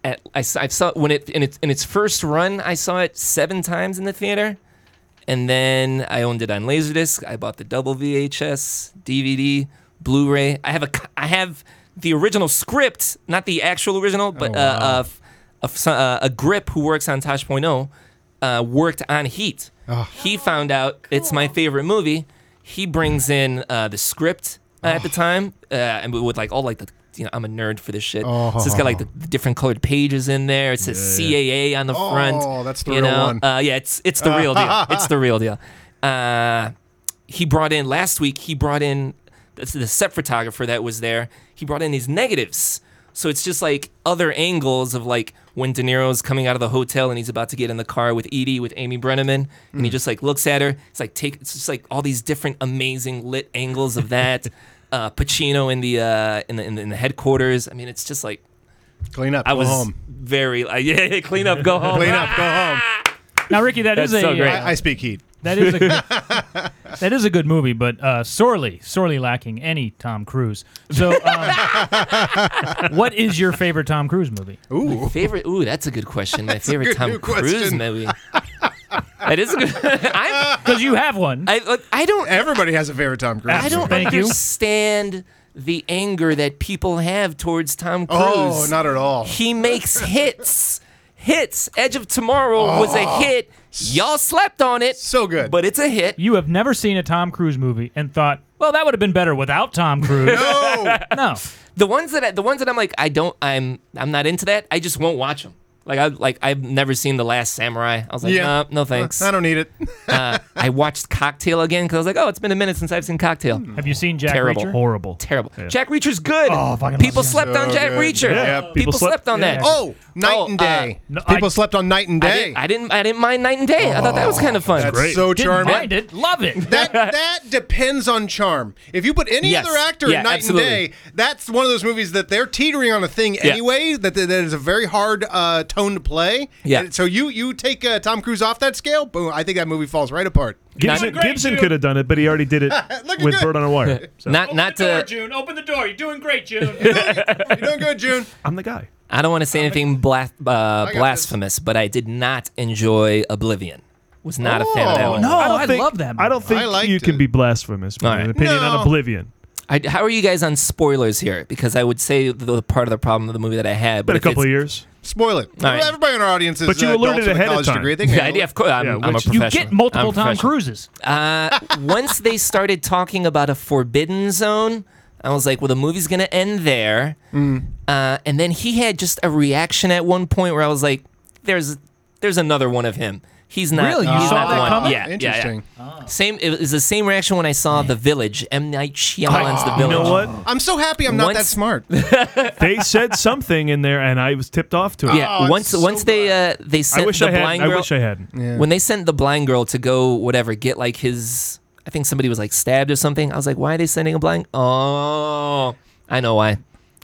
Speaker 8: At, I, s- I saw it when it in its in its first run. I saw it seven times in the theater, and then I owned it on Laserdisc. I bought the double VHS, DVD, Blu-ray. I have a co- I have the original script, not the actual original, but
Speaker 7: Oh,
Speaker 8: uh, of of so- uh, a grip who works on Tosh.0 uh, worked on Heat.
Speaker 7: Ah.
Speaker 8: He found out it's my favorite movie. He brings in uh, the script uh,
Speaker 7: Ah.
Speaker 8: at the time, uh, and we- with like all like the you know I'm a nerd for this shit.
Speaker 7: Oh.
Speaker 8: So it's got like the, the different colored pages in there. It says
Speaker 7: Yeah,
Speaker 8: CAA on the front.
Speaker 7: Oh, that's the
Speaker 8: you
Speaker 7: real
Speaker 8: know?
Speaker 7: one.
Speaker 8: Uh, yeah, it's it's the real
Speaker 7: [LAUGHS]
Speaker 8: deal. It's the real deal. Uh, he brought in last week. He brought in the, the set photographer that was there. He brought in these negatives. So it's just like other angles of like when De Niro's coming out of the hotel and he's about to get in the car with Edie with Amy Brenneman and he
Speaker 7: Mm.
Speaker 8: just like looks at her. It's like take. It's just like all these different amazing lit angles
Speaker 7: [LAUGHS]
Speaker 8: of that. uh, Pacino in the, uh, in the in the in the headquarters. I mean, it's just like
Speaker 7: Clean up.
Speaker 8: I
Speaker 7: go
Speaker 8: was
Speaker 7: home.
Speaker 8: very [LAUGHS] like, yeah, clean up, go home.
Speaker 7: Clean up. Go home.
Speaker 10: Now, Ricky, that is
Speaker 8: That's so
Speaker 10: a
Speaker 8: great.
Speaker 10: uh,
Speaker 7: I, I speak heat.
Speaker 8: [LAUGHS]
Speaker 10: that is a that is a good movie, but uh, sorely sorely lacking any Tom Cruise.
Speaker 8: [LAUGHS]
Speaker 10: So, um, what is your favorite Tom Cruise movie?
Speaker 8: My favorite. Ooh, that's a good question. My favorite
Speaker 10: good
Speaker 8: Tom
Speaker 10: new
Speaker 8: Cruise
Speaker 10: question.
Speaker 8: movie. that is a good. [LAUGHS] Because
Speaker 10: you have one.
Speaker 8: I look, I don't.
Speaker 7: Everybody has a favorite Tom Cruise.
Speaker 8: I don't
Speaker 7: Thank you.
Speaker 8: understand the anger that people have towards Tom Cruise.
Speaker 7: Oh, not at all.
Speaker 8: He makes hits. Hits. Edge of Tomorrow was a
Speaker 10: Oh.
Speaker 8: hit. Y'all slept on it.
Speaker 7: So good.
Speaker 8: But it's a hit.
Speaker 10: You have never seen a Tom Cruise movie and thought, well, that would have been better without Tom
Speaker 8: [LAUGHS]
Speaker 10: Cruise.
Speaker 7: no.
Speaker 10: no.
Speaker 8: The ones that I, the ones that I'm like I don't I'm I'm not into that. I just won't watch them. Like I like I've never seen The Last Samurai. I was like,
Speaker 7: Yeah.
Speaker 8: "Nah, no thanks.
Speaker 7: I don't need
Speaker 8: [LAUGHS]
Speaker 7: it.
Speaker 8: uh, I watched Cocktail again because I was like, oh, it's been a minute since I've seen Cocktail.
Speaker 10: Have you seen Jack
Speaker 8: Terrible.
Speaker 10: Reacher?
Speaker 1: Horrible.
Speaker 8: Terrible. Jack Reacher's good.
Speaker 10: Hmm. Oh, fucking
Speaker 8: people
Speaker 10: love
Speaker 8: slept
Speaker 10: Jack.
Speaker 8: on
Speaker 10: So
Speaker 8: Jack
Speaker 10: good.
Speaker 8: Reacher.
Speaker 10: Yeah.
Speaker 8: People,
Speaker 10: People
Speaker 8: slept,
Speaker 10: slept-
Speaker 8: on that.
Speaker 10: yeah.
Speaker 7: Oh, night and day. People slept on night and
Speaker 8: uh, I
Speaker 7: day.
Speaker 8: didn't, I didn't. I didn't mind Night and Day. I thought
Speaker 10: Oh,
Speaker 8: that was kind of fun.
Speaker 7: That's Great. so
Speaker 8: Didn't
Speaker 7: charming.
Speaker 8: mind
Speaker 10: it. Love it.
Speaker 7: [LAUGHS]
Speaker 8: [LAUGHS]
Speaker 7: that that depends on charm. If you put any
Speaker 8: Yes.
Speaker 7: other actor
Speaker 8: Yeah,
Speaker 7: in Night
Speaker 8: absolutely.
Speaker 7: and Day, that's one of those movies that they're teetering on a thing
Speaker 8: Yeah.
Speaker 7: anyway. That that is a very hard uh, tone to play.
Speaker 8: Yeah.
Speaker 7: And so you you take uh, Tom Cruise off that scale, boom! I think that movie falls right apart.
Speaker 1: Gibson, Gibson could have done it, but he already did it with Bird on a
Speaker 8: [LAUGHS]
Speaker 1: Wire. So
Speaker 8: Not not to.
Speaker 10: June, open the door. You're doing
Speaker 8: [LAUGHS]
Speaker 10: great, June.
Speaker 7: [LAUGHS] You're doing good, June.
Speaker 1: I'm the guy.
Speaker 8: I don't want to say anything bla- uh,
Speaker 7: this.
Speaker 8: blasphemous, but I did not enjoy Oblivion. Was not a fan of that one.
Speaker 10: Oh, No, I,
Speaker 1: don't think-
Speaker 10: love that. Movie.
Speaker 1: I don't think you can be blasphemous with an opinion on
Speaker 8: No.
Speaker 1: Oblivion.
Speaker 8: I, how are you guys on spoilers here? Because I would say the part of the problem of the movie that I had, but
Speaker 1: Been a
Speaker 8: if it's-
Speaker 1: couple of years.
Speaker 7: Spoil it.
Speaker 8: All right.
Speaker 7: Everybody in our audience is
Speaker 8: But you
Speaker 7: uh, adults with
Speaker 8: alerted
Speaker 7: a
Speaker 8: ahead of
Speaker 7: college
Speaker 8: time.
Speaker 7: degree. They can
Speaker 8: [LAUGHS] Yeah,
Speaker 7: handle
Speaker 8: yeah,
Speaker 7: it.
Speaker 8: of course. I'm- I'm a
Speaker 10: you get
Speaker 8: professional. I'm
Speaker 10: multiple
Speaker 8: a
Speaker 10: Tom
Speaker 8: professional.
Speaker 10: Cruises.
Speaker 8: Uh, once they started talking about a forbidden zone, I was like, well, the movie's going to end there.
Speaker 1: Mm.
Speaker 8: Uh, and then he had just a reaction at one point where I was like, there's there's another one of him. He's not.
Speaker 10: Really? You
Speaker 8: he's
Speaker 10: saw
Speaker 8: not
Speaker 10: that
Speaker 8: one.
Speaker 10: coming?
Speaker 8: Yeah. yeah, yeah.
Speaker 10: Interesting.
Speaker 8: Same. It was the same reaction when I saw The Village. M Night Shyamalan's The
Speaker 1: Oh, You
Speaker 8: Village.
Speaker 1: know what?
Speaker 7: I'm so happy I'm not
Speaker 8: Oh. Once-
Speaker 7: that
Speaker 8: [LAUGHS]
Speaker 7: smart.
Speaker 1: they said something in there, and I was tipped off
Speaker 8: [LAUGHS]
Speaker 1: to it.
Speaker 8: Yeah, once once they uh, they sent
Speaker 1: wish
Speaker 8: the
Speaker 1: I hadn't-
Speaker 8: blind
Speaker 1: I
Speaker 8: girl.
Speaker 1: wish I hadn't. Yeah.
Speaker 8: When they sent the blind girl to go whatever get like his, I think somebody was like stabbed or something. I was like, why are they sending a blind? Oh, I know why.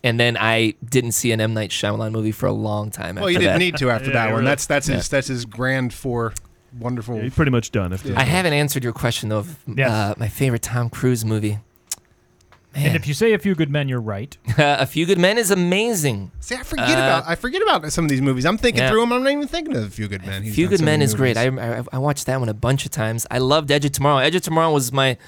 Speaker 8: And then I didn't see an M Night Shyamalan movie for a long time.
Speaker 7: Well,
Speaker 8: after
Speaker 7: you didn't
Speaker 8: that.
Speaker 7: need to after that one. That's that's
Speaker 8: Yeah.
Speaker 7: his that's his grand four wonderful.
Speaker 1: You're pretty much done. After
Speaker 8: I haven't answered your question though of uh, my favorite Tom Cruise movie.
Speaker 10: And if you say a few good men, you're right.
Speaker 8: [LAUGHS] a Few Good Men is amazing.
Speaker 7: See, I forget about I forget about some of these movies. I'm thinking
Speaker 8: Uh, yeah.
Speaker 7: through them. I'm not even thinking of a few good men. He's
Speaker 8: Few
Speaker 7: done
Speaker 8: Good
Speaker 7: so
Speaker 8: Men
Speaker 7: many
Speaker 8: is great. I,
Speaker 7: movies.
Speaker 8: I I watched that one a bunch of times. I loved Edge of Tomorrow. Edge of Tomorrow was my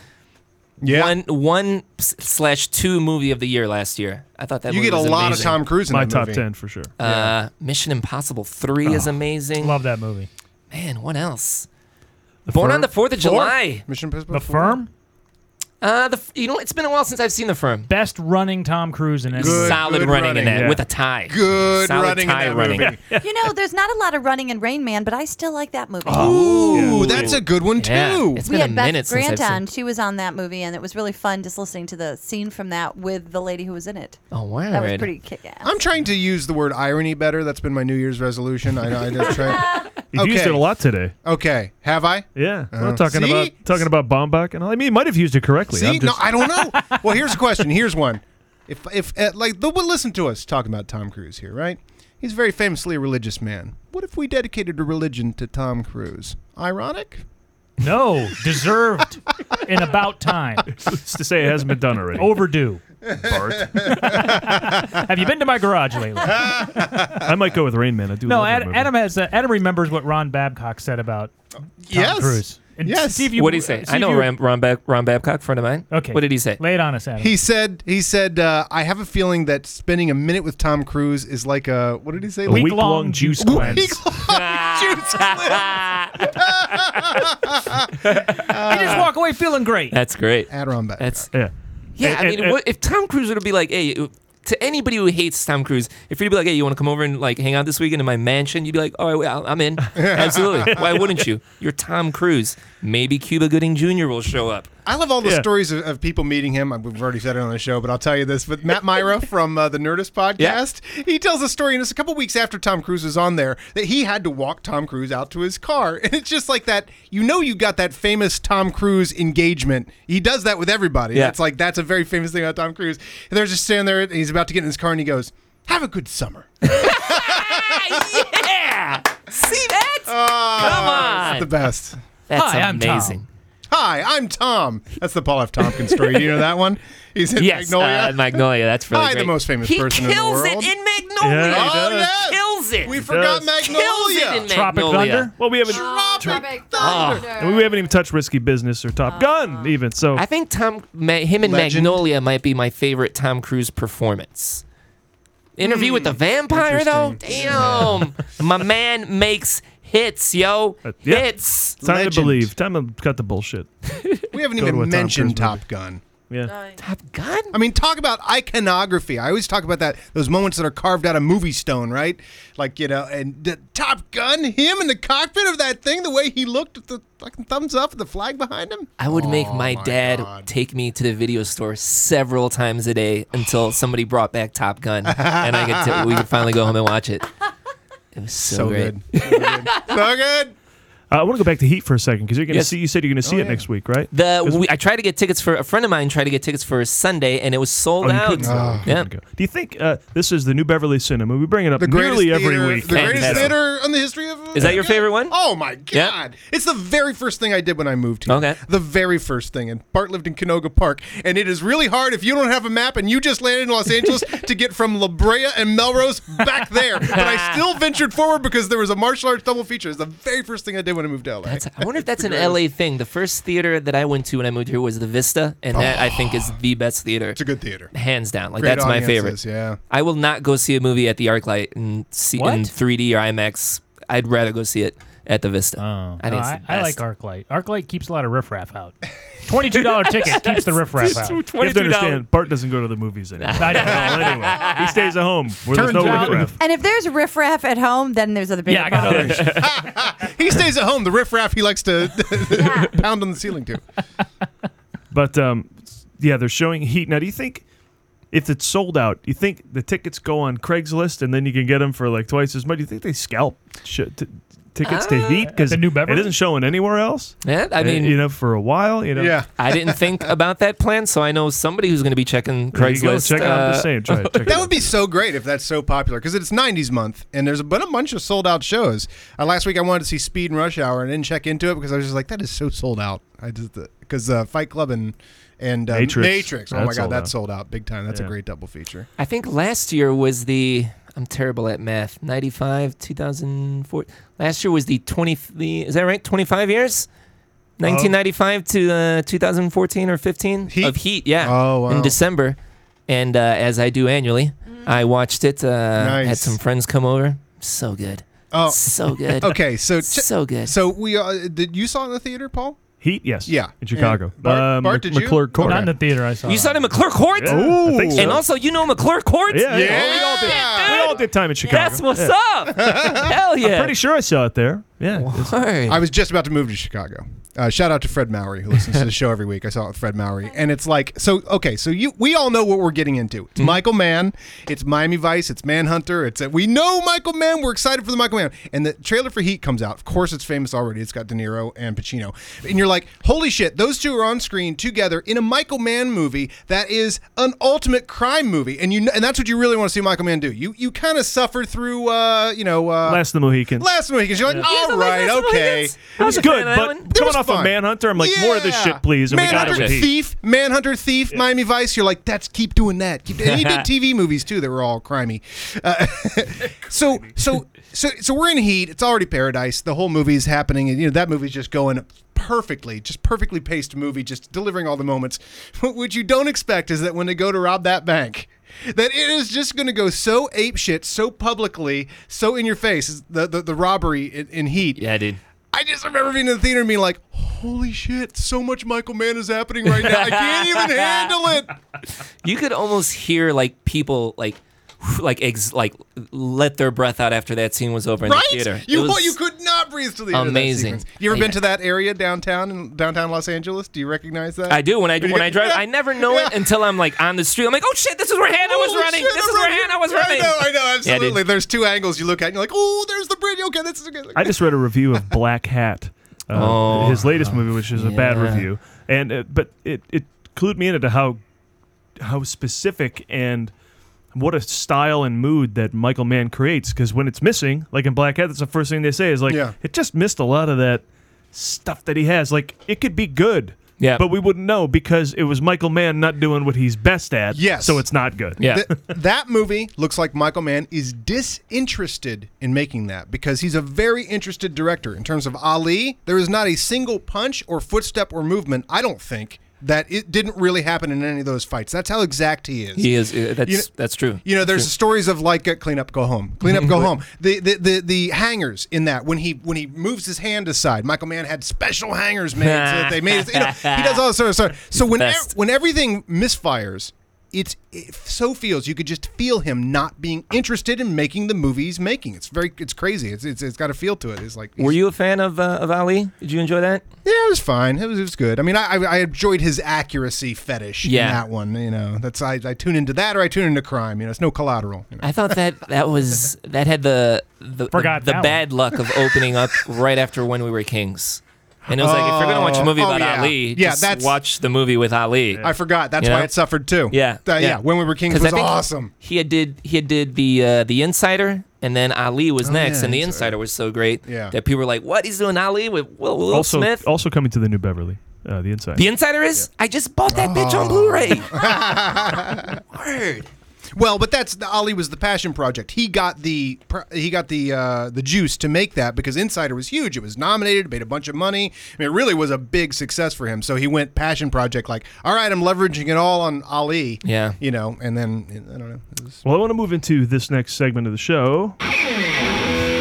Speaker 8: one one s- slash two movie of the year last year. I thought that
Speaker 7: You
Speaker 8: movie
Speaker 7: get a
Speaker 8: was
Speaker 7: lot of
Speaker 8: amazing.
Speaker 7: Tom Cruise in
Speaker 1: My
Speaker 7: that
Speaker 1: top
Speaker 7: movie.
Speaker 1: 10 for sure.
Speaker 8: Uh, Mission Impossible Three is
Speaker 10: Oh,
Speaker 8: amazing.
Speaker 10: Love that movie.
Speaker 8: Man, what else? Born on the Fourth of
Speaker 10: Four?
Speaker 8: July.
Speaker 7: Mission Impossible.
Speaker 10: The Firm.
Speaker 8: Uh, the f- you know it's been a while since I've seen The Firm.
Speaker 10: Best running Tom Cruise in any movie.
Speaker 8: solid running, in that with a tie.
Speaker 10: Good
Speaker 8: solid
Speaker 10: running in
Speaker 8: tie
Speaker 10: that
Speaker 8: running.
Speaker 10: movie.
Speaker 2: you know, there's not a lot of running in Rain Man, but I still like that movie.
Speaker 7: Ooh, that's a good one too.
Speaker 8: Yeah, Oh, it's
Speaker 2: we
Speaker 8: been
Speaker 2: had
Speaker 8: a
Speaker 2: Beth
Speaker 8: minute since I've
Speaker 2: Grant
Speaker 8: seen-
Speaker 2: on. She was on that movie, and it was really fun just listening to the scene from that with the lady who was in it.
Speaker 8: Oh wow,
Speaker 2: That was pretty kick ass.
Speaker 7: I'm trying to use the word irony better. That's been my New Year's resolution. I, I just try.
Speaker 1: You've used it a lot today.
Speaker 7: Okay, have I?
Speaker 1: Yeah,
Speaker 7: Uh,
Speaker 1: we're talking
Speaker 7: see?
Speaker 1: about talking about Bombach and all. I mean, you might have used it correctly.
Speaker 7: See,
Speaker 1: I'm just,
Speaker 7: no, I don't know. well, here's a question. Here's one. If if uh, like the, well, listen to us talking about Tom Cruise here, right? He's very famously a religious man. What if we dedicated a religion to Tom Cruise? Ironic.
Speaker 10: No, deserved in about time.
Speaker 1: [LAUGHS] It's to say it hasn't been done already.
Speaker 10: Overdue.
Speaker 1: Bart.
Speaker 10: [LAUGHS] Have you been to my garage lately?
Speaker 1: I might go with Rain Man. I do.
Speaker 10: no,
Speaker 1: love that
Speaker 10: Adam,
Speaker 1: movie.
Speaker 10: Adam has uh, Adam remembers what Ron Babcock said about Tom
Speaker 8: Yes.
Speaker 10: Cruise.
Speaker 7: Yes.
Speaker 10: see if you-
Speaker 8: what did he say?
Speaker 10: see
Speaker 8: I
Speaker 10: if
Speaker 8: know
Speaker 10: you-
Speaker 8: Ram, Ron, Bab- Ron Babcock, friend of mine.
Speaker 10: Okay.
Speaker 8: What did he say?
Speaker 10: Lay it on us, Adam.
Speaker 7: He said he said uh, I have a feeling that spending a minute with Tom Cruise is like a what did he say?
Speaker 1: A week-long juice
Speaker 7: [LAUGHS]
Speaker 1: cleanse.
Speaker 10: I just walk away feeling great.
Speaker 8: That's great.
Speaker 7: Adron back.
Speaker 8: That's
Speaker 1: yeah.
Speaker 8: Yeah,
Speaker 1: And-
Speaker 8: I mean,
Speaker 1: and-
Speaker 8: what, if Tom Cruise were to be like, hey, to anybody who hates Tom Cruise, if you'd be like, hey, you want to come over and like hang out this weekend in my mansion, you'd be like, oh, I,
Speaker 7: [LAUGHS]
Speaker 8: I'm in. Absolutely. Why wouldn't you? You're Tom Cruise. Maybe Cuba Gooding Jr. will show up.
Speaker 7: I love all the
Speaker 8: Yeah.
Speaker 7: stories of, of people meeting him. I- We've already said it on the show, but I'll tell you this. But Matt
Speaker 8: [LAUGHS]
Speaker 7: Myra from uh, the Nerdist podcast, he tells a story, and it's a couple weeks after Tom Cruise was on there, that he had to walk Tom Cruise out to his car. And it's just like that. You know, you got that famous Tom Cruise engagement. He does that with everybody.
Speaker 8: Yeah.
Speaker 7: It's like that's a very famous thing about Tom Cruise. And they're just standing there, and he's about to get in his car, and he goes, "Have a good
Speaker 8: [LAUGHS]
Speaker 7: summer." [LAUGHS]
Speaker 8: yeah, see that?
Speaker 7: Come
Speaker 8: on.
Speaker 7: the best.
Speaker 8: That's Hi, I'm Tom. amazing.
Speaker 7: Hi, I'm Tom. That's the Paul F. Tompkins story. Do you know that one? He's in
Speaker 8: yes,
Speaker 7: Magnolia.
Speaker 8: uh, Magnolia. That's really
Speaker 7: Hi, the
Speaker 8: great.
Speaker 7: most famous
Speaker 8: He
Speaker 7: person in the
Speaker 8: kills
Speaker 7: world.
Speaker 8: it in Magnolia.
Speaker 7: Yeah, he Oh, does.
Speaker 1: yes.
Speaker 8: kills it.
Speaker 7: We forgot
Speaker 8: Kills it
Speaker 7: Magnolia.
Speaker 8: in Magnolia.
Speaker 1: Well, we haven't.
Speaker 7: Tropic
Speaker 8: Thunder.
Speaker 1: And we haven't even touched Risky Business or Top Gun, even. So
Speaker 8: I think Tom, Ma- him and
Speaker 1: Legend.
Speaker 8: Magnolia might be my favorite Tom Cruise performance. Interview with
Speaker 1: Hmm.
Speaker 8: the Vampire, though?
Speaker 1: [LAUGHS]
Speaker 8: Damn. my man makes hits, yo.
Speaker 1: Uh, yeah.
Speaker 8: Hits.
Speaker 1: time to believe. Time to cut the bullshit.
Speaker 7: We haven't
Speaker 1: Go to a
Speaker 7: even
Speaker 1: Tom
Speaker 7: mentioned
Speaker 1: Cruise movie.
Speaker 7: Top Gun.
Speaker 1: Yeah.
Speaker 8: Top Gun?
Speaker 7: I mean, talk about iconography. I always talk about that those moments that are carved out of movie stone, right? Like you know, and the Top Gun, him in the cockpit of that thing, the way he looked at the fucking thumbs up, and the flag behind him.
Speaker 8: I would make
Speaker 7: Oh,
Speaker 8: my, dad take me to the video store several times a day until somebody brought back Top Gun, and I could t- we could finally go home and watch it. It was so,
Speaker 7: So
Speaker 8: great.
Speaker 7: so good.
Speaker 1: Uh, I want to go back to Heat for a second because you're going to
Speaker 8: Yes. Oh,
Speaker 1: see. You said you're going to see it next week, right?
Speaker 8: The we, I tried to get tickets for a friend of mine tried to get tickets for Sunday, and it was sold
Speaker 1: Oh, you
Speaker 8: out.
Speaker 1: couldn't go. You
Speaker 8: yeah.
Speaker 1: couldn't go. Do you think uh, this is the new Beverly Cinema? We bring it up
Speaker 7: The greatest
Speaker 1: nearly every
Speaker 7: theater-
Speaker 1: week.
Speaker 7: The greatest
Speaker 1: Fantastic.
Speaker 7: theater in the history of.
Speaker 8: Is that your favorite one?
Speaker 7: Oh my god!
Speaker 8: Yeah.
Speaker 7: It's the very first thing I did when I moved here.
Speaker 8: Okay.
Speaker 7: The very first thing, and Bart lived in Canoga Park, and it is really hard if you don't have a map and you just landed in Los
Speaker 8: [LAUGHS]
Speaker 7: Angeles to get from La Brea and
Speaker 8: [LAUGHS]
Speaker 7: Melrose back there. But I still ventured forward because there was a martial arts double feature. It's the very first thing I did when I moved to LA.
Speaker 8: That's, I wonder if that's an LA thing. The first theater that I went to when I moved here was the Vista, and that I think is the best theater. It's
Speaker 7: a good theater,
Speaker 8: hands down. Like
Speaker 7: Great
Speaker 8: that's my favorite.
Speaker 7: audiences, yeah.
Speaker 8: I will not go see a movie at the ArcLight and see
Speaker 10: What?
Speaker 8: in 3D or IMAX. I'd rather go see it at the Vista. Oh, I
Speaker 10: No,
Speaker 8: think
Speaker 10: I,
Speaker 8: it's the
Speaker 10: I like
Speaker 8: best.
Speaker 10: ArcLight. ArcLight keeps a lot of riffraff out. Twenty-two dollar ticket keeps the riffraff out.
Speaker 1: You have to understand, Bart doesn't go to the movies anymore.
Speaker 10: I don't know.
Speaker 1: anyway, he stays at home where there's
Speaker 10: Turns
Speaker 1: no
Speaker 10: out-
Speaker 1: riffraff.
Speaker 20: And if there's riffraff at home, then there's other people.
Speaker 7: he stays at home. The riffraff he likes to [LAUGHS] pound on the ceiling
Speaker 8: [LAUGHS]
Speaker 7: too.
Speaker 1: But um, yeah, they're showing Heat now. Do you think if it's sold out, do you think the tickets go on Craigslist and then you can get them for like twice as much? Do you think they scalp sh- t- tickets to Heat because it isn't showing anywhere else?
Speaker 8: Yeah, I
Speaker 1: Uh,
Speaker 8: mean-
Speaker 1: you know, for a while, you know.
Speaker 8: I didn't think about that plan, so I know somebody who's going to be checking
Speaker 1: There you go,
Speaker 8: Craigslist. uh,
Speaker 1: check it out the same, try it, check
Speaker 7: Uh, That would be so great if that's so popular because it's 90s month and there's been a bunch of sold out shows. Uh, last week I wanted to see Speed and Rush Hour and didn't check into it because I was just like, that is so sold out. I just because uh, Fight Club and and uh,
Speaker 8: Matrix.
Speaker 7: Oh my
Speaker 8: That's
Speaker 7: god,
Speaker 8: sold
Speaker 7: that's
Speaker 8: out.
Speaker 7: sold out big time. That's a
Speaker 8: Yeah.
Speaker 7: great double feature.
Speaker 8: I think last year was the I'm terrible at math. 95, 2004. Last year was the 20 the is that right? 25 years? 1995 to uh, 2014 or 15 of Heat, yeah.
Speaker 7: Oh, wow.
Speaker 8: In December. And uh, as I do annually, I watched it. Uh, Had
Speaker 7: Nice.
Speaker 8: some friends come over. So good.
Speaker 1: Oh. [LAUGHS]
Speaker 8: so good.
Speaker 7: Oh, okay, so ch-
Speaker 8: so good.
Speaker 7: So we uh, did you saw it in the theater, Paul?
Speaker 1: Heat, yes.
Speaker 7: Yeah,
Speaker 1: In Chicago.
Speaker 7: And Bart,
Speaker 1: Um,
Speaker 7: Bart,
Speaker 1: Mc-
Speaker 7: did you?
Speaker 1: McClure Court.
Speaker 10: Not in the theater. I saw.
Speaker 8: You
Speaker 10: it.
Speaker 8: saw the McClure Court?
Speaker 1: Yeah, I think so.
Speaker 8: And also, you know McClure Court?
Speaker 1: Yeah, yeah. Oh, we all did. We all did time in Chicago.
Speaker 8: That's what's
Speaker 1: Yeah. [LAUGHS]
Speaker 8: up. Hell yeah.
Speaker 1: I'm pretty sure I saw it there. Yeah.
Speaker 7: I was just about to move to Chicago. Uh, shout out to Fred Mowry who listens
Speaker 1: [LAUGHS]
Speaker 7: to the show every week. I saw it with Fred Mowry, and it's like so. Okay, so you we all know what we're getting into.
Speaker 1: Hmm.
Speaker 7: It's Michael Mann, it's Miami Vice, it's Manhunter. It's uh, we know Michael Mann. We're excited for the Michael Mann, and the trailer for Heat comes out. Of course, it's famous already. It's got De Niro and Pacino, and you're like, holy shit, those two are on screen together in a Michael Mann movie that is an ultimate crime movie, and you kn- and that's what you really want to see Michael Mann do. You you kind of suffer through, uh, you know, uh,
Speaker 1: Last of the Mohicans.
Speaker 7: Last of the Mohicans. You're like,
Speaker 1: Yeah.
Speaker 7: all right, okay.
Speaker 1: That was good, but
Speaker 7: It
Speaker 1: coming
Speaker 7: was
Speaker 1: off of
Speaker 7: fun.
Speaker 1: Manhunter, I'm like, more of this
Speaker 7: Yeah.
Speaker 1: shit, please. And we
Speaker 7: Manhunter
Speaker 1: got it with Heat.
Speaker 7: Thief, Manhunter Thief, Miami Vice. You're like, that's keep doing that. Keep doing-" and
Speaker 1: [LAUGHS]
Speaker 7: he did TV movies too that were all crimey. Uh, [LAUGHS] so so so so we're in Heat. It's already paradise. The whole movie is happening, and you know that movie's just going perfectly, just perfectly paced movie, just delivering all the moments. [LAUGHS] what you don't expect is that when they go to rob that bank. That it is just going to go so ape shit, so publicly, so in your face. The the, the robbery in, in Heat.
Speaker 8: Yeah, dude.
Speaker 7: I just remember being in the theater and being like, "Holy shit! So much Michael Mann is happening right now. I can't
Speaker 8: [LAUGHS]
Speaker 7: even handle it."
Speaker 8: you could almost hear like people like [LAUGHS] like ex- like let their breath out after that scene was over in
Speaker 7: right?
Speaker 8: the theater.
Speaker 7: You
Speaker 8: It was-
Speaker 7: you could not breathe to the end
Speaker 8: amazing.
Speaker 7: Of that sequence. you ever
Speaker 8: Yeah.
Speaker 7: been to that area downtown in downtown Los Angeles? Do you recognize that?
Speaker 8: I do when I
Speaker 7: You
Speaker 8: when I
Speaker 7: get-
Speaker 8: drive.
Speaker 7: Yeah.
Speaker 8: I never know it until I'm like on the street. I'm like, oh shit, this is where Hannah was
Speaker 7: Holy
Speaker 8: running.
Speaker 7: shit,
Speaker 8: this is
Speaker 7: I'm
Speaker 8: where
Speaker 7: right here.
Speaker 8: Hannah was
Speaker 7: Yeah,
Speaker 8: running.
Speaker 7: I know, I know,
Speaker 8: Yeah, dude.
Speaker 7: absolutely. There's two angles you look at, and you're like, "Oh, there's the bridge. Okay, this is good."
Speaker 1: I just read a review of Black Hat, uh,
Speaker 8: Oh.
Speaker 1: his latest movie, which is a bad
Speaker 8: Yeah.
Speaker 1: review, and uh, but it it clued me into how how specific and what a style and mood that Michael Mann creates. Because when it's missing, like in Black Hat, that's the first thing they say is like,
Speaker 7: Yeah.
Speaker 1: it just missed a lot of that stuff that he has. Like it could be good.
Speaker 8: Yeah.
Speaker 1: But we wouldn't know because it was Michael Mann not doing what he's best at.
Speaker 7: Yes.
Speaker 1: So it's not good.
Speaker 7: Th- that movie looks like Michael Mann is disinterested in making that because he's a very interested director. In terms of Ali, there is not a single punch or footstep or movement, I don't think, that it didn't really happen in any of those fights. That's how exact he is.
Speaker 8: He is. uh, That's
Speaker 7: You know-
Speaker 8: that's true.
Speaker 7: You know, there's
Speaker 8: True.
Speaker 7: stories of like uh, clean up, go home, clean
Speaker 8: [LAUGHS]
Speaker 7: up, go home. The, the the the hangers in that when he when he moves his hand aside, Michael Mann had special hangers made. so that they made his, you know, he does all this sort of
Speaker 8: [LAUGHS]
Speaker 7: stuff. So when ev- when everything misfires, it's it so feels you could just feel him not being interested in making the movie he's making. It's very it's crazy. It's it's, it's got a feel to it. It's like
Speaker 8: Were you a fan of uh, of Ali? Did you enjoy that?
Speaker 7: yeah, it was fine. It was, it was good. I mean, I, I I enjoyed his accuracy fetish
Speaker 8: Yeah.
Speaker 7: in that one. You know, that's I, I tune into that or I tune into crime. You know, it's no collateral. you know.
Speaker 8: I thought that that was that had the the
Speaker 7: Forgot
Speaker 8: the
Speaker 7: that
Speaker 8: bad luck of opening up right after When We Were Kings. And it was like if you're gonna watch a movie
Speaker 7: Oh,
Speaker 8: about
Speaker 7: yeah.
Speaker 8: Ali,
Speaker 7: Yeah,
Speaker 8: just
Speaker 7: that's-
Speaker 8: watch the movie with Ali.
Speaker 7: I forgot. That's
Speaker 8: You
Speaker 7: why
Speaker 8: know?
Speaker 7: it suffered too.
Speaker 8: Yeah,
Speaker 7: Uh, yeah. When we were kings
Speaker 8: 'Cause I
Speaker 7: was
Speaker 8: think
Speaker 7: awesome.
Speaker 8: He had did he had did the uh, the Insider, and then Ali was
Speaker 7: Oh,
Speaker 8: next,
Speaker 7: yeah,
Speaker 8: and the
Speaker 7: Insider.
Speaker 8: Insider was so great
Speaker 7: Yeah.
Speaker 8: that people were like, "What he's doing Ali with Will, Will
Speaker 1: also, oh.
Speaker 8: Smith?"
Speaker 1: also coming to the New Beverly, uh, the inside.
Speaker 7: Oh. [LAUGHS]
Speaker 8: The Insider is. I just bought that bitch on Blu-ray. Word.
Speaker 7: Well, but that's the Ali was the passion project. He got the pr- he got the uh, the juice to make that because Insider was huge. It was nominated, made a bunch of money. I mean, it really was a big success for him. So he went passion project like, all right, I'm leveraging it all on Ali.
Speaker 1: Yeah.
Speaker 7: you know, and then I don't know.
Speaker 1: Well, I want to move into this next segment of the show.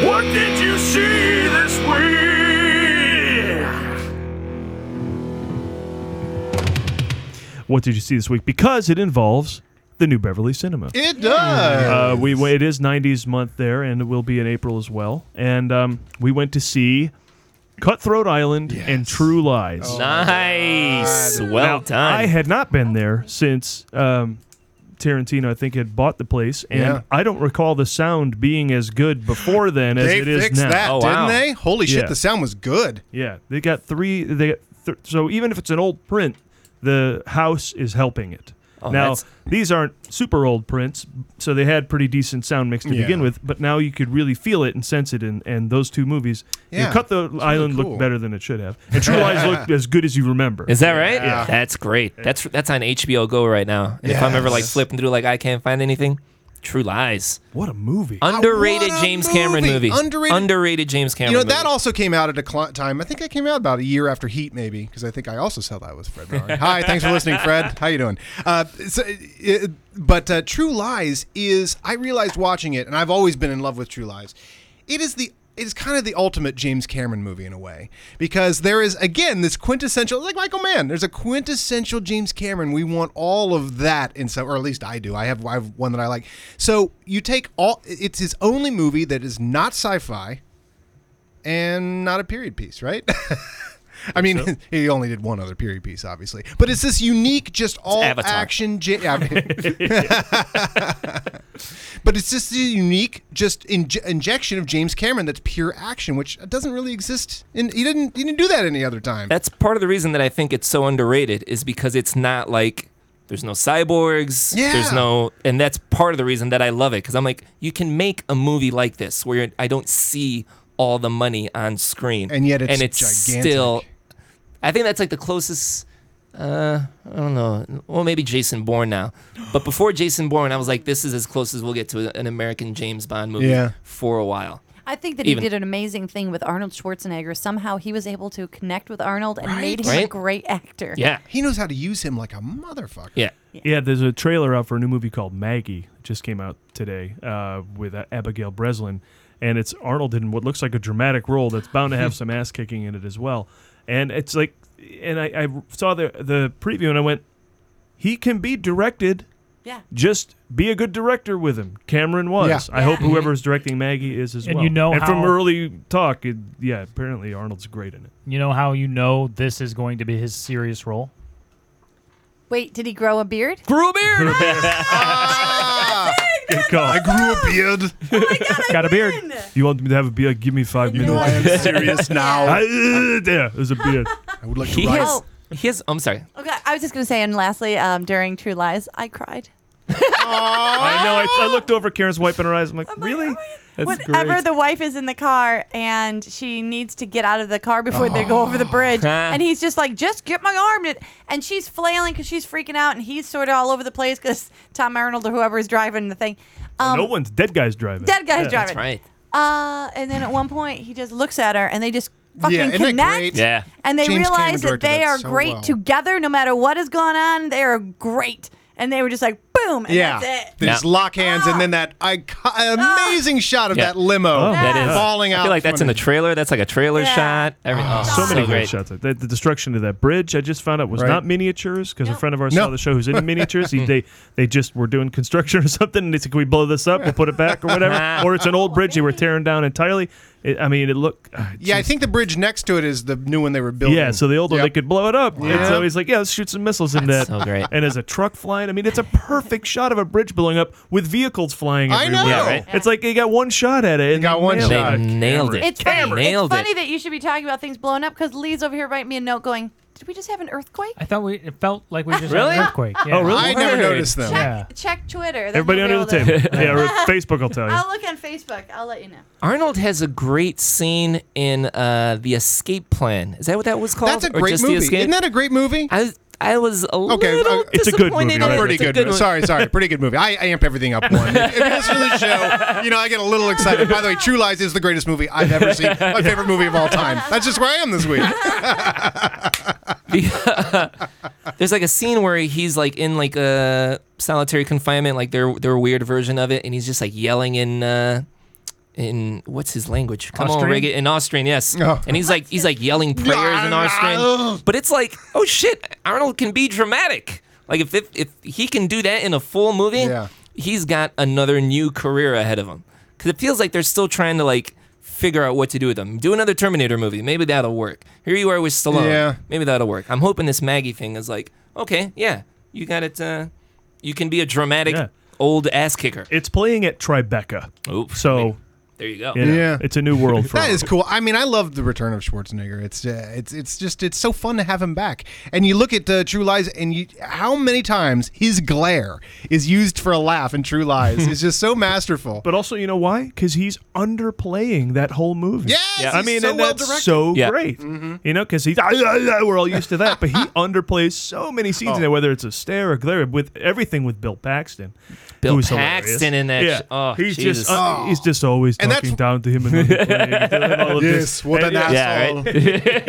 Speaker 17: What did you see this week?
Speaker 1: What did you see this week? Because it involves the New Beverly Cinema.
Speaker 7: It does.
Speaker 1: Uh, we wa- it is '90s month there, and it will be in April as well. And um, we went to see Cutthroat Island and True Lies.
Speaker 8: Oh. nice. Well
Speaker 1: Now,
Speaker 8: done.
Speaker 1: I had not been there since um, Tarantino, I think, had bought the place, and
Speaker 7: Yeah.
Speaker 1: I don't recall the sound being as good before then as
Speaker 7: they
Speaker 1: it is
Speaker 7: fixed
Speaker 1: now.
Speaker 8: Oh,
Speaker 7: that, didn't they? Holy shit,
Speaker 1: Yeah.
Speaker 7: the sound was good.
Speaker 1: Yeah, they got three. They got th- so even if it's an old print, the house is helping it.
Speaker 8: Oh,
Speaker 1: now
Speaker 8: that's-
Speaker 1: these aren't super old prints, so they had pretty decent sound mix to
Speaker 8: Yeah.
Speaker 1: begin with. But now you could really feel it and sense it. And, and those two movies, you know,
Speaker 8: Yeah,
Speaker 1: cut the
Speaker 8: it's really
Speaker 1: island
Speaker 8: cool.
Speaker 1: looked better than it should have, and True
Speaker 8: [LAUGHS]
Speaker 1: Lies looked as good as you remember.
Speaker 8: Is that right?
Speaker 1: Yeah.
Speaker 8: That's great. That's that's on HBO Go right now. And if I'm ever like
Speaker 1: Yes.
Speaker 8: flipping through, like I can't find anything, True Lies.
Speaker 1: What a movie!
Speaker 8: Underrated
Speaker 7: What a
Speaker 8: James Cameron
Speaker 7: movie.
Speaker 8: movie.
Speaker 7: Underrated-
Speaker 8: James
Speaker 7: You
Speaker 8: Cameron.
Speaker 7: know,
Speaker 8: movie.
Speaker 7: that also came out at a cl- time. I think that came out about a year after Heat, maybe, because I think I also saw that with Fred. Rowan. Hi, thanks for listening, Fred. How you doing? Uh, so, it, but uh, True Lies is I realized watching it, and I've always been in love with True Lies. It is the it is kind of the ultimate James Cameron movie in a way because there is again this quintessential like Michael Mann. There's a quintessential James Cameron. We want all of that, and so or at least I do. I have I have one that I like. So you take all. It's his only movie that is not sci-fi and not a period piece, right? [LAUGHS] I mean, [LAUGHS] he only did one other period piece, obviously, but it's this unique, just all
Speaker 8: Avatar. [LAUGHS]
Speaker 7: action. Ja- yeah, I mean- [LAUGHS] but it's just a unique, just inj- injection of James Cameron that's pure action, which doesn't really exist. And he didn't, he didn't do that any other time.
Speaker 8: That's part of the reason that I think it's so underrated is because it's not like there's no cyborgs.
Speaker 7: Yeah.
Speaker 8: There's no, and that's part of the reason that I love it because I'm like, you can make a movie like this where I don't see all the money on screen,
Speaker 7: And yet it's
Speaker 8: and it's
Speaker 7: gigantic.
Speaker 8: still. I think that's like the closest. Uh, I don't know. Well, maybe Jason Bourne now, but before Jason Bourne, I was like, this is as close as we'll get to an American James Bond movie
Speaker 7: Yeah.
Speaker 8: for a while.
Speaker 2: I think that
Speaker 8: Even-
Speaker 2: he did an amazing thing with Arnold Schwarzenegger. Somehow he was able to connect with Arnold and made him a
Speaker 1: Right?
Speaker 2: great actor.
Speaker 7: he knows how to use him like a motherfucker.
Speaker 8: Yeah.
Speaker 1: yeah, There's a trailer out for a new movie called Maggie. It just came out today uh, with uh, Abigail Breslin, and it's Arnold in what looks like a dramatic role that's bound to
Speaker 8: [LAUGHS]
Speaker 1: have some ass kicking in it as well. And it's like, and I, I saw the the preview and I went, he can be directed.
Speaker 2: Yeah.
Speaker 1: Just be a good director with him. Cameron was.
Speaker 10: Yeah.
Speaker 1: I hope
Speaker 10: Yeah.
Speaker 1: whoever is directing Maggie is as
Speaker 10: And
Speaker 1: well.
Speaker 10: you know
Speaker 1: and from
Speaker 10: how-
Speaker 1: early talk, it, yeah, apparently Arnold's great in it.
Speaker 10: You know how you know this is going to be his serious role?
Speaker 2: Wait, did he grow a beard?
Speaker 8: Grew a beard.
Speaker 1: Good call. I
Speaker 7: grew a
Speaker 10: [LAUGHS]
Speaker 7: beard.
Speaker 10: Oh
Speaker 1: Got a beard. You want me to have a beard? Give me five minutes.
Speaker 7: know I am serious now.
Speaker 1: I, uh, there, there's a
Speaker 10: [LAUGHS]
Speaker 1: beard.
Speaker 7: I would like
Speaker 8: He
Speaker 2: write-
Speaker 8: has. He has. I'm sorry.
Speaker 2: Okay, I was just going to say, and lastly, um, during True Lies, I cried.
Speaker 1: I know. I,
Speaker 10: Oh!
Speaker 1: I looked over. Karen's wiping her eyes. I'm like, really? That's
Speaker 2: Whenever oh the wife is in the car and she needs to get out of the car before they
Speaker 8: Oh.
Speaker 2: go over the
Speaker 8: [LAUGHS]
Speaker 2: bridge, and he's just like, "Just get my arm," and- and she's flailing because she's freaking out, and he's sort of all over the place because Tom Arnold or whoever is driving the thing. Um,
Speaker 1: no one's dead. Guys driving.
Speaker 2: Dead guy's driving.
Speaker 8: Oh, That's right.
Speaker 2: Uh, and then at one point, he just looks at her, and they just fucking
Speaker 8: Yeah, isn't that
Speaker 2: connect.
Speaker 8: great? Yeah.
Speaker 2: And they
Speaker 8: James Cameron
Speaker 2: realize that
Speaker 8: directed
Speaker 2: they
Speaker 8: that
Speaker 2: are
Speaker 8: so
Speaker 2: great
Speaker 8: well.
Speaker 2: together, no matter what has gone on. They are great, and they were just like, boom, and
Speaker 7: yeah,
Speaker 2: that's it. Ah.
Speaker 7: they just lock hands, and then that ico- amazing shot of
Speaker 8: Yeah. Oh,
Speaker 7: that limo
Speaker 8: that is
Speaker 7: falling out.
Speaker 8: I feel like that's in
Speaker 7: from
Speaker 8: the trailer. That's like a trailer shot. Every, oh,
Speaker 1: so many great
Speaker 8: great
Speaker 1: shots. The, the [LAUGHS] destruction of that bridge, I just found out was
Speaker 8: Right.
Speaker 1: not miniatures because a friend of ours
Speaker 8: No.
Speaker 1: saw the show who's in miniatures. He, they they just were doing construction or something, and they said, "Can we blow this up? We'll put it back or whatever." or it's an old bridge they were tearing down entirely. It, I mean, it looked.
Speaker 7: Yeah, I think the bridge next to it is the new one they were building.
Speaker 1: Yeah, so the old one they could blow it up. And
Speaker 7: Yeah.
Speaker 1: so he's like, "Yeah, let's shoot some missiles in that."
Speaker 8: so great.
Speaker 1: And as a truck flying, I mean, it's a perfect shot of a bridge blowing up with vehicles flying.
Speaker 7: I
Speaker 1: everywhere.
Speaker 7: know. Yeah, right.
Speaker 1: It's like they got one shot at it. And got
Speaker 7: one
Speaker 1: [LAUGHS]
Speaker 7: shot. They
Speaker 8: nailed it.
Speaker 2: It's funny.
Speaker 8: Nailed
Speaker 2: it's
Speaker 8: it.
Speaker 2: funny that you should be talking about things blowing up because Lee's over here writing me a note going, "Did we just have an earthquake?"
Speaker 10: I thought we it felt like
Speaker 8: Ah,
Speaker 10: we just
Speaker 1: Really?
Speaker 10: had an earthquake.
Speaker 1: Oh, really? I never Word. noticed them.
Speaker 10: that. Yeah.
Speaker 2: Check Twitter. There's
Speaker 1: Everybody
Speaker 2: nobody
Speaker 1: under the
Speaker 2: able to-
Speaker 1: table. yeah, [LAUGHS] or
Speaker 14: [LAUGHS]
Speaker 1: Facebook will tell you.
Speaker 2: I'll look on Facebook. I'll let you know.
Speaker 8: Arnold has a great scene in uh, the Escape Plan. Is that what that was called?
Speaker 7: That's a
Speaker 8: Or
Speaker 7: great
Speaker 8: just The
Speaker 7: movie.
Speaker 8: Escape?
Speaker 7: Isn't that a great movie?
Speaker 8: I, I was a little
Speaker 1: It's a good movie.
Speaker 8: disappointed in it.
Speaker 1: right?
Speaker 7: Pretty
Speaker 1: It's a
Speaker 7: good.
Speaker 1: good
Speaker 7: movie.
Speaker 1: one.
Speaker 7: Sorry, sorry. Pretty good movie. I, I amp everything up one. If you listen to the show, you know I get a little excited. By the way, True Lies is the greatest movie I've ever seen. My favorite movie of all time. That's just where I am this week.
Speaker 8: [LAUGHS] There's like a scene where he's like in like a solitary confinement, like their their weird version of it, and he's just like yelling in uh, in what's his language? Come on,
Speaker 10: Austrian?
Speaker 8: Reagan, in Austrian, yes.
Speaker 10: Oh.
Speaker 8: And he's like he's like
Speaker 10: [LAUGHS]
Speaker 8: yelling prayers in Austrian, but it's like oh shit, Arnold can be dramatic. Like if if, if he can do that in a full movie, he's got another new career ahead of him. Because it feels like they're still trying to like figure out what to do with him. Do another Terminator movie, maybe that'll work. Here you are with Stallone,
Speaker 7: Yeah.
Speaker 8: maybe that'll work. I'm hoping this Maggie thing is like okay, yeah, you got it. Uh, you can be a dramatic old ass kicker.
Speaker 1: It's playing at Tribeca.
Speaker 8: Oops.
Speaker 1: So
Speaker 8: There you go.
Speaker 1: you know, it's a new world for
Speaker 7: That
Speaker 1: him.
Speaker 7: is cool. I mean, I love the return of Schwarzenegger. It's uh, it's it's just it's so fun to have him back. And you look at uh, True Lies, and you how many times his glare is used for a laugh in True Lies. it's just so masterful.
Speaker 1: But also, you know why? Because he's underplaying that whole movie.
Speaker 7: Yes,
Speaker 1: I
Speaker 7: he's
Speaker 1: mean,
Speaker 7: so Mm-hmm.
Speaker 1: and
Speaker 7: well
Speaker 1: that's
Speaker 7: directed.
Speaker 1: so
Speaker 7: Yeah.
Speaker 1: great. You know, because he's "Ah, ah, ah," we're all used to that, but he
Speaker 7: [LAUGHS]
Speaker 1: underplays so many scenes
Speaker 8: Oh.
Speaker 1: in there, whether it's a stare or glare, with everything with Bill Paxton.
Speaker 8: Bill
Speaker 1: who's
Speaker 8: Paxton
Speaker 1: hilarious.
Speaker 8: in that
Speaker 1: Yeah.
Speaker 8: sh- oh,
Speaker 1: he's
Speaker 8: Jesus.
Speaker 1: just uh,
Speaker 8: Oh.
Speaker 1: he's just always
Speaker 7: And
Speaker 1: talking down to him and underplaying, doing all of this.
Speaker 7: yes, what an
Speaker 1: And-
Speaker 7: asshole.
Speaker 8: [LAUGHS]
Speaker 1: [LAUGHS]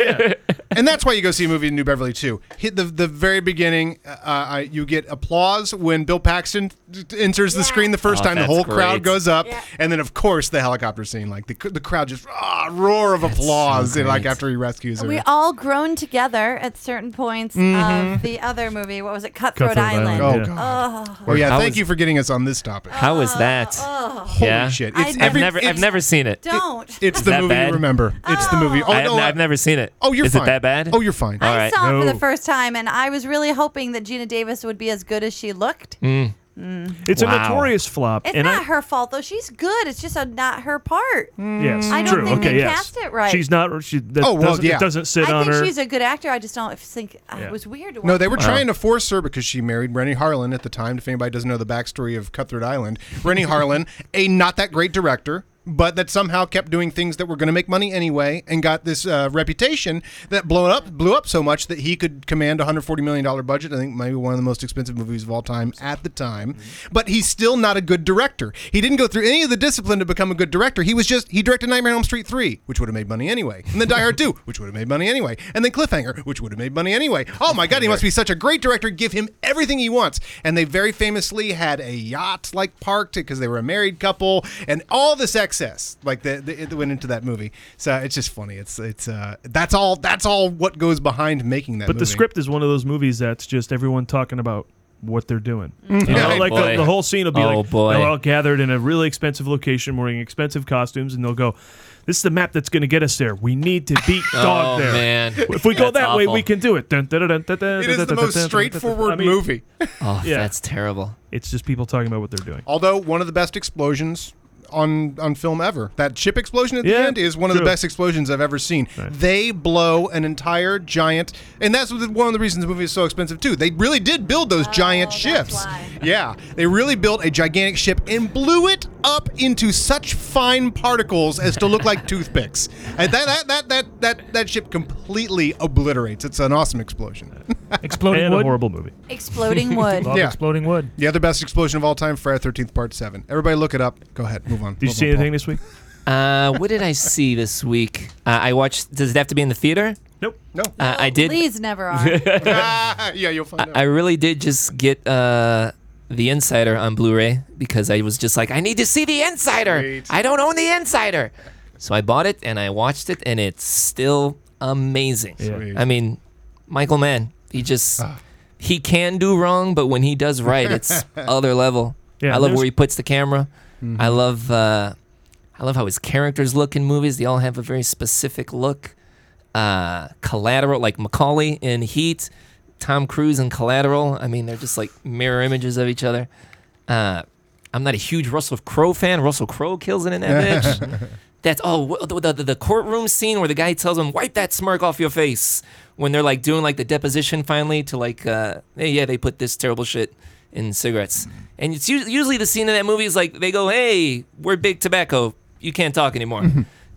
Speaker 7: and that's why you go see a movie in New Beverly too. Hit the the very beginning, uh, uh, you get applause when Bill Paxton t- t- enters the screen the first
Speaker 8: Oh,
Speaker 7: time. The
Speaker 8: that's
Speaker 7: whole crowd
Speaker 8: great.
Speaker 7: goes up, and then of course the helicopter scene, like the c- the crowd just ah, roar of applause, and, like after he rescues her.
Speaker 2: We all groaned together at certain points
Speaker 7: Mhm.
Speaker 2: of the other movie. What was it? Cutthroat,
Speaker 7: Cutthroat
Speaker 2: Island.
Speaker 7: Island, yeah. Oh, God.
Speaker 2: Ugh.
Speaker 7: well, yeah,
Speaker 8: How
Speaker 7: thank
Speaker 8: was-
Speaker 7: you for getting us on this topic.
Speaker 8: How is that? Oh.
Speaker 7: Holy
Speaker 8: yeah.
Speaker 7: shit!
Speaker 2: I
Speaker 7: It's
Speaker 2: don't-
Speaker 8: Oh. I've
Speaker 7: every,
Speaker 8: never, I've
Speaker 7: it's-
Speaker 8: never seen it.
Speaker 2: Don't.
Speaker 7: It's
Speaker 8: Is
Speaker 7: the
Speaker 8: that
Speaker 7: movie
Speaker 8: bad?
Speaker 7: you remember. It's the movie. Oh
Speaker 8: I have,
Speaker 7: no,
Speaker 8: n- I've never seen it.
Speaker 7: Oh, you're
Speaker 8: Is
Speaker 7: fine.
Speaker 8: it that bad?
Speaker 7: Oh, you're fine.
Speaker 8: All right.
Speaker 2: Saw it for the first time, and I was really hoping that Gina Davis would be as good as she looked.
Speaker 8: Mm.
Speaker 2: Mm.
Speaker 1: It's a
Speaker 8: Wow.
Speaker 1: notorious flop.
Speaker 2: It's
Speaker 1: and
Speaker 2: not
Speaker 1: I, Mm.
Speaker 2: her fault though. She's good. It's just a, not her part.
Speaker 1: Yes,
Speaker 2: I don't
Speaker 1: true.
Speaker 2: think
Speaker 1: okay,
Speaker 2: they
Speaker 1: yes.
Speaker 2: cast it right.
Speaker 1: She's not. She, that
Speaker 7: Oh, well,
Speaker 1: doesn't,
Speaker 7: yeah.
Speaker 1: It doesn't sit
Speaker 2: I
Speaker 1: on
Speaker 2: think
Speaker 1: her.
Speaker 2: she's a good actor. I just don't think uh,
Speaker 1: Yeah.
Speaker 2: it was weird. to
Speaker 7: No,
Speaker 2: watch.
Speaker 7: they were trying to force her because she married Rennie Harlan at the time. If anybody doesn't know the backstory of Cutthroat Island,
Speaker 2: [LAUGHS]
Speaker 7: Rennie Harlan, a not that great director, but that somehow kept doing things that were going to make money anyway, and got this uh, reputation that blown up, blew up so much that he could command a 140 million dollar budget. I think maybe one of the most expensive movies of all time at the time.
Speaker 2: Mm-hmm.
Speaker 7: But he's still not a good director. He didn't go through any of the discipline to become a good director. He was just he directed Nightmare on Elm Street three, which would have made money anyway, and then Die Hard two, which would have made money anyway, and then Cliffhanger, which would have made money anyway. Oh my god, he must be such a great director. Give him everything he wants. And they very famously had a yacht like parked because they were a married couple, and all this excess like that that went into that movie. So it's just funny. It's it's uh that's all that's all what goes behind making that.
Speaker 1: but the
Speaker 7: movie.
Speaker 1: script is one of those movies that's just everyone talking about what they're doing. You
Speaker 7: Mhm.
Speaker 1: know,
Speaker 7: Oh,
Speaker 1: like
Speaker 7: boy.
Speaker 1: the, the whole scene will be
Speaker 8: Mm-hmm. Oh,
Speaker 1: like
Speaker 8: boy.
Speaker 1: they're all gathered in a really expensive location wearing expensive costumes, and they'll go, "This is the map that's going to get us there. We need to beat dog
Speaker 8: Oh,
Speaker 1: there.
Speaker 8: man.
Speaker 1: If we go
Speaker 8: That's
Speaker 1: that way,
Speaker 8: awful.
Speaker 1: we can do it." Dun, dun, dun, dun, dun, dun,
Speaker 7: It is
Speaker 1: dun,
Speaker 7: the
Speaker 1: dun, [LAUGHS]
Speaker 7: most
Speaker 1: dun, dun, dun, dun, dun.
Speaker 7: straightforward
Speaker 1: I mean,
Speaker 7: movie.
Speaker 8: Oh,
Speaker 1: Yeah.
Speaker 8: that's terrible.
Speaker 1: It's just people talking about what they're doing.
Speaker 7: Although one of the best explosions on on film ever. That ship explosion at the
Speaker 1: Yeah,
Speaker 7: end is one of the
Speaker 1: true.
Speaker 7: best explosions I've ever seen. They blow an entire giant, and that's the- one of the reasons the movie is so expensive too. They really did build those giant ships. Yeah, they really built a gigantic ship and blew it up into such fine particles as to look like toothpicks. And that that that that that, that ship completely obliterates. It's an awesome explosion.
Speaker 10: Exploding wood.
Speaker 1: movie.
Speaker 2: Exploding wood.
Speaker 10: Love Exploding wood.
Speaker 7: The other best explosion of all time, Friday Thirteenth Part Seven. Everybody, look it up. Go ahead, move on.
Speaker 1: Did you see anything this week?
Speaker 8: Uh, what did I see this week? Uh, I watched. Does it have to be in the theater?
Speaker 1: Nope.
Speaker 7: No.
Speaker 8: Uh, I did.
Speaker 2: Please never are.
Speaker 7: [LAUGHS] yeah, you'll find
Speaker 8: I, I really did just get uh, the Insider on Blu-ray because I was just like, I need to see the Insider. I don't own the Insider, so I bought it and I watched it, and it's still amazing.
Speaker 7: Sweet.
Speaker 8: I mean, Michael Mann, he just
Speaker 1: Ah.
Speaker 8: he can do wrong, but when he does
Speaker 1: [LAUGHS]
Speaker 8: right, it's other level.
Speaker 1: Yeah,
Speaker 8: I love
Speaker 1: there's-
Speaker 8: where he puts the camera. I
Speaker 1: Mhm.
Speaker 8: love uh, I love how his characters look in movies. They all have a very specific look. Uh, collateral, like Macaulay in Heat, Tom Cruise in Collateral. I mean, they're just like mirror images of each other. Uh, I'm not a huge Russell Crowe fan. Russell Crowe kills it
Speaker 1: [LAUGHS]
Speaker 8: in that bitch. That's oh wh- the, the the courtroom scene where the guy tells him wipe that smirk off your face when they're like doing like the deposition finally to like uh hey yeah they put this terrible shit in cigarettes and it's usually, usually the scene in that movie is like they go hey we're big tobacco you can't talk anymore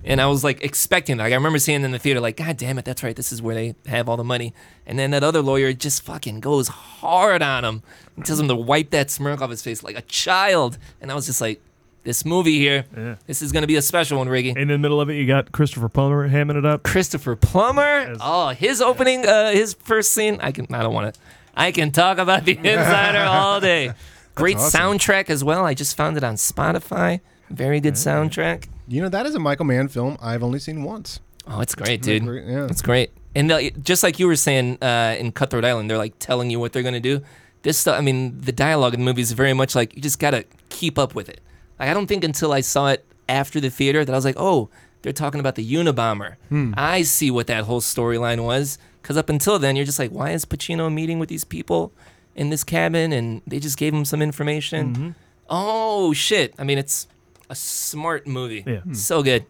Speaker 8: And I was like expecting, like I remember seeing it in the theater, like God damn it, that's right, this is where they have all the money. And then that other lawyer just fucking goes hard on him and tells him to wipe that smirk off his face like a child. And I was just like, this movie here, this is gonna be a special one, Riggy.
Speaker 1: In the middle of it, you got Christopher Plummer hamming it up.
Speaker 8: Christopher Plummer. Oh, his opening, uh, his first scene. I can. I don't want to. I can talk about the Insider all day. Great
Speaker 7: awesome.
Speaker 8: soundtrack as well. I just found it on Spotify. Very good soundtrack.
Speaker 7: You know, that is a Michael Mann film I've only seen once.
Speaker 8: Oh, it's great, dude.
Speaker 7: yeah.
Speaker 8: It's great. And uh, just like you were saying uh, in Cutthroat Island, they're like telling you what they're gonna do. This stuff. I mean, the dialogue in the movie is very much like you just gotta keep up with it. Like I don't think until I saw it after the theater that I was like, oh, they're talking about the Unabomber.
Speaker 9: Hmm.
Speaker 8: I see what that whole storyline was. Because up until then, you're just like, why is Pacino meeting with these people in this cabin? And they just gave him some information.
Speaker 1: Mhm.
Speaker 8: Oh, shit. I mean, it's a smart movie.
Speaker 1: Yeah. Hmm.
Speaker 8: So good.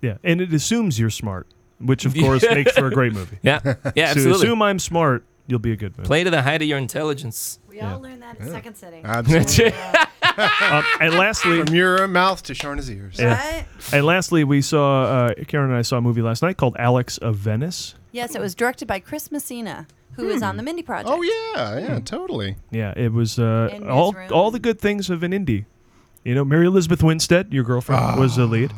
Speaker 1: Yeah, and it assumes you're smart, which
Speaker 8: [LAUGHS]
Speaker 1: of course makes for a great movie.
Speaker 8: Yeah. Yeah,
Speaker 1: so
Speaker 8: absolutely.
Speaker 1: assume I'm smart, you'll be a good movie.
Speaker 8: Play to the height of your intelligence.
Speaker 2: We all learned that at Second City.
Speaker 7: [LAUGHS]
Speaker 1: Absolutely. and lastly,
Speaker 7: from your mouth to Sharna's ears.
Speaker 1: Yeah. And lastly, we saw uh, Karen and I saw a movie last night called Alex of Venice.
Speaker 2: Yes, it was directed by Chris Messina, who is on the Mindy Project.
Speaker 7: Oh yeah, yeah,
Speaker 8: Hmm.
Speaker 7: totally.
Speaker 1: Yeah, it was uh,
Speaker 2: And
Speaker 1: all
Speaker 2: Newsroom.
Speaker 1: all the good things of an indie. You know, Mary Elizabeth Winstead, your girlfriend, was the lead.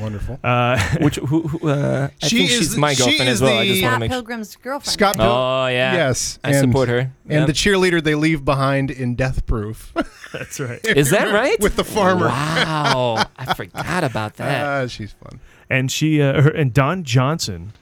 Speaker 7: Wonderful.
Speaker 1: Uh,
Speaker 8: [LAUGHS] Which who, who uh, I
Speaker 7: She
Speaker 8: think
Speaker 7: is
Speaker 8: she's my
Speaker 7: the- she
Speaker 8: girlfriend
Speaker 7: is
Speaker 8: as well. I
Speaker 7: the-
Speaker 8: just want to
Speaker 2: Scott
Speaker 8: make sure.
Speaker 2: Pilgrim's girlfriend.
Speaker 7: Scott Pil-
Speaker 8: Oh, yeah.
Speaker 7: Yes.
Speaker 8: I support her.
Speaker 7: And
Speaker 8: Yep.
Speaker 7: the cheerleader they leave behind in Death Proof.
Speaker 1: That's right.
Speaker 7: [LAUGHS]
Speaker 8: Is that right?
Speaker 7: With the farmer.
Speaker 8: Wow, I forgot about that.
Speaker 7: Ah, she's fun.
Speaker 1: and she uh, her, and Don Johnson.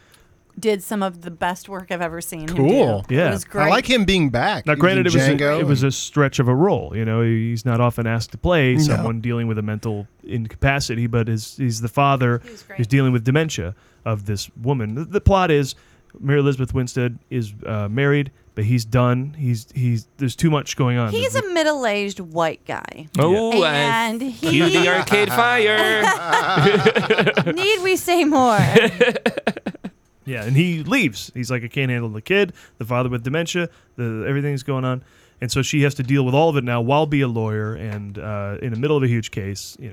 Speaker 2: Did some of the best work I've ever seen. him
Speaker 7: Cool.
Speaker 2: do. It was great.
Speaker 7: I like him being back.
Speaker 1: Now,
Speaker 7: He
Speaker 1: granted, it
Speaker 7: was
Speaker 1: was
Speaker 7: in
Speaker 1: a,
Speaker 7: Django
Speaker 1: it was a stretch of a role. You know, he's not often asked to play
Speaker 7: No.
Speaker 1: someone dealing with a mental incapacity, but is he's the father who's dealing with dementia of this woman. The, the plot is Mary Elizabeth Winstead is uh, married, but he's done. He's he's there's too much going on.
Speaker 2: He's a middle-aged white guy.
Speaker 8: Oh,
Speaker 2: and
Speaker 8: I,
Speaker 2: he
Speaker 8: cue the arcade fire.
Speaker 7: [LAUGHS]
Speaker 2: Need we say more?
Speaker 1: Yeah, and he leaves. He's like, I can't handle the kid, the father with dementia, the everything's going on, and so she has to deal with all of it now while be a lawyer and uh, in the middle of a huge case. You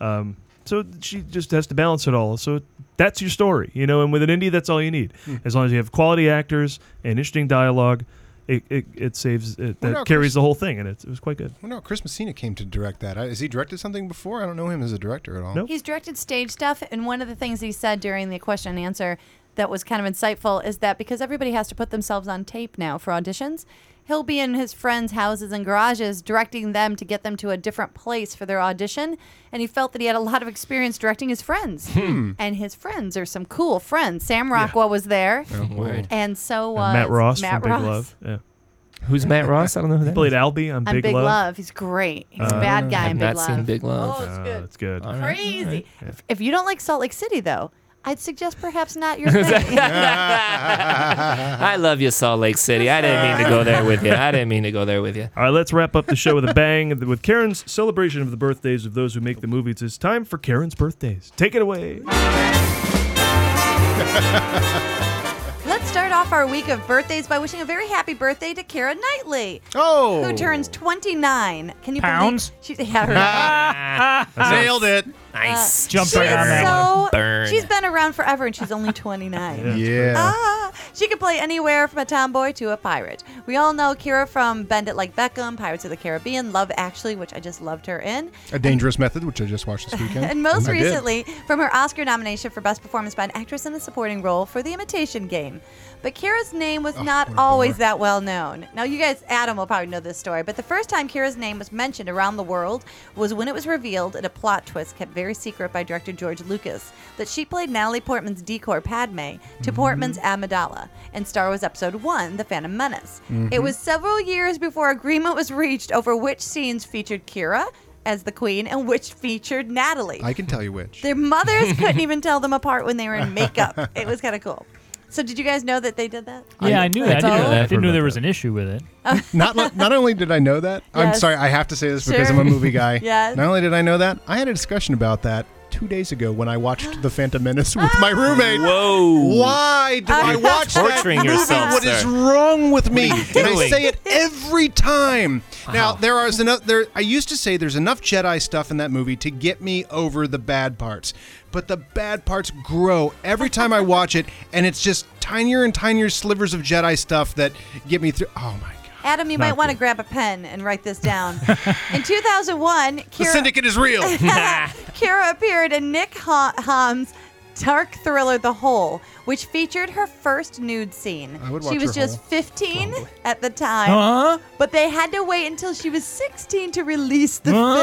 Speaker 1: know, um, so she just has to balance it all. So that's your story, you know. And with an indie, that's all you need,
Speaker 7: Hmm.
Speaker 1: as long as you have quality actors and interesting dialogue. It, it, it saves it,
Speaker 7: What
Speaker 1: that
Speaker 7: about
Speaker 1: carries
Speaker 7: Chris-
Speaker 1: the whole thing, and it, it was quite good.
Speaker 7: Well, Oh, no, Chris Messina came to direct that. I- Has he directed something before? I don't know him as a director at all.
Speaker 2: He's directed stage stuff, and one of the things he said during the question and answer that was kind of insightful is that because everybody has to put themselves on tape now for auditions, he'll be in his friends' houses and garages directing them to get them to a different place for their audition, and he felt that he had a lot of experience directing his friends,
Speaker 1: Hmm.
Speaker 2: and his friends are some cool friends. Sam Rockwell was there,
Speaker 1: Oh, word.
Speaker 2: and so was
Speaker 1: And Matt Ross
Speaker 2: Matt
Speaker 1: from
Speaker 2: Ross.
Speaker 1: Big Love. Yeah.
Speaker 8: Who's Matt Ross? I don't know who that
Speaker 1: He played
Speaker 8: is.
Speaker 1: Albie on
Speaker 2: On
Speaker 1: Big, Love.
Speaker 2: He's great. He's
Speaker 1: Uh,
Speaker 2: a bad guy
Speaker 1: I've
Speaker 2: in Big
Speaker 1: not
Speaker 2: Love.
Speaker 1: seen Big Love.
Speaker 2: Oh, it's
Speaker 1: Oh,
Speaker 2: good.
Speaker 1: it's good. All right,
Speaker 2: Crazy.
Speaker 1: all right,
Speaker 2: If- If you don't like Salt Lake City, though, I'd suggest perhaps not
Speaker 1: [LAUGHS]
Speaker 2: your thing. Oh,
Speaker 7: [LAUGHS]
Speaker 8: I love you, Salt Lake City. I didn't mean to go there with you. I didn't mean to go there with [LAUGHS] you.
Speaker 1: All right, let's wrap up the show with a bang. [LAUGHS] With Karen's celebration of the birthdays of those who make the movies, it's time for Karen's birthdays. Take it away.
Speaker 2: [LAUGHS] Let's start off our week of birthdays by wishing a very happy birthday to Kara Knightley.
Speaker 7: Oh.
Speaker 2: Who turns 29. Can you
Speaker 10: Pounds?
Speaker 2: believe? She, yeah, right.
Speaker 7: Nailed it.
Speaker 8: Nice.
Speaker 2: Uh,
Speaker 10: Jumped
Speaker 2: she
Speaker 10: right
Speaker 2: is
Speaker 10: on that
Speaker 2: so,
Speaker 10: one. Burn.
Speaker 2: She's been around forever and she's only 29.
Speaker 1: [LAUGHS]
Speaker 7: Yeah. Yeah.
Speaker 2: Ah, she could play anywhere from a tomboy to a pirate. We all know Kira from Bend It Like Beckham, Pirates of the Caribbean, Love Actually, which I just loved her in.
Speaker 7: A Dangerous Method, which I just
Speaker 2: [LAUGHS]
Speaker 7: watched this weekend.
Speaker 2: And most
Speaker 7: I did.
Speaker 2: recently, from her Oscar nomination for Best Performance by an Actress in a Supporting Role for The Imitation Game. But Kira's name
Speaker 7: Oh,
Speaker 2: was not always that well known. Now, you guys, Adam will probably know this story, but the first time Kira's name was mentioned around the world was when it was revealed in a plot twist kept very secret by director George Lucas that she played Natalie Portman's decoy Padme to Portman's Amidala in Star Wars Episode 1 The Phantom Menace. It
Speaker 21: Mhm.
Speaker 2: was several years before agreement was reached over which scenes featured Kira as the queen and which featured Natalie.
Speaker 7: I can tell you which.
Speaker 2: Their mothers couldn't even tell them apart when they were in makeup. It was kind of cool. So, did you guys know that they did that?
Speaker 10: Yeah, I, knew that. I didn't know, that. I didn't know there was
Speaker 1: an
Speaker 10: issue with it.
Speaker 7: not lo- not only did I know that, I'm
Speaker 2: Yes.
Speaker 7: sorry, I have to say this
Speaker 2: [LAUGHS]
Speaker 7: because
Speaker 2: Sure.
Speaker 7: I'm a movie guy.
Speaker 2: Yes.
Speaker 7: Not only did I know that, I had a discussion about that two days ago when
Speaker 2: [GASPS]
Speaker 7: I watched The Phantom Menace with my roommate. Whoa!
Speaker 8: [LAUGHS]
Speaker 7: Why did I
Speaker 8: You're
Speaker 7: watch
Speaker 8: torturing
Speaker 7: that movie?
Speaker 8: yourself,
Speaker 7: What is
Speaker 8: sir.
Speaker 7: wrong with me?
Speaker 8: What are
Speaker 7: And
Speaker 8: you
Speaker 7: I
Speaker 8: doing?
Speaker 7: say it every time. Now there are enough. There, I used to say there's enough Jedi stuff in that movie to get me over the bad parts, but the bad parts grow every time I watch it, and it's just tinier and tinier slivers of Jedi stuff that get me through. Oh my!
Speaker 2: Adam, you
Speaker 7: Not
Speaker 2: might want to grab a pen and write this down.
Speaker 7: [LAUGHS]
Speaker 2: in 2001, Kira,
Speaker 7: The syndicate is real.
Speaker 2: [LAUGHS] Kira appeared in Nick ha- Ham's dark thriller The Hole, which featured her first nude scene.
Speaker 7: I would
Speaker 2: she
Speaker 7: watch
Speaker 2: was
Speaker 7: Her
Speaker 2: just
Speaker 7: Hole.
Speaker 2: 15 at the time,
Speaker 7: Huh?
Speaker 2: but they had to wait until she was 16 to release the
Speaker 4: Huh?
Speaker 7: Oh.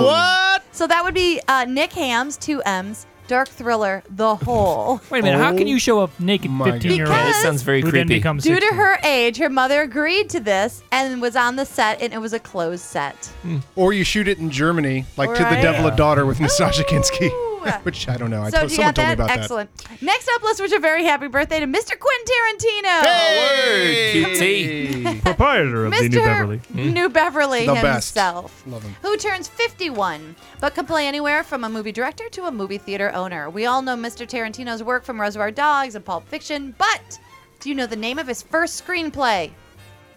Speaker 2: film.
Speaker 4: What?
Speaker 2: So that would be uh, Nick Ham's two M's. Dark thriller, The
Speaker 7: [LAUGHS]
Speaker 2: Hole.
Speaker 10: Wait a minute. how can you show up naked, fifteen-year-old?
Speaker 2: God. Yeah, this
Speaker 8: Oh sounds very
Speaker 10: who
Speaker 8: creepy.
Speaker 10: Then becomes
Speaker 2: Due to
Speaker 10: 16?
Speaker 2: her age, her mother agreed to this and was on the set, and it was a closed set.
Speaker 7: Or you shoot it in Germany, like to the
Speaker 2: Right.
Speaker 7: Devil a Daughter with Natasha Kinski, [LAUGHS] which I don't know. I
Speaker 2: so,
Speaker 7: told,
Speaker 2: do you
Speaker 7: someone
Speaker 2: got
Speaker 7: told me
Speaker 2: that?
Speaker 7: about
Speaker 2: Excellent. Next up, let's wish a very happy birthday to Mr. Quentin Tarantino.
Speaker 1: QT. Proprietor of the New
Speaker 2: Mr.
Speaker 1: Beverly. Hmm?
Speaker 2: New Beverly
Speaker 1: The best.
Speaker 2: himself,
Speaker 1: Love him.
Speaker 2: who turns 51, but can play anywhere from a movie director to a movie theater owner. We all know Mr. Tarantino's work from Reservoir Dogs and Pulp Fiction, but do you know the name of his first screenplay?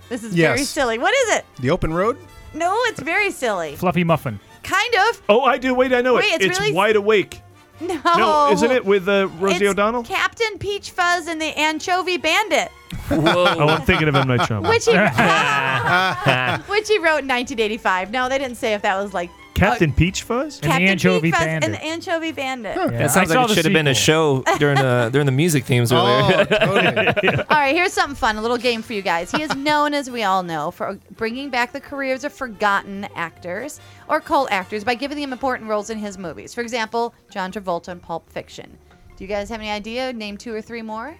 Speaker 2: This is very
Speaker 1: Yes.
Speaker 2: silly. What is it?
Speaker 7: The Open Road?
Speaker 2: No, it's very silly.
Speaker 10: Fluffy Muffin.
Speaker 2: Kind of.
Speaker 1: Oh, I do. Wait, I know
Speaker 2: Wait,
Speaker 1: it.
Speaker 2: it's
Speaker 1: It's,
Speaker 2: really-
Speaker 1: Wide Awake.
Speaker 2: No.
Speaker 1: No, isn't it with uh, Rosie
Speaker 2: It's
Speaker 1: O'Donnell?
Speaker 2: Captain Peach Fuzz and the Anchovy Bandit,
Speaker 1: Oh, I'm thinking of M. Night
Speaker 2: [LAUGHS]
Speaker 1: Shyamalan.
Speaker 2: Which which he wrote in 1985. No, they didn't say if that was like
Speaker 1: Captain Peach Fuzz?
Speaker 2: Captain Peach Fuzz and the Anchovy Bandit.
Speaker 8: that sounds like it should have been a show during the during the music
Speaker 7: [LAUGHS]
Speaker 8: themes
Speaker 7: Oh.
Speaker 8: [LAUGHS] earlier.
Speaker 2: All right, here's something fun, a little game for you guys. He is known, as we all know, for bringing back the careers of forgotten actors or cult actors by giving them important roles in his movies. For example, John Travolta in Pulp Fiction. Do you guys have any idea? Name two or three more.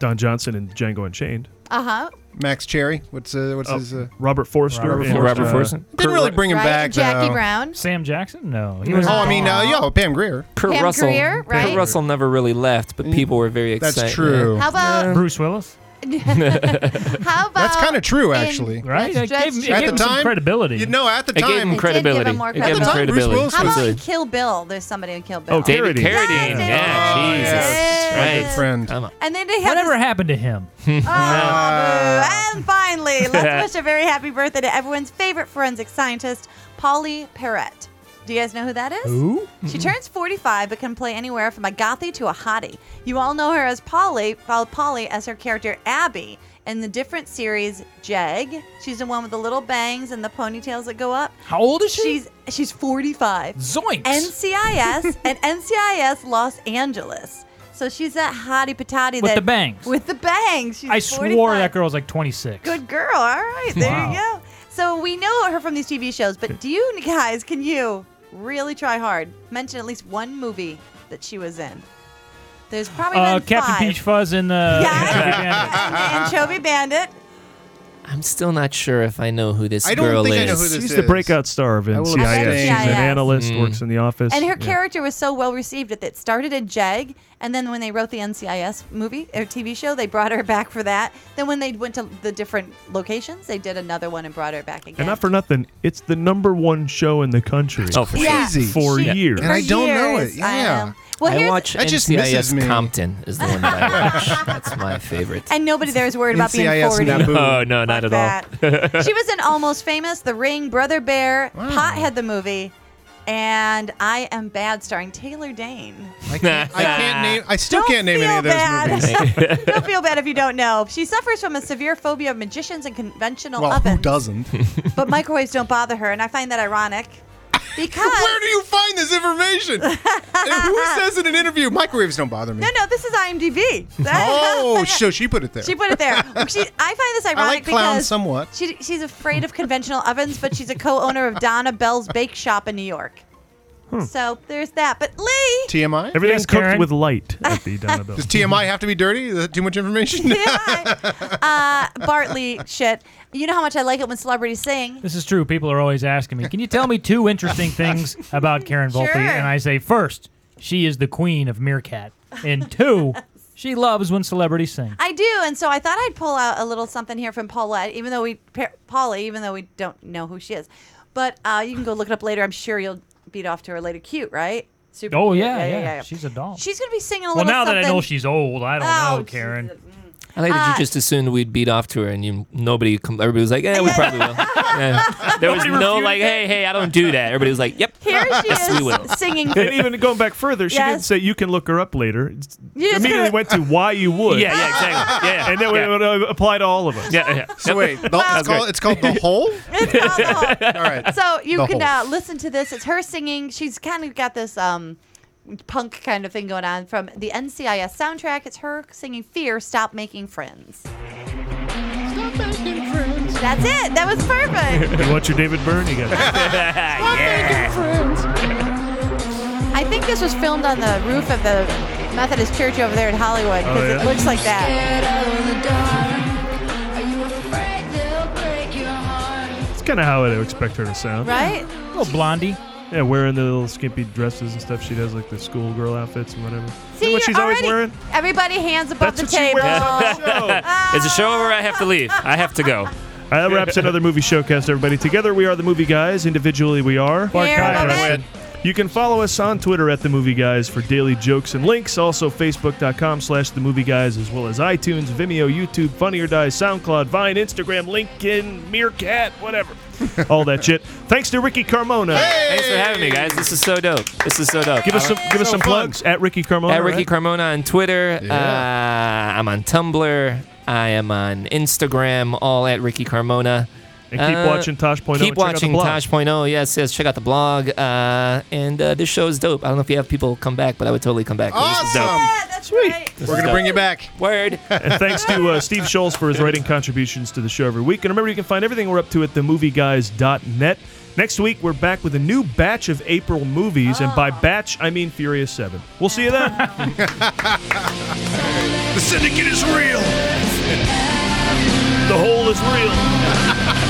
Speaker 1: Don Johnson and Django Unchained.
Speaker 2: Uh huh.
Speaker 7: that. Max Cherry. What's uh, what's
Speaker 1: Oh,
Speaker 7: his? Uh,
Speaker 1: Robert Forster.
Speaker 7: Robert
Speaker 1: and,
Speaker 7: Forster. Robert
Speaker 1: uh,
Speaker 7: Forster. Didn't really bring him Right, back, Jackie though.
Speaker 2: Brown.
Speaker 10: Sam Jackson? No.
Speaker 8: He was
Speaker 7: oh, I mean, uh,
Speaker 8: gone.
Speaker 7: yo, Pam Grier.
Speaker 8: Kurt
Speaker 2: Pam
Speaker 8: Russell.
Speaker 2: Greer, right?
Speaker 8: Kurt Russell never really left,
Speaker 2: Mm,
Speaker 8: but people were very
Speaker 7: That's
Speaker 8: excited.
Speaker 7: true.
Speaker 2: How about-
Speaker 8: uh,
Speaker 10: Bruce Willis?
Speaker 2: How about
Speaker 7: That's kind of true,
Speaker 2: in-
Speaker 7: actually.
Speaker 10: Right?
Speaker 2: That's
Speaker 10: It gave him- it
Speaker 2: just
Speaker 10: gave him some credibility.
Speaker 7: You know, at the
Speaker 8: It
Speaker 7: time,
Speaker 8: gave him
Speaker 2: It did give
Speaker 8: credibility.
Speaker 2: him more
Speaker 8: It gave him
Speaker 2: credibility.
Speaker 8: credibility.
Speaker 2: How about in
Speaker 8: Absolutely.
Speaker 2: Kill Bill? There's somebody in Kill Bill.
Speaker 8: Oh, David Carradine.
Speaker 2: Yes, David
Speaker 8: Yeah,
Speaker 2: Carradine.
Speaker 8: Jesus
Speaker 2: Yes.
Speaker 8: Christ. Come on.
Speaker 2: And then they have
Speaker 10: Whatever
Speaker 2: this-
Speaker 10: happened to him? Ah.
Speaker 2: Oh, boo. and finally,
Speaker 10: [LAUGHS]
Speaker 2: let's wish a very happy birthday to everyone's favorite forensic scientist, Polly Perrette. Do you guys know who that is?
Speaker 4: Who?
Speaker 2: She turns 45 but can play anywhere from a gothy to a hottie. You all know her as Polly, while Polly as her character Abby in the different series Jag. She's the one with the little bangs and the ponytails that go up.
Speaker 10: How old is she?
Speaker 2: She's she's 45.
Speaker 10: Zoinks.
Speaker 2: NCIS and NCIS Los Angeles. So she's that hottie patati
Speaker 10: With
Speaker 2: that
Speaker 10: the bangs.
Speaker 2: With the bangs. She's
Speaker 10: I
Speaker 2: 45.
Speaker 10: swore that girl was like 26.
Speaker 2: Good girl. All right, there you
Speaker 10: Wow.
Speaker 2: go. So we know her from these TV shows, but do you guys? Can you really try hard? Mention at least one movie that she was in. There's probably
Speaker 10: Uh,
Speaker 2: been
Speaker 10: Captain
Speaker 2: five.
Speaker 10: Peach Fuzz uh, and the.
Speaker 2: And Anchovy Bandit.
Speaker 8: I'm still not sure if I know who this
Speaker 2: I don't
Speaker 8: girl
Speaker 2: think
Speaker 8: is.
Speaker 2: I know who
Speaker 1: She's the breakout star of
Speaker 8: I will
Speaker 1: NCIS.
Speaker 8: abstain.
Speaker 1: She's an
Speaker 2: NCIS.
Speaker 1: analyst,
Speaker 8: Mm.
Speaker 1: works in the office.
Speaker 2: And her
Speaker 1: Yeah.
Speaker 2: character was so well received that it started in JAG, and then when they wrote the NCIS movie or TV show, they brought her back for that. Then when they went to the different locations, they did another one and brought her back again.
Speaker 1: And not for nothing, it's the number one show in the country.
Speaker 8: Oh, for
Speaker 2: Yeah. sure.
Speaker 1: For
Speaker 8: Yeah.
Speaker 1: years.
Speaker 2: For years, I am. Well,
Speaker 8: I
Speaker 2: here's-
Speaker 8: watch
Speaker 2: That just misses
Speaker 8: NCIS
Speaker 2: me.
Speaker 8: Compton is the one that I
Speaker 2: [LAUGHS]
Speaker 8: watch. That's my favorite.
Speaker 2: And nobody there is worried about being 40.
Speaker 8: No, no, not at
Speaker 1: [LAUGHS]
Speaker 8: all.
Speaker 2: she was in Almost Famous, The Ring, Brother Bear, Pothead the movie, and I Am Bad, starring Taylor Dane.
Speaker 7: I can't, I can't name. I still can't name any of those movies.
Speaker 2: [LAUGHS] don't feel bad if you don't know. She suffers from a severe phobia of magicians and conventional
Speaker 7: well, who
Speaker 2: ovens, [LAUGHS]
Speaker 7: doesn't?
Speaker 2: but microwaves don't bother her, and I find that
Speaker 7: [LAUGHS]
Speaker 2: ironic. Because where
Speaker 7: do you find this
Speaker 2: [LAUGHS]
Speaker 7: information? And who says in an interview microwaves don't bother me?
Speaker 2: No, no, this is
Speaker 7: [LAUGHS]
Speaker 2: IMDb.
Speaker 7: Oh, so she put it there.
Speaker 2: She put it there. She, I find this ironic
Speaker 7: I like clowns
Speaker 2: because
Speaker 7: somewhat.
Speaker 2: She, she's afraid of conventional ovens, but she's a co-owner of Donna Bell's Bake Shop in New York.
Speaker 7: Hmm.
Speaker 2: So there's that. But Lee, [LAUGHS]
Speaker 7: TMI.
Speaker 1: Everything's cooked with light at the Donna Bill.
Speaker 8: [LAUGHS]
Speaker 7: Does TMI have to be dirty? Is that too much information? [LAUGHS]
Speaker 2: uh, Bartley, shit. You know how much I like it when celebrities sing.
Speaker 10: This is true. People are always asking me, can you tell me two interesting things about Karen Volpe?
Speaker 2: Sure.
Speaker 10: And I say, first, she is the queen of Meerkat. And two, she loves when celebrities sing.
Speaker 2: I do, and so I thought I'd pull out a little something here from Paulette, even though we pa- Polly, even though we don't know who she is. But uh, you can go look it up later. I'm sure you'll beat off to her later. Cute, right? Super
Speaker 10: Oh
Speaker 2: cute.
Speaker 10: yeah, yeah, She's a doll.
Speaker 2: She's gonna be singing a
Speaker 10: well,
Speaker 2: little.
Speaker 10: now that I know
Speaker 2: something-
Speaker 10: she's old, I don't
Speaker 2: Oh,
Speaker 10: know, Karen.
Speaker 8: I like that
Speaker 2: Ah.
Speaker 8: you just assumed we'd beat off to her, and you nobody. com- Everybody was like, "Yeah, we probably will."
Speaker 2: [LAUGHS]
Speaker 8: Yeah. There was
Speaker 1: Nobody
Speaker 8: no
Speaker 1: refuted
Speaker 8: like, "Hey, hey, I don't do that." Everybody was like, "Yep,
Speaker 2: Here she
Speaker 8: yes, we will."
Speaker 2: is
Speaker 10: [LAUGHS]
Speaker 2: singing.
Speaker 1: And even going back further, she didn't
Speaker 2: Yes.
Speaker 1: say you can look her up later. It's-
Speaker 2: You just
Speaker 1: Immediately
Speaker 2: heard-
Speaker 1: went to why you would.
Speaker 8: Yeah, yeah, exactly. Yeah, yeah.
Speaker 1: and that would-
Speaker 8: Yeah.
Speaker 1: would uh, apply to all of us.
Speaker 8: Yeah, yeah.
Speaker 7: So wait, the, it's, called, it's called the
Speaker 8: [LAUGHS]
Speaker 7: hole.
Speaker 2: [LAUGHS]
Speaker 7: All right.
Speaker 2: So you
Speaker 7: The
Speaker 2: can uh,
Speaker 7: Hole.
Speaker 2: listen to this. It's her singing. She's kind of got this um, punk kind of thing going on from the NCIS soundtrack. It's her singing "Fear, Stop Making Friends." Stop making friends. That's it. That was perfect.
Speaker 1: you want your David Byrne? You got it.
Speaker 2: I think this was filmed on the roof of the Methodist Church over there in Hollywood
Speaker 1: Oh,
Speaker 2: because
Speaker 1: yeah?
Speaker 2: it looks like that.
Speaker 1: It's kind of how I'd expect her to sound.
Speaker 2: Right?
Speaker 10: little blondie.
Speaker 1: Yeah, wearing the little skimpy dresses and stuff she does, like the schoolgirl outfits and whatever.
Speaker 2: See,
Speaker 1: what
Speaker 2: you're
Speaker 1: she's always
Speaker 2: already-
Speaker 1: wearing?
Speaker 2: Everybody hands above
Speaker 1: That's
Speaker 2: the table.
Speaker 1: [LAUGHS]
Speaker 2: [LAUGHS]
Speaker 8: it's a [LAUGHS] show over. I have to leave. I have to go.
Speaker 1: All right, that wraps another movie showcast, everybody. Together we are the movie guys. Individually we are.
Speaker 2: Bark Here, Kyle. Robin.
Speaker 1: You can follow us on Twitter at the Movie Guys for daily jokes and links. Also, Facebook.com slash the Movie Guys, as well as iTunes, Vimeo, YouTube, Funny or Die, SoundCloud, Vine, Instagram, LinkedIn, Meerkat,
Speaker 8: [LAUGHS]
Speaker 1: whatever. All that shit. Thanks to Ricky Carmona.
Speaker 8: Thanks for having me, guys. This is so dope. This is so dope.
Speaker 1: Give us some, give us some plugs at Ricky Carmona.
Speaker 8: At Ricky
Speaker 1: right?
Speaker 8: Carmona on Twitter.
Speaker 1: Yeah.
Speaker 8: Uh, I'm on Tumblr. I am on Instagram, all at Ricky Carmona.
Speaker 1: And keep watching Tosh.0 and
Speaker 8: Uh, Keep
Speaker 1: check out the
Speaker 8: watching
Speaker 1: blog.
Speaker 8: Tosh.0. Yes, yes. Check out the blog. Uh, and uh, this show is dope. I don't know if you have people come back, but I would totally come back. This is dope. This
Speaker 7: We're
Speaker 8: is
Speaker 7: gonna
Speaker 8: dope.
Speaker 7: bring you back.
Speaker 8: Word.
Speaker 1: and thanks to uh, Steve Scholes for
Speaker 8: [LAUGHS]
Speaker 1: his writing contributions to the show every week. And remember, you can find everything we're up to at themovieguys.net. Next week, we're back with a new batch of April movies. And by batch, I mean Furious 7. We'll see you then. the syndicate is real. The hole is real.